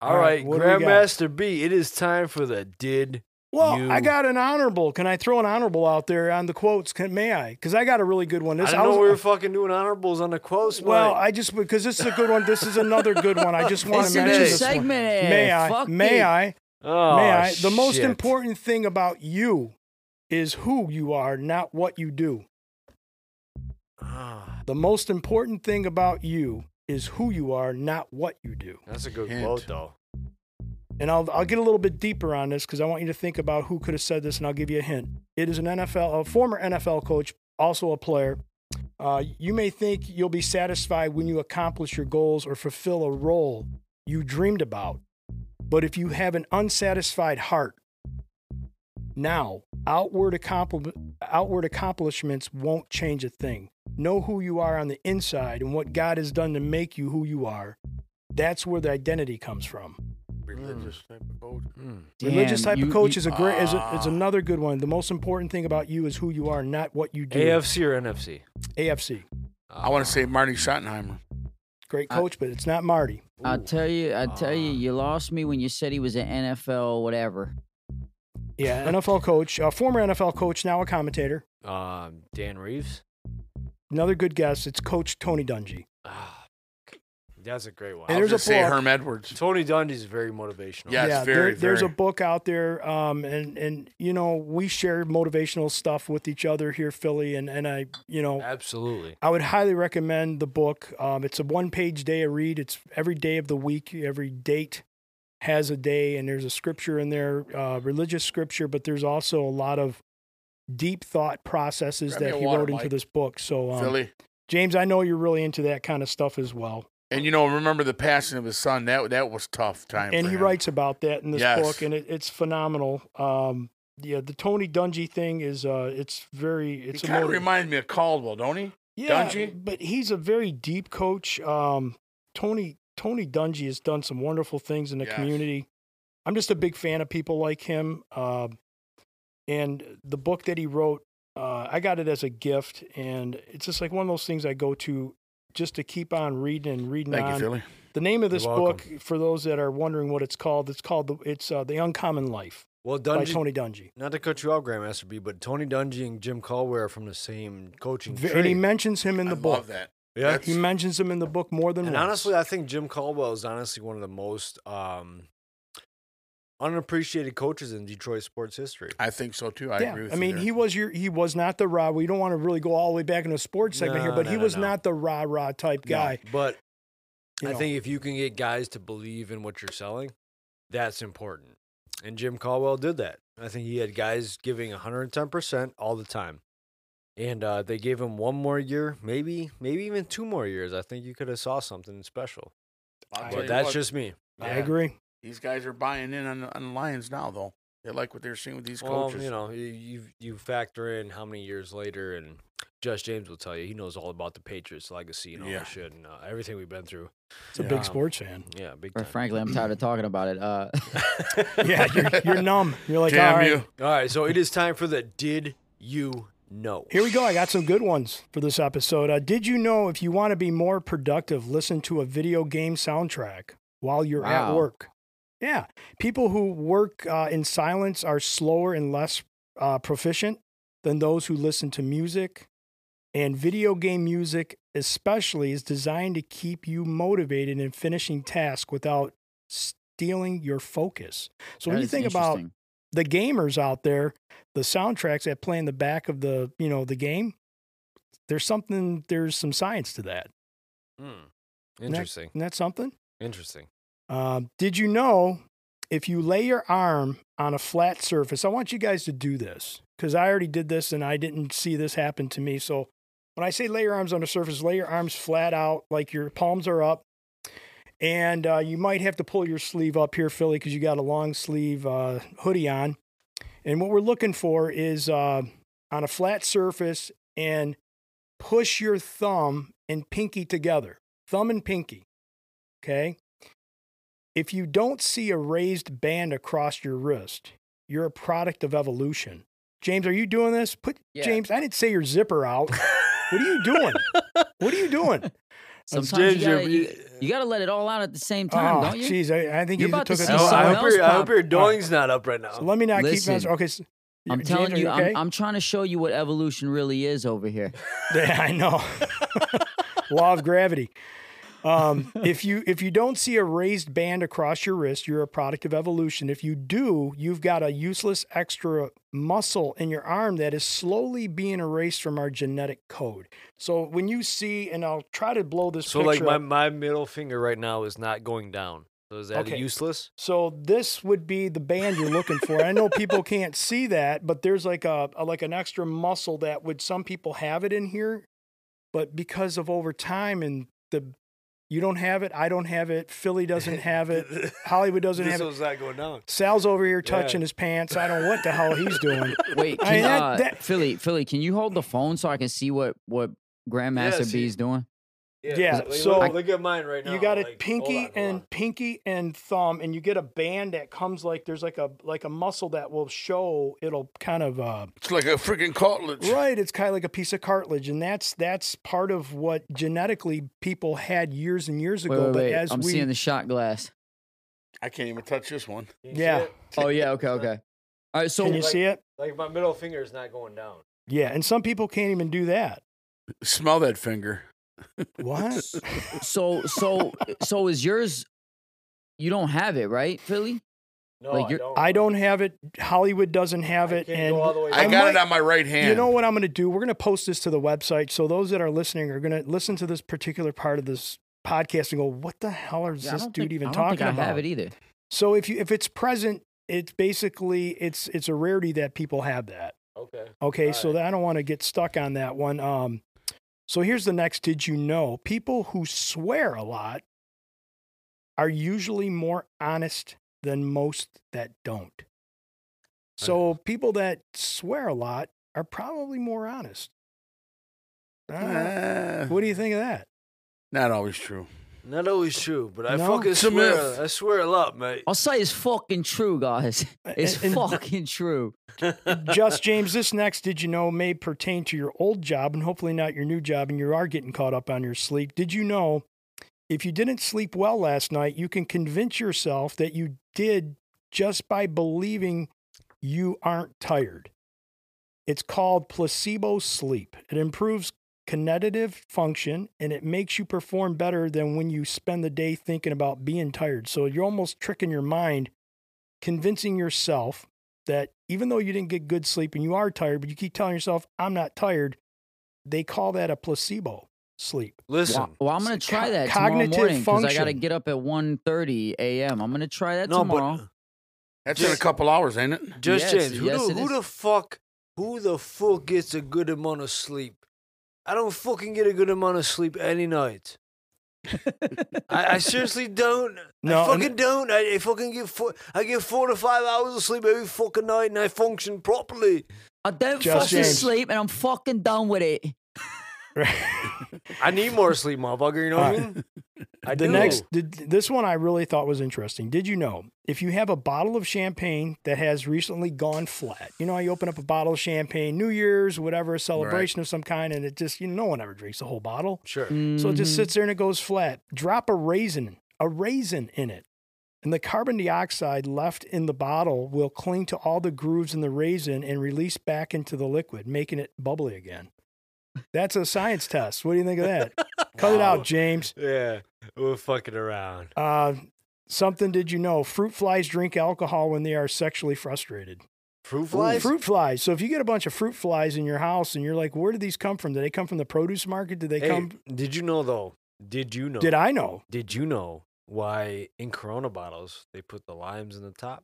All All right, right, what do we got? Grandmaster B, it is time for the did. Well, You- I got an honorable. Can I throw an honorable out there on the quotes? Can may I? Because I got a really good one. I This didn't know was- we were fucking doing honorables on the quotes. well, Mike. I just because this is a good one. This is another good one. I just want It's to a mention new this one. segment, eh? May I? Fuck may it. I? oh, may I? The most shit. important thing about you is who you are, not what you do. Ah, The most important thing about you is who you are, not what you do. that's a good Hint. quote, though. And I'll, I'll get a little bit deeper on this because I want you to think about who could have said this, and I'll give you a hint. It is an NFL, a former NFL coach, also a player. Uh, you may think you'll be satisfied when you accomplish your goals or fulfill a role you dreamed about. But if you have an unsatisfied heart, now outward, accompli- outward accomplishments won't change a thing. Know who you are on the inside and what God has done to make you who you are. That's where the identity comes from. Religious type of coach. Religious Damn, type you- of coach you- Ah. is a great is, a, is another good one. The most important thing about you is who you are, not what you do. AFC or NFC? AFC. I Uh, want to say Marty Schottenheimer. great I- coach, but it's not Marty. I'll tell you, I tell Uh. you, you lost me when you said he was an NFL whatever. Yeah, NFL coach, a former NFL coach, now a commentator. Um, Dan Reeves. Another good guess. It's Coach Tony Dungy. Ah, that's a great one. And I was there's a gonna say book. Herm Edwards. Tony Dungy's very motivational. Yeah, it's yeah, very, there- there's a very- book out there, um, and and you know we share motivational stuff with each other here, Philly, and and I, you know, absolutely. I would highly recommend the book. Um, it's a one page day a read. It's every day of the week, every date has a day, and there's a scripture in there, uh, religious scripture, but there's also a lot of deep thought processes Grab me that a he water, wrote into Mike. this book. So, um, Philly. James, I know you're really into that kind of stuff as well. And you know, remember the passing of his son. That that was tough time. and for he him. writes about that in this Yes. book, and it, it's phenomenal. Um, yeah, the Tony Dungy thing is uh, it's very He it's kind of motiv- reminds me of Caldwell, don't he? Yeah, Dungy? but he's a very deep coach. Um, Tony Tony Dungy has done some wonderful things in the Yes. community. I'm just a big fan of people like him. Um, and the book that he wrote, uh, I got it as a gift, and it's just like one of those things I go to just to keep on reading and reading Thank on. you, Philly. The name of this You're book, for those that are wondering what it's called, it's called the it's uh, the Uncommon Life Well, by Dungy. Tony Dungy. not to cut you off, Grandmaster B, but Tony Dungy and Jim Caldwell are from the same coaching V- tree. And he mentions him in the I book. love that. yeah, He mentions him in the book more than And once. honestly, I think Jim Caldwell is honestly one of the most um, unappreciated coaches in Detroit sports history. I think so too. I yeah, agree with I you mean, there. he was your he was not the rah. We don't want to really go all the way back into the sports segment here, No, but no, he no, was no. not the rah rah type No. guy. But you I know. think if you can get guys to believe in what you're selling, that's important. And Jim Caldwell did that. I think he had guys giving 110% all the time. And uh, they gave him one more year, maybe, maybe even two more years. I think you could have saw something special. I'll I- tell But you that's what, just me. I yeah. agree. These guys are buying in on, on the Lions now, though. They like what they're seeing with these Well, coaches. you know, you, you you factor in how many years later, and Josh James will tell you he knows all about the Patriots legacy and all Yeah. that shit and uh, everything we've been through. It's a Yeah. big sports fan. Yeah, big Or time. frankly, I'm tired of talking about it. Uh, Yeah, you're, you're numb. You're like, Damn all right, you! all right, so it is time for the did you know? here we go. I got some good ones for this episode. Uh, did you know if you want to be more productive, listen to a video game soundtrack while you're at Wow. work? Yeah, people who work uh, in silence are slower and less uh, proficient than those who listen to music. And video game music, especially, is designed to keep you motivated in finishing tasks without stealing your focus. So when That you is think about interesting. the gamers out there, the soundtracks that play in the back of the you know the game, there's something there's some science to that. Hmm. Isn't that- Interesting. isn't that something? Interesting. Um, did you know if you lay your arm on a flat surface? I want you guys to do this because I already did this and I didn't see this happen to me. So when I say lay your arms on a surface, lay your arms flat out, like your palms are up. And uh, you might have to pull your sleeve up here, Philly, because you got a long sleeve uh, hoodie on. And what we're looking for is uh, on a flat surface and push your thumb and pinky together. Thumb and pinky. Okay. If you don't see a raised band across your wrist, you're a product of evolution. James, are you doing this? Put Yeah. James, I didn't say your zipper out. what are you doing? What are you doing? Sometimes you Ginger, gotta, you, you- you gotta let it all out at the same time, oh, don't you? jeez, I, I think You're you about to took see it. I, hope- someone I hope else your, I hope pop. your doing's not up right now. So let me not Listen, keep. Okay, so, I'm James, telling are you, okay? I'm, I'm trying to show you what evolution really is over here. Yeah, I know. Law of gravity. Um, if you if you don't see a raised band across your wrist, you're a product of evolution. If you do, you've got a useless extra muscle in your arm that is slowly being erased from our genetic code. So when you see, and I'll try to blow this so picture like my, my up. middle finger right now is not going down. So is that Okay. useless? So this would be the band you're looking for. I know people can't see that, but there's like a, a- like an extra muscle that would some people have it in here, but because of over time and the you don't have it, I don't have it, Philly doesn't have it, Hollywood doesn't this have it. one's not going down. Sal's over here Yeah. touching his pants. I don't know what the hell he's doing. Wait, I can, mean, that- uh, that- Philly, Philly, can you hold the phone so I can see what what Grandmaster Yes, B's doing? Yeah, like, so- look, look at mine right now. You got a like, hold pinky on, hold and on. pinky and thumb, and you get a band that comes like there's like a like a muscle that will show. It'll kind of uh, It's like a freaking cartilage. Right, it's kind of like a piece of cartilage, and that's that's part of what genetically people had years and years ago. Wait, wait, but wait. as I'm we, seeing the shot glass. I can't even touch this one. Can you see yeah, it? Oh yeah, okay, okay. All right, so can you see it? Like my middle finger is not going down. Yeah, and some people can't even do that. Smell that finger. What? uh, so so uh, so is yours? You don't have it, right, Philly? No, Like, I you're- don't. I don't have it. Hollywood doesn't have I it, can't and go all the way I, down. got might- it on my right hand. You know what I'm going to do? We're going to post this to the website, so those that are listening are going to listen to this particular part of this podcast and go, "What the hell is Yeah, I this don't dude think- even I don't talking think I about?" have it e either. So if you if it's present, it's basically it's it's a rarity that people have that. Okay. Okay, All so right. that, I don't want to get stuck on that one. Um, so here's the next. Did you know people who swear a lot are usually more honest than most that don't? So people that swear a lot are probably more honest. I don't know. Ah, what do you think of that? not always true. Not always true, but I No? fucking It's a myth. swear. I swear a lot, mate. I'll say it's fucking true, guys. It's And- and- fucking true. Just James, this next did you know may pertain to your old job and hopefully not your new job, and you are getting caught up on your sleep. Did you know if you didn't sleep well last night, you can convince yourself that you did just by believing you aren't tired? It's called placebo sleep. It improves cognitive function and it makes you perform better than when you spend the day thinking about being tired. So you're almost tricking your mind, convincing yourself that even though you didn't get good sleep and you are tired, but you keep telling yourself, I'm not tired, they call that a placebo sleep. Listen. Well, well, I'm gonna It's a try co- that tomorrow cognitive morning because I gotta function. get up at 1.30 a.m. I'm gonna try that no, tomorrow. but That's in a Just- couple hours, ain't it? Just Yes, James, who, yes, the, it who is. the fuck, who the fuck gets a good amount of sleep? I don't fucking get a good amount of sleep any night. I, I seriously don't. No, I and- fucking don't. I, I fucking get four. I get four to five hours of sleep every fucking night, and I function properly. I don't Just fucking James. sleep, and I'm fucking done with it. I need more sleep, motherfucker. You know what I mean? I the do. next did, this one I really thought was interesting. Did you know if you have a bottle of champagne that has recently gone flat, you know, how you open up a bottle of champagne, New Year's, whatever, a celebration of some kind, and it just you know, no one ever drinks the whole bottle, sure. so it just sits there and it goes flat. Drop a raisin, a raisin in it. And the carbon dioxide left in the bottle will cling to all the grooves in the raisin and release back into the liquid, making it bubbly again. That's a science test. What do you think of that? Cut it out, James. Yeah, we're fucking around. Uh, something did you know? Fruit flies drink alcohol when they are sexually frustrated. Fruit flies. Fruit flies. So if you get a bunch of fruit flies in your house and you're like, where did these come from? Did they come from the produce market? Did they Hey, come? did you know though? Did you know? Did I know? Did you know why in Corona bottles they put the limes in the top?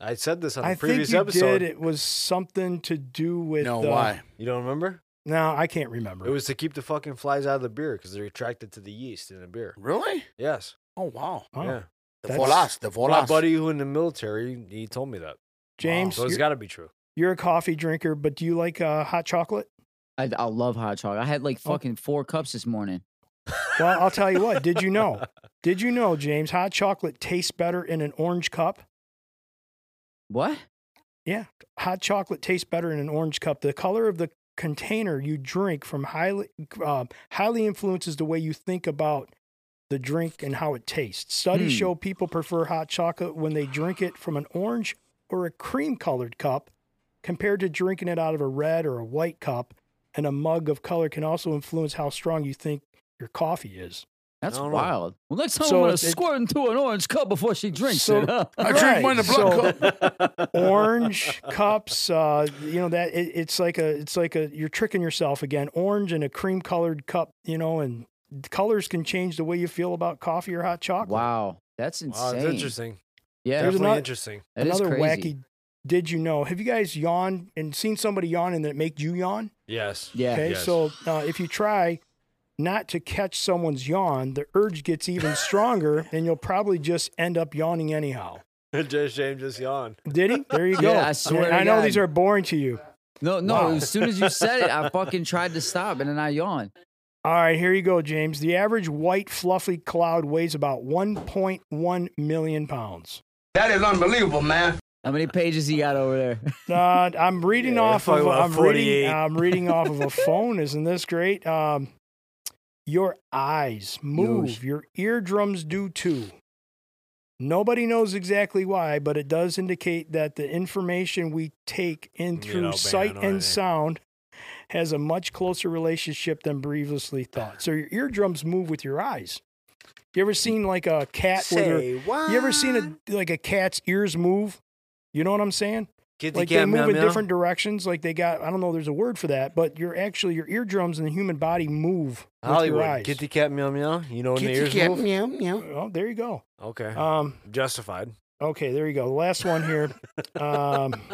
I said this on the I think previous you episode. did. It was something to do with. uh, No, the- why? You don't remember? No, I can't remember. It was to keep the fucking flies out of the beer because they're attracted to the yeast in the beer. Really? Yes. Oh wow. Oh, yeah. The That's- volas, the My volas. buddy who in the military, he told me that. Oh, James, So it's you're, got to be true. you're a coffee drinker, but do you like uh, hot chocolate? I, I love hot chocolate. I had like Oh. fucking four cups this morning. Well, I'll tell you what. Did you know? Did you know, James? Hot chocolate tastes better in an orange cup. What? Yeah, hot chocolate tastes better in an orange cup. The color of the container you drink from highly uh, highly influences the way you think about the drink and how it tastes. Studies Hmm. show people prefer hot chocolate when they drink it from an orange or a cream colored cup compared to drinking it out of a red or a white cup. And a mug of color can also influence how strong you think your coffee is. That's I don't know. wild. Well, next time So I'm gonna it- squirt into an orange cup before she drinks So- it. I drink Right, mine in a blood so- cup. orange cups uh you know that it, it's like a it's like a you're tricking yourself again orange and a cream colored cup you know and the colors can change the way you feel about coffee or hot chocolate wow, that's Wow, insane. that's Oh, interesting. Yeah, There's Definitely another- interesting. that is another crazy. wacky did you know have you guys yawned and seen somebody yawn and that made you yawn Yes. Yeah. okay Yes. so uh, if you try not to catch someone's yawn the urge gets even stronger and you'll probably just end up yawning anyhow just James just yawned. did he there you go Yeah, I swear to i know God. these are boring to you No, no. Wow. As soon as you said it, I fucking tried to stop and then I yawned. All right, here you go, James. The average white fluffy cloud weighs about 1.1 million pounds. That is unbelievable, man. How many pages he got over there? Uh, I'm reading Yeah, off probably of about I'm 48. reading, I'm reading off of a phone. Isn't this great? Um, your eyes move. Your eardrums do too. Nobody knows exactly why, but it does indicate that the information we take in You through know, sight bang on it. and sound has a much closer relationship than previously thought. So your eardrums move with your eyes. You ever seen like a cat with her, what? you ever seen a like a cat's ears move? You know what I'm saying? Kitty like they cat move meow in meow? different directions. Like they got I don't know. There's a word for that, but your actually your eardrums and the human body move with your Hollywood eyes. kitty cat meow meow. You know when the Kitty ears cat, move? meow, meow. oh, there you go. Okay, Um, justified. okay, there you go. The last one here. Um,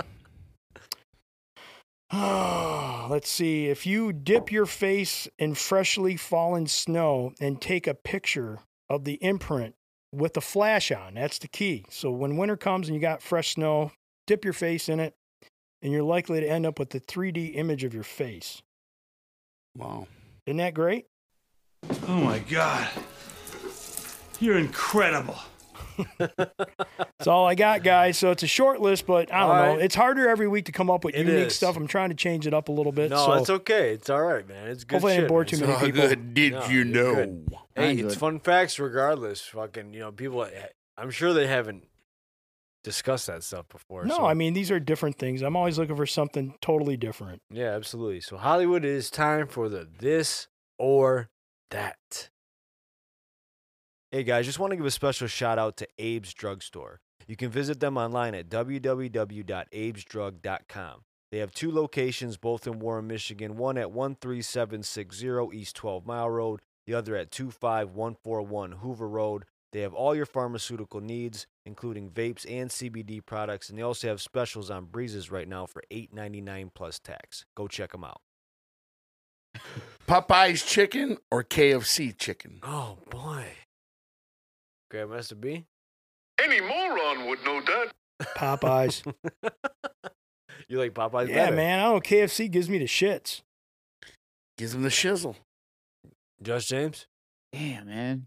let's see. If you dip your face in freshly fallen snow and take a picture of the imprint with the flash on, that's the key. So when winter comes and you got fresh snow, dip your face in it, and you're likely to end up with the 3D image of your face. Wow. Isn't that great? Oh my god. You're incredible. That's all I got, guys. So it's a short list, but I don't All know. right. It's harder every week to come up with It unique is. stuff. I'm trying to change it up a little bit. No, so it's okay. It's all right, man. It's good. Hopefully I didn't shit, bore man. too So- many How people- good did No, you you're know? good. Hey, Mine's it's good. fun facts regardless. Fucking, you know, people. eh, I'm sure they haven't discussed that stuff before. no, so- I mean these are different things. I'm always looking for something totally different. yeah, absolutely. So Hollywood it is time for the this or that. Hey guys, just want to give a special shout out to Abe's Drugstore. You can visit them online at www.abesdrug.com. They have two locations, both in Warren, Michigan, one at 13760 East 12 Mile Road, the other at 25141 Hoover Road. They have all your pharmaceutical needs, including vapes and CBD products, and they also have specials on breezes right now for $8.99 plus tax. Go check them out. Popeye's chicken or KFC chicken? Oh, boy. Grandmaster B? Any moron would know that. Popeyes. You like Popeyes yeah, better? man. I don't know. KFC gives me the shits. Gives him the shizzle. Josh James? Damn, man.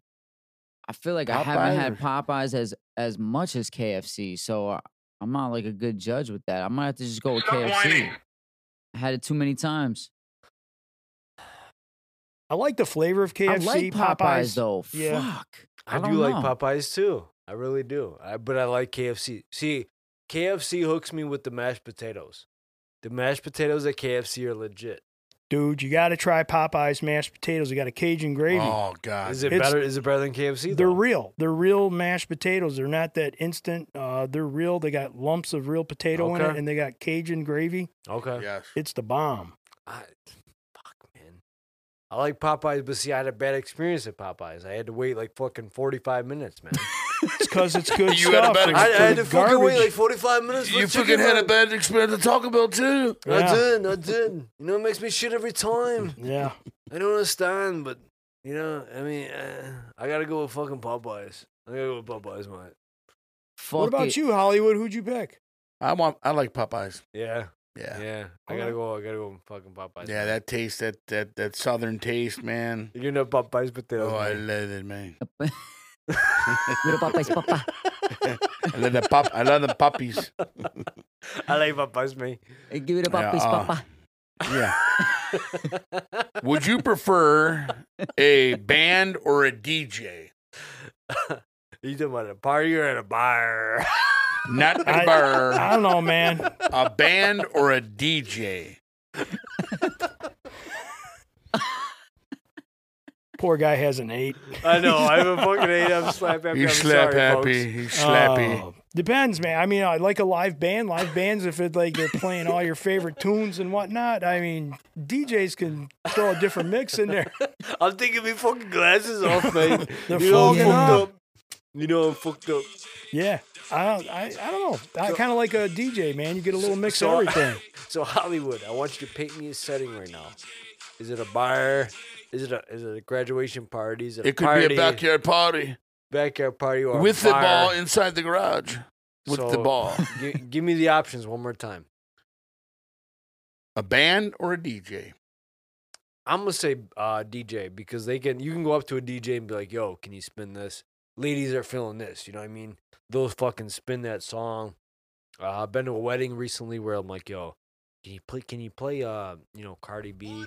I feel like I haven't had Popeyes as as much as KFC, so I, I'm not like a good judge with that. I might have to just go with Stop KFC. whining. I had it too many times. I like the flavor of KFC. I like Popeyes, though. Yeah. Fuck. I, I do don't like know. Popeyes too. I really do. I, but I like KFC. See, KFC hooks me with the mashed potatoes. The mashed potatoes at KFC are legit. Dude, you got to try Popeye's mashed potatoes. You got a Cajun gravy. Oh God, Is it It's- better? Is it better than KFC? They're though? real. They're real mashed potatoes. They're not that instant. Uh, they're real. They got lumps of real potato in Okay. it, and they got Cajun gravy. okay. Yes. It's the bomb. I, fuck, man. I like Popeyes, but see, I had a bad experience at Popeyes. I had to wait like fucking forty-five minutes, man. It's because it's good You had a stuff. better I, I had to It's fucking wait garbage. like forty-five minutes. For You chicken fucking had a wrap. bad experience at Taco Bell too. I Yeah. did. I did. You know, it makes me shit every time. Yeah. I don't understand, but you know, I mean, uh, I gotta go with fucking Popeyes. I gotta go with Popeyes, man. Fuck What about it. you, Hollywood? Who'd you pick? I want. I like Popeyes. Yeah, yeah. Yeah. I gotta go. I gotta go with fucking Popeyes. Yeah, that taste, that that that southern taste, man. you're gonna Popeyes potatoes. Oh, I man. love it, man. Little Popeye's Popeye. I love the pop. I love the puppies. I like Popeyes, me. Hey, Give it a Yeah, Popeye's uh, Popeye. Yeah. Would you prefer a band or a DJ? You talking about at a party or at a bar? Not a I- I bar. don't know, man. A band or a DJ? Poor guy has an eight. I know. I'm a fucking eight. I'm slap happy. You I'm slap sorry, happy. folks. You slappy. Oh, depends, man. I mean, I like a live band. Live bands, if it like they're playing all your favorite tunes and whatnot. I mean, DJs can throw a different mix in there. I'm taking my fucking glasses off, man. They're you know, I'm fogging fucked up. up. You know, I'm fucked up. Yeah, I don't, I, I don't know. I kind of like a DJ, man. You get a little mix so- uh, of everything. So Hollywood, I want you to paint me a setting right now. Is it a bar? Is it a is it a graduation party? Is it a It could party? be a backyard party backyard party or a with the bar? ball inside the garage. With the So- ball, Gi- give me the options one more time. a band or a DJ? I'm gonna say uh, DJ because they can. You can go up to a DJ and be like, "Yo, can you spin this?" Ladies are feeling this. You know what I mean? They'll fucking spin that song. Uh, I've been to a wedding recently where I'm like, "Yo, can you play? Can you play? Uh, you know, Cardi B,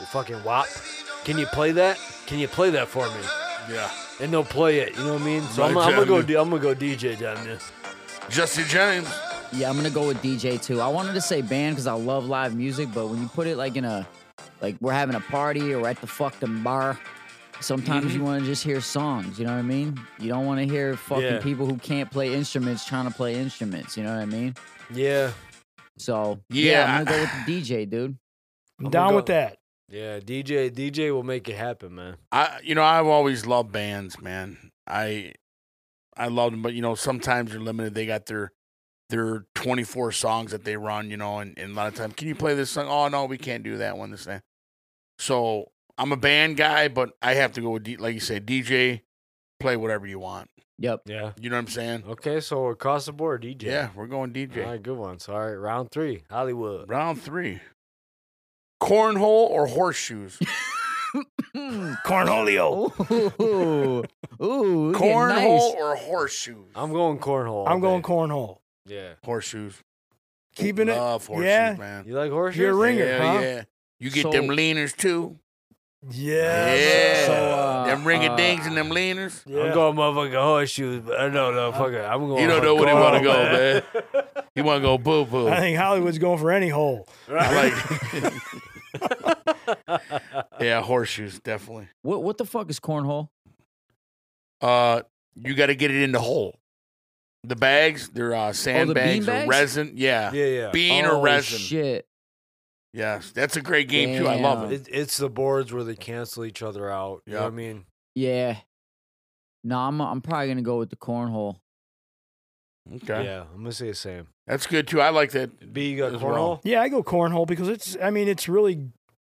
the fucking WAP. Can you play that? Can you play that for me?" Yeah, And they'll play it. You know what I mean? So I'm, Right, I'm gonna go. Jamie. D- I'm gonna go DJ down there. Jesse James. Yeah, I'm gonna go with DJ too. I wanted to say band because I love live music, but when you put it like in a like we're having a party or at the fucking bar, sometimes Mm-hmm. you want to just hear songs. You know what I mean? You don't want to hear fucking Yeah. people who can't play instruments trying to play instruments. You know what I mean? Yeah, So Yeah, I'm gonna I- go with the DJ, dude. I'm I'm down gonna with go- that. yeah. DJ, DJ will make it happen, man. I you know I've always loved bands, man. I I love them, but you know sometimes you're limited. They got their their 24 songs that they run, you know, and, and a lot of times, can you play this song? Oh no, we can't do that one. This and that. So I'm a band guy, but I have to go with D, like you said, DJ. Play whatever you want. Yep. Yeah. You know what I'm saying? Okay, so across the board, DJ. Yeah, we're going DJ. All right, good ones. All right, round three, Hollywood. Round three. Cornhole or horseshoes? Cornholio. Ooh, ooh, we getting Cornhole nice. or horseshoes? I'm going cornhole. all I'm going day. cornhole. Yeah. horseshoes. Keeping it. Love horseshoes, yeah. man. You like horseshoes? You're a ringer, Hell huh? yeah. You get So- them leaners too. Yeah. Yeah. So, uh, them ring a dings and them leaners. yeah. I'm going motherfucking horseshoes. But I don't know, fucker. I'm going. You don't know where they want to cornhole, go, man. You want to go boo boo. I think Hollywood's going for any hole. Like, yeah, horseshoes definitely. What what the fuck is cornhole? Uh, you got to get it in the hole. The bags, they're uh, sandbags or Oh, bags? resin. Yeah, Yeah, yeah. bean oh, or resin. Shit. Yes, that's a great game too. I love it. It, it's the boards where they cancel each other out. You know what I Yeah. mean? Yeah. No, I'm I'm probably gonna go with the cornhole. Okay, Yeah, I'm gonna say the same. that's good too. I like that. B, you got As well. cornhole. Yeah, I go cornhole because it's. I mean, it's really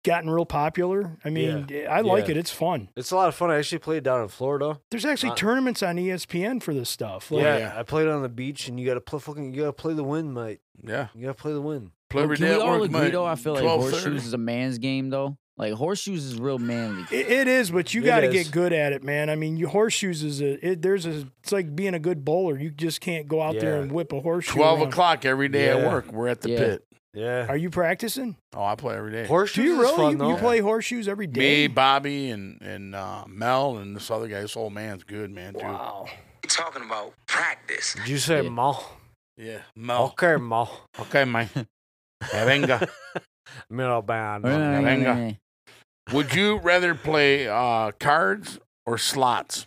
gotten real popular. I mean, I like Yeah. it. It's fun. It's a lot of fun. I actually played down in Florida. There's actually Uh, tournaments on E ESPN for this stuff. Like, yeah, yeah. I played on the beach, and you gotta play fucking. You gotta play the wind, mate. Yeah, You gotta play the wind. play every Can day we at all work, agree mate. though? I feel like 12:30. horseshoes is a man's game though. Like horseshoes is real manly. It, it is, but you It got to is. get good at it, man. I mean, you, horseshoes is a it, there's a it's like being a good bowler. You just can't go out there Yeah. and whip a horseshoe. 12 around. o'clock every day Yeah. at work. We're at the Yeah. pit. Yeah. Are you practicing? Oh, I play every day. Horseshoes Do you is really? fun you, though. you play horseshoes every day? Me, Bobby, and and uh, Mel, and this other guy. This old man's good, man. Too. Wow. talking about practice. Did you say ma? Yeah, ma. Okay, ma. Okay, man. Venga. Middle bound. Yeah, venga. Would you rather play uh, cards or slots?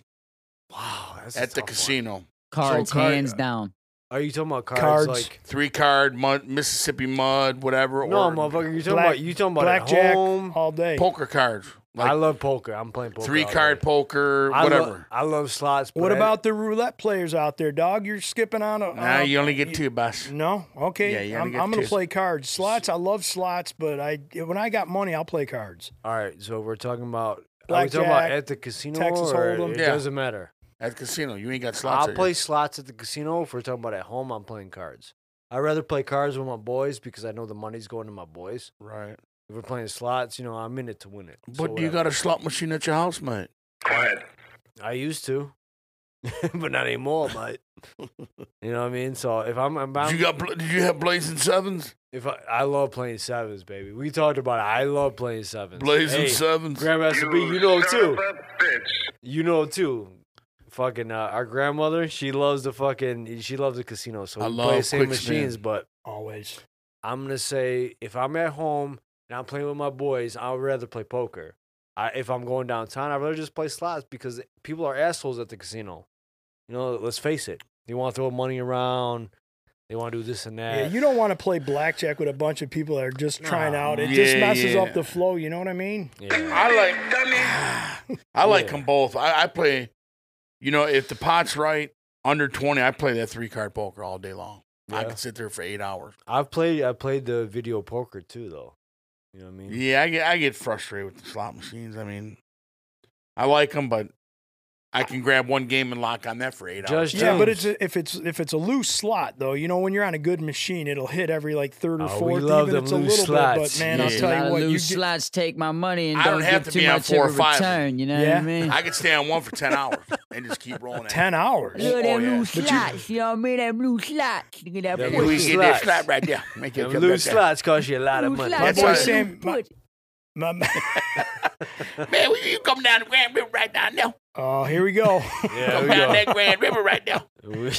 Wow, that's a at the tough one. casino. Cards, So card- hands down. Are you talking about cards? Like, three card mud, Mississippi mud, whatever. no, or motherfucker. You talking about you talking about at home? all day poker cards. I love poker. I'm playing poker. three all card day. poker, I lo- whatever. I love slots. but What I- about the roulette players out there, dog? You're skipping on uh, a. nah, on a- um, you only get two, boss. No, Yeah, okay. you only I'm, get I'm gonna two. play cards. Slots. I love slots, but I when I got money, I'll play cards. All right, so we're talking about. Are we talking about Blackjack, at the casino? Texas or Hold'em. It Yeah. doesn't matter. At the casino, you ain't got slots. I'll at play your- slots at the casino. If we're talking about at home, I'm playing cards. I rather play cards with my boys because I know the money's going to my boys. Right. If we're playing slots, you know I'm in it to win it. So But you whatever. got a slot machine at your house, mate. I used to, but not anymore, mate. you know what I mean? So if I'm, I'm, Did you got? bla- Did you have blazing sevens? If I, I love playing sevens, baby. We talked about it. I love playing sevens. Blazing Hey, sevens. Grandmaster B, you know too. You know too. Fucking uh, our grandmother, she loves the fucking. She loves the casino, so I we love play the same quick spin. machines. But always, I'm gonna say if I'm at home and I'm playing with my boys, I'd rather play poker. I, if I'm going downtown, I'd rather just play slots because people are assholes at the casino. You know, let's face it. They want to throw money around. They want to do this and that. Yeah, you don't want to play blackjack with a bunch of people that are just trying out. It just Yeah, messes yeah. up the flow. You know what I mean? I like. Ah, I like them both. I, I play. You know, if the pot's right under twenty, I play that three card poker all day long. Yeah. I could sit there for eight hours. I've played. I played the video poker too, though. You know what I mean? Yeah, I get I get frustrated with the slot machines. I mean, I like them, but I can grab one game and lock on that for eight hours. yeah, but it's if it's if it's a loose slot though, you know when you're on a good machine, it'll hit every like third or Oh, we fourth. love them even it's a loose little slots. bit, but man, I'll Yeah. tell Lot you of what, you loose get, slots take my money and I don't don't, have give too to be on much four in or five. return. You know what I mean? could stay on one for ten hours and just keep rolling. at ten it. hours. Look at Oh, them yeah. blue But you- slots. You, know what I mean? Them blue slots. Look at Yeah, that we pussy. get that slot right there. Make it Them come loose back there. slots cost you a lot of money. my boy right. Sam, my, my- Man, will you come down the Grand River right now? No, oh, here we go. Yeah, come we, down go. that Grand River right now. We,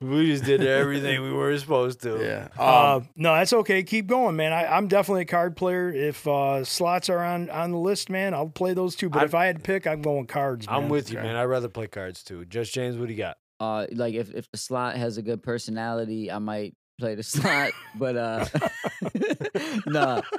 we just did everything we were supposed to. Yeah. Uh, no, that's okay. Keep going, man. I, I'm definitely a card player. If uh, slots are on on the list, man, I'll play those too. But I- if I had to pick, I'm going cards. I'm man. with you, man. I'd rather play cards too. Just James, what do you got? Uh, like if, if the slot has a good personality, I might play the slot. but uh, nah,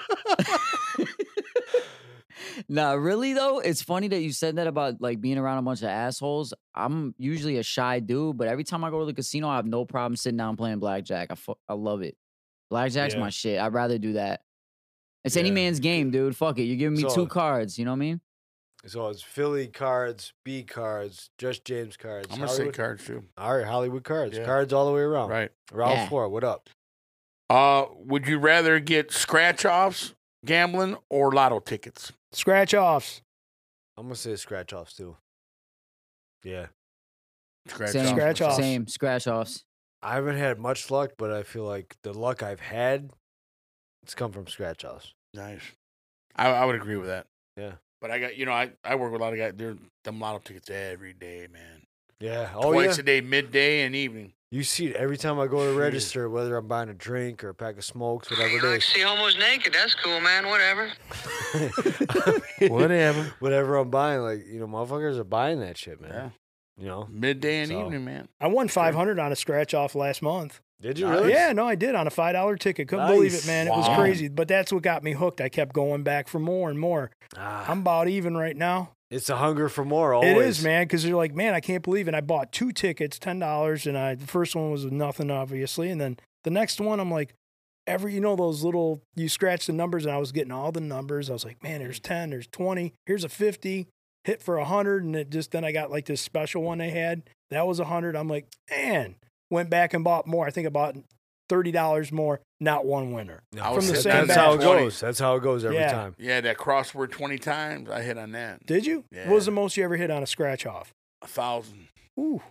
nah. Really though, it's funny that you said that about like being around a bunch of assholes. I'm usually a shy dude, but every time I go to the casino, I have no problem sitting down playing blackjack. I fu- I love it. Blackjack's Yeah. my shit. I'd rather do that. It's any Yeah. man's game, dude. Fuck it. You're giving me So- two cards. You know what I mean? So it's Philly cards, B cards, Just James cards. I'm gonna say Hollywood- cards too. All right, Hollywood cards. Yeah. Cards all the way around. Oh. Right. Round Yeah. four. What up? Uh, would you rather get scratch offs, gambling, or lotto tickets? Scratch offs. I'm gonna say scratch offs too. Yeah. Scratch Same. Scratch offs. Same scratch offs. I haven't had much luck, but I feel like the luck I've had, it's come from scratch offs. Nice. I, I would agree with that. Yeah. But I got you know I, I work with a lot of guys. They're them lotto tickets every day, man. Yeah. Oh Twice yeah. a day, midday and evening. You see it every time I go to Jeez. register, whether I'm buying a drink or a pack of smokes, whatever I it can see homos naked. That's cool, man. Whatever. is. Whatever. whatever I'm buying, like you know, motherfuckers are buying that shit, man. Yeah. You know. Midday and So- evening, man. I won 500 on a scratch off last month. Did you Nice. really? Yeah, no, I did on a five dollar ticket. Couldn't believe Nice. it, man. It was Wow. crazy. But that's what got me hooked. I kept going back for more and more. Ah, I'm about even right now. it's a hunger for more. Always. It is, man, because you're like, man, I can't believe it. I bought two tickets, ten dollars, and I the first one was nothing, obviously, and then the next one, I'm like, every you know those little you scratch the numbers, and I was getting all the numbers. I was like, man, there's ten, there's twenty, here's a fifty, hit for a hundred, and it just then I got like this special one they had that was a hundred. I'm like, man, went back and bought more. I think I bought thirty dollars more, not one winner. No, I From would the say same that's how it batch. goes. That's how it goes every Yeah. time. Yeah, that crossword twenty times. I hit on that. Did you? Yeah. What was the most you ever hit on a scratch off? A thousand. Ooh,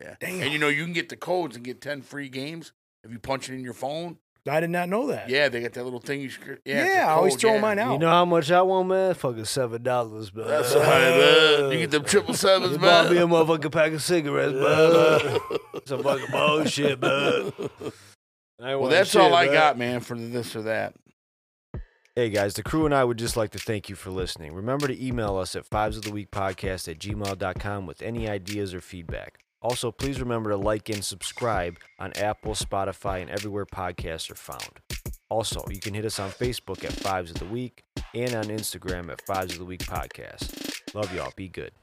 Yeah. Damn. And you know you can get the codes and get ten free games if you punch it in your phone. I did not know that. Yeah, they got that little thing you. Screw, yeah, it's a Yeah, I always code, throw yeah. mine out. You know how much I want, man? Fucking seven dollars, bro. That's all right, man. You get them triple sevens, You bought man. me a motherfucking pack of cigarettes, bro. Some fucking bullshit, bro. Well, that's all I got, man, for this or that. Hey guys, the crew and I would just like to thank you for listening. Remember to email us at fives of the week podcast at gmail.com with any ideas or feedback. Also, please remember to like and subscribe on Apple, Spotify, and everywhere podcasts are found. Also, you can hit us on Facebook at Fives of the Week and on Instagram at Fives of the Week Podcast. Love y'all. Be good.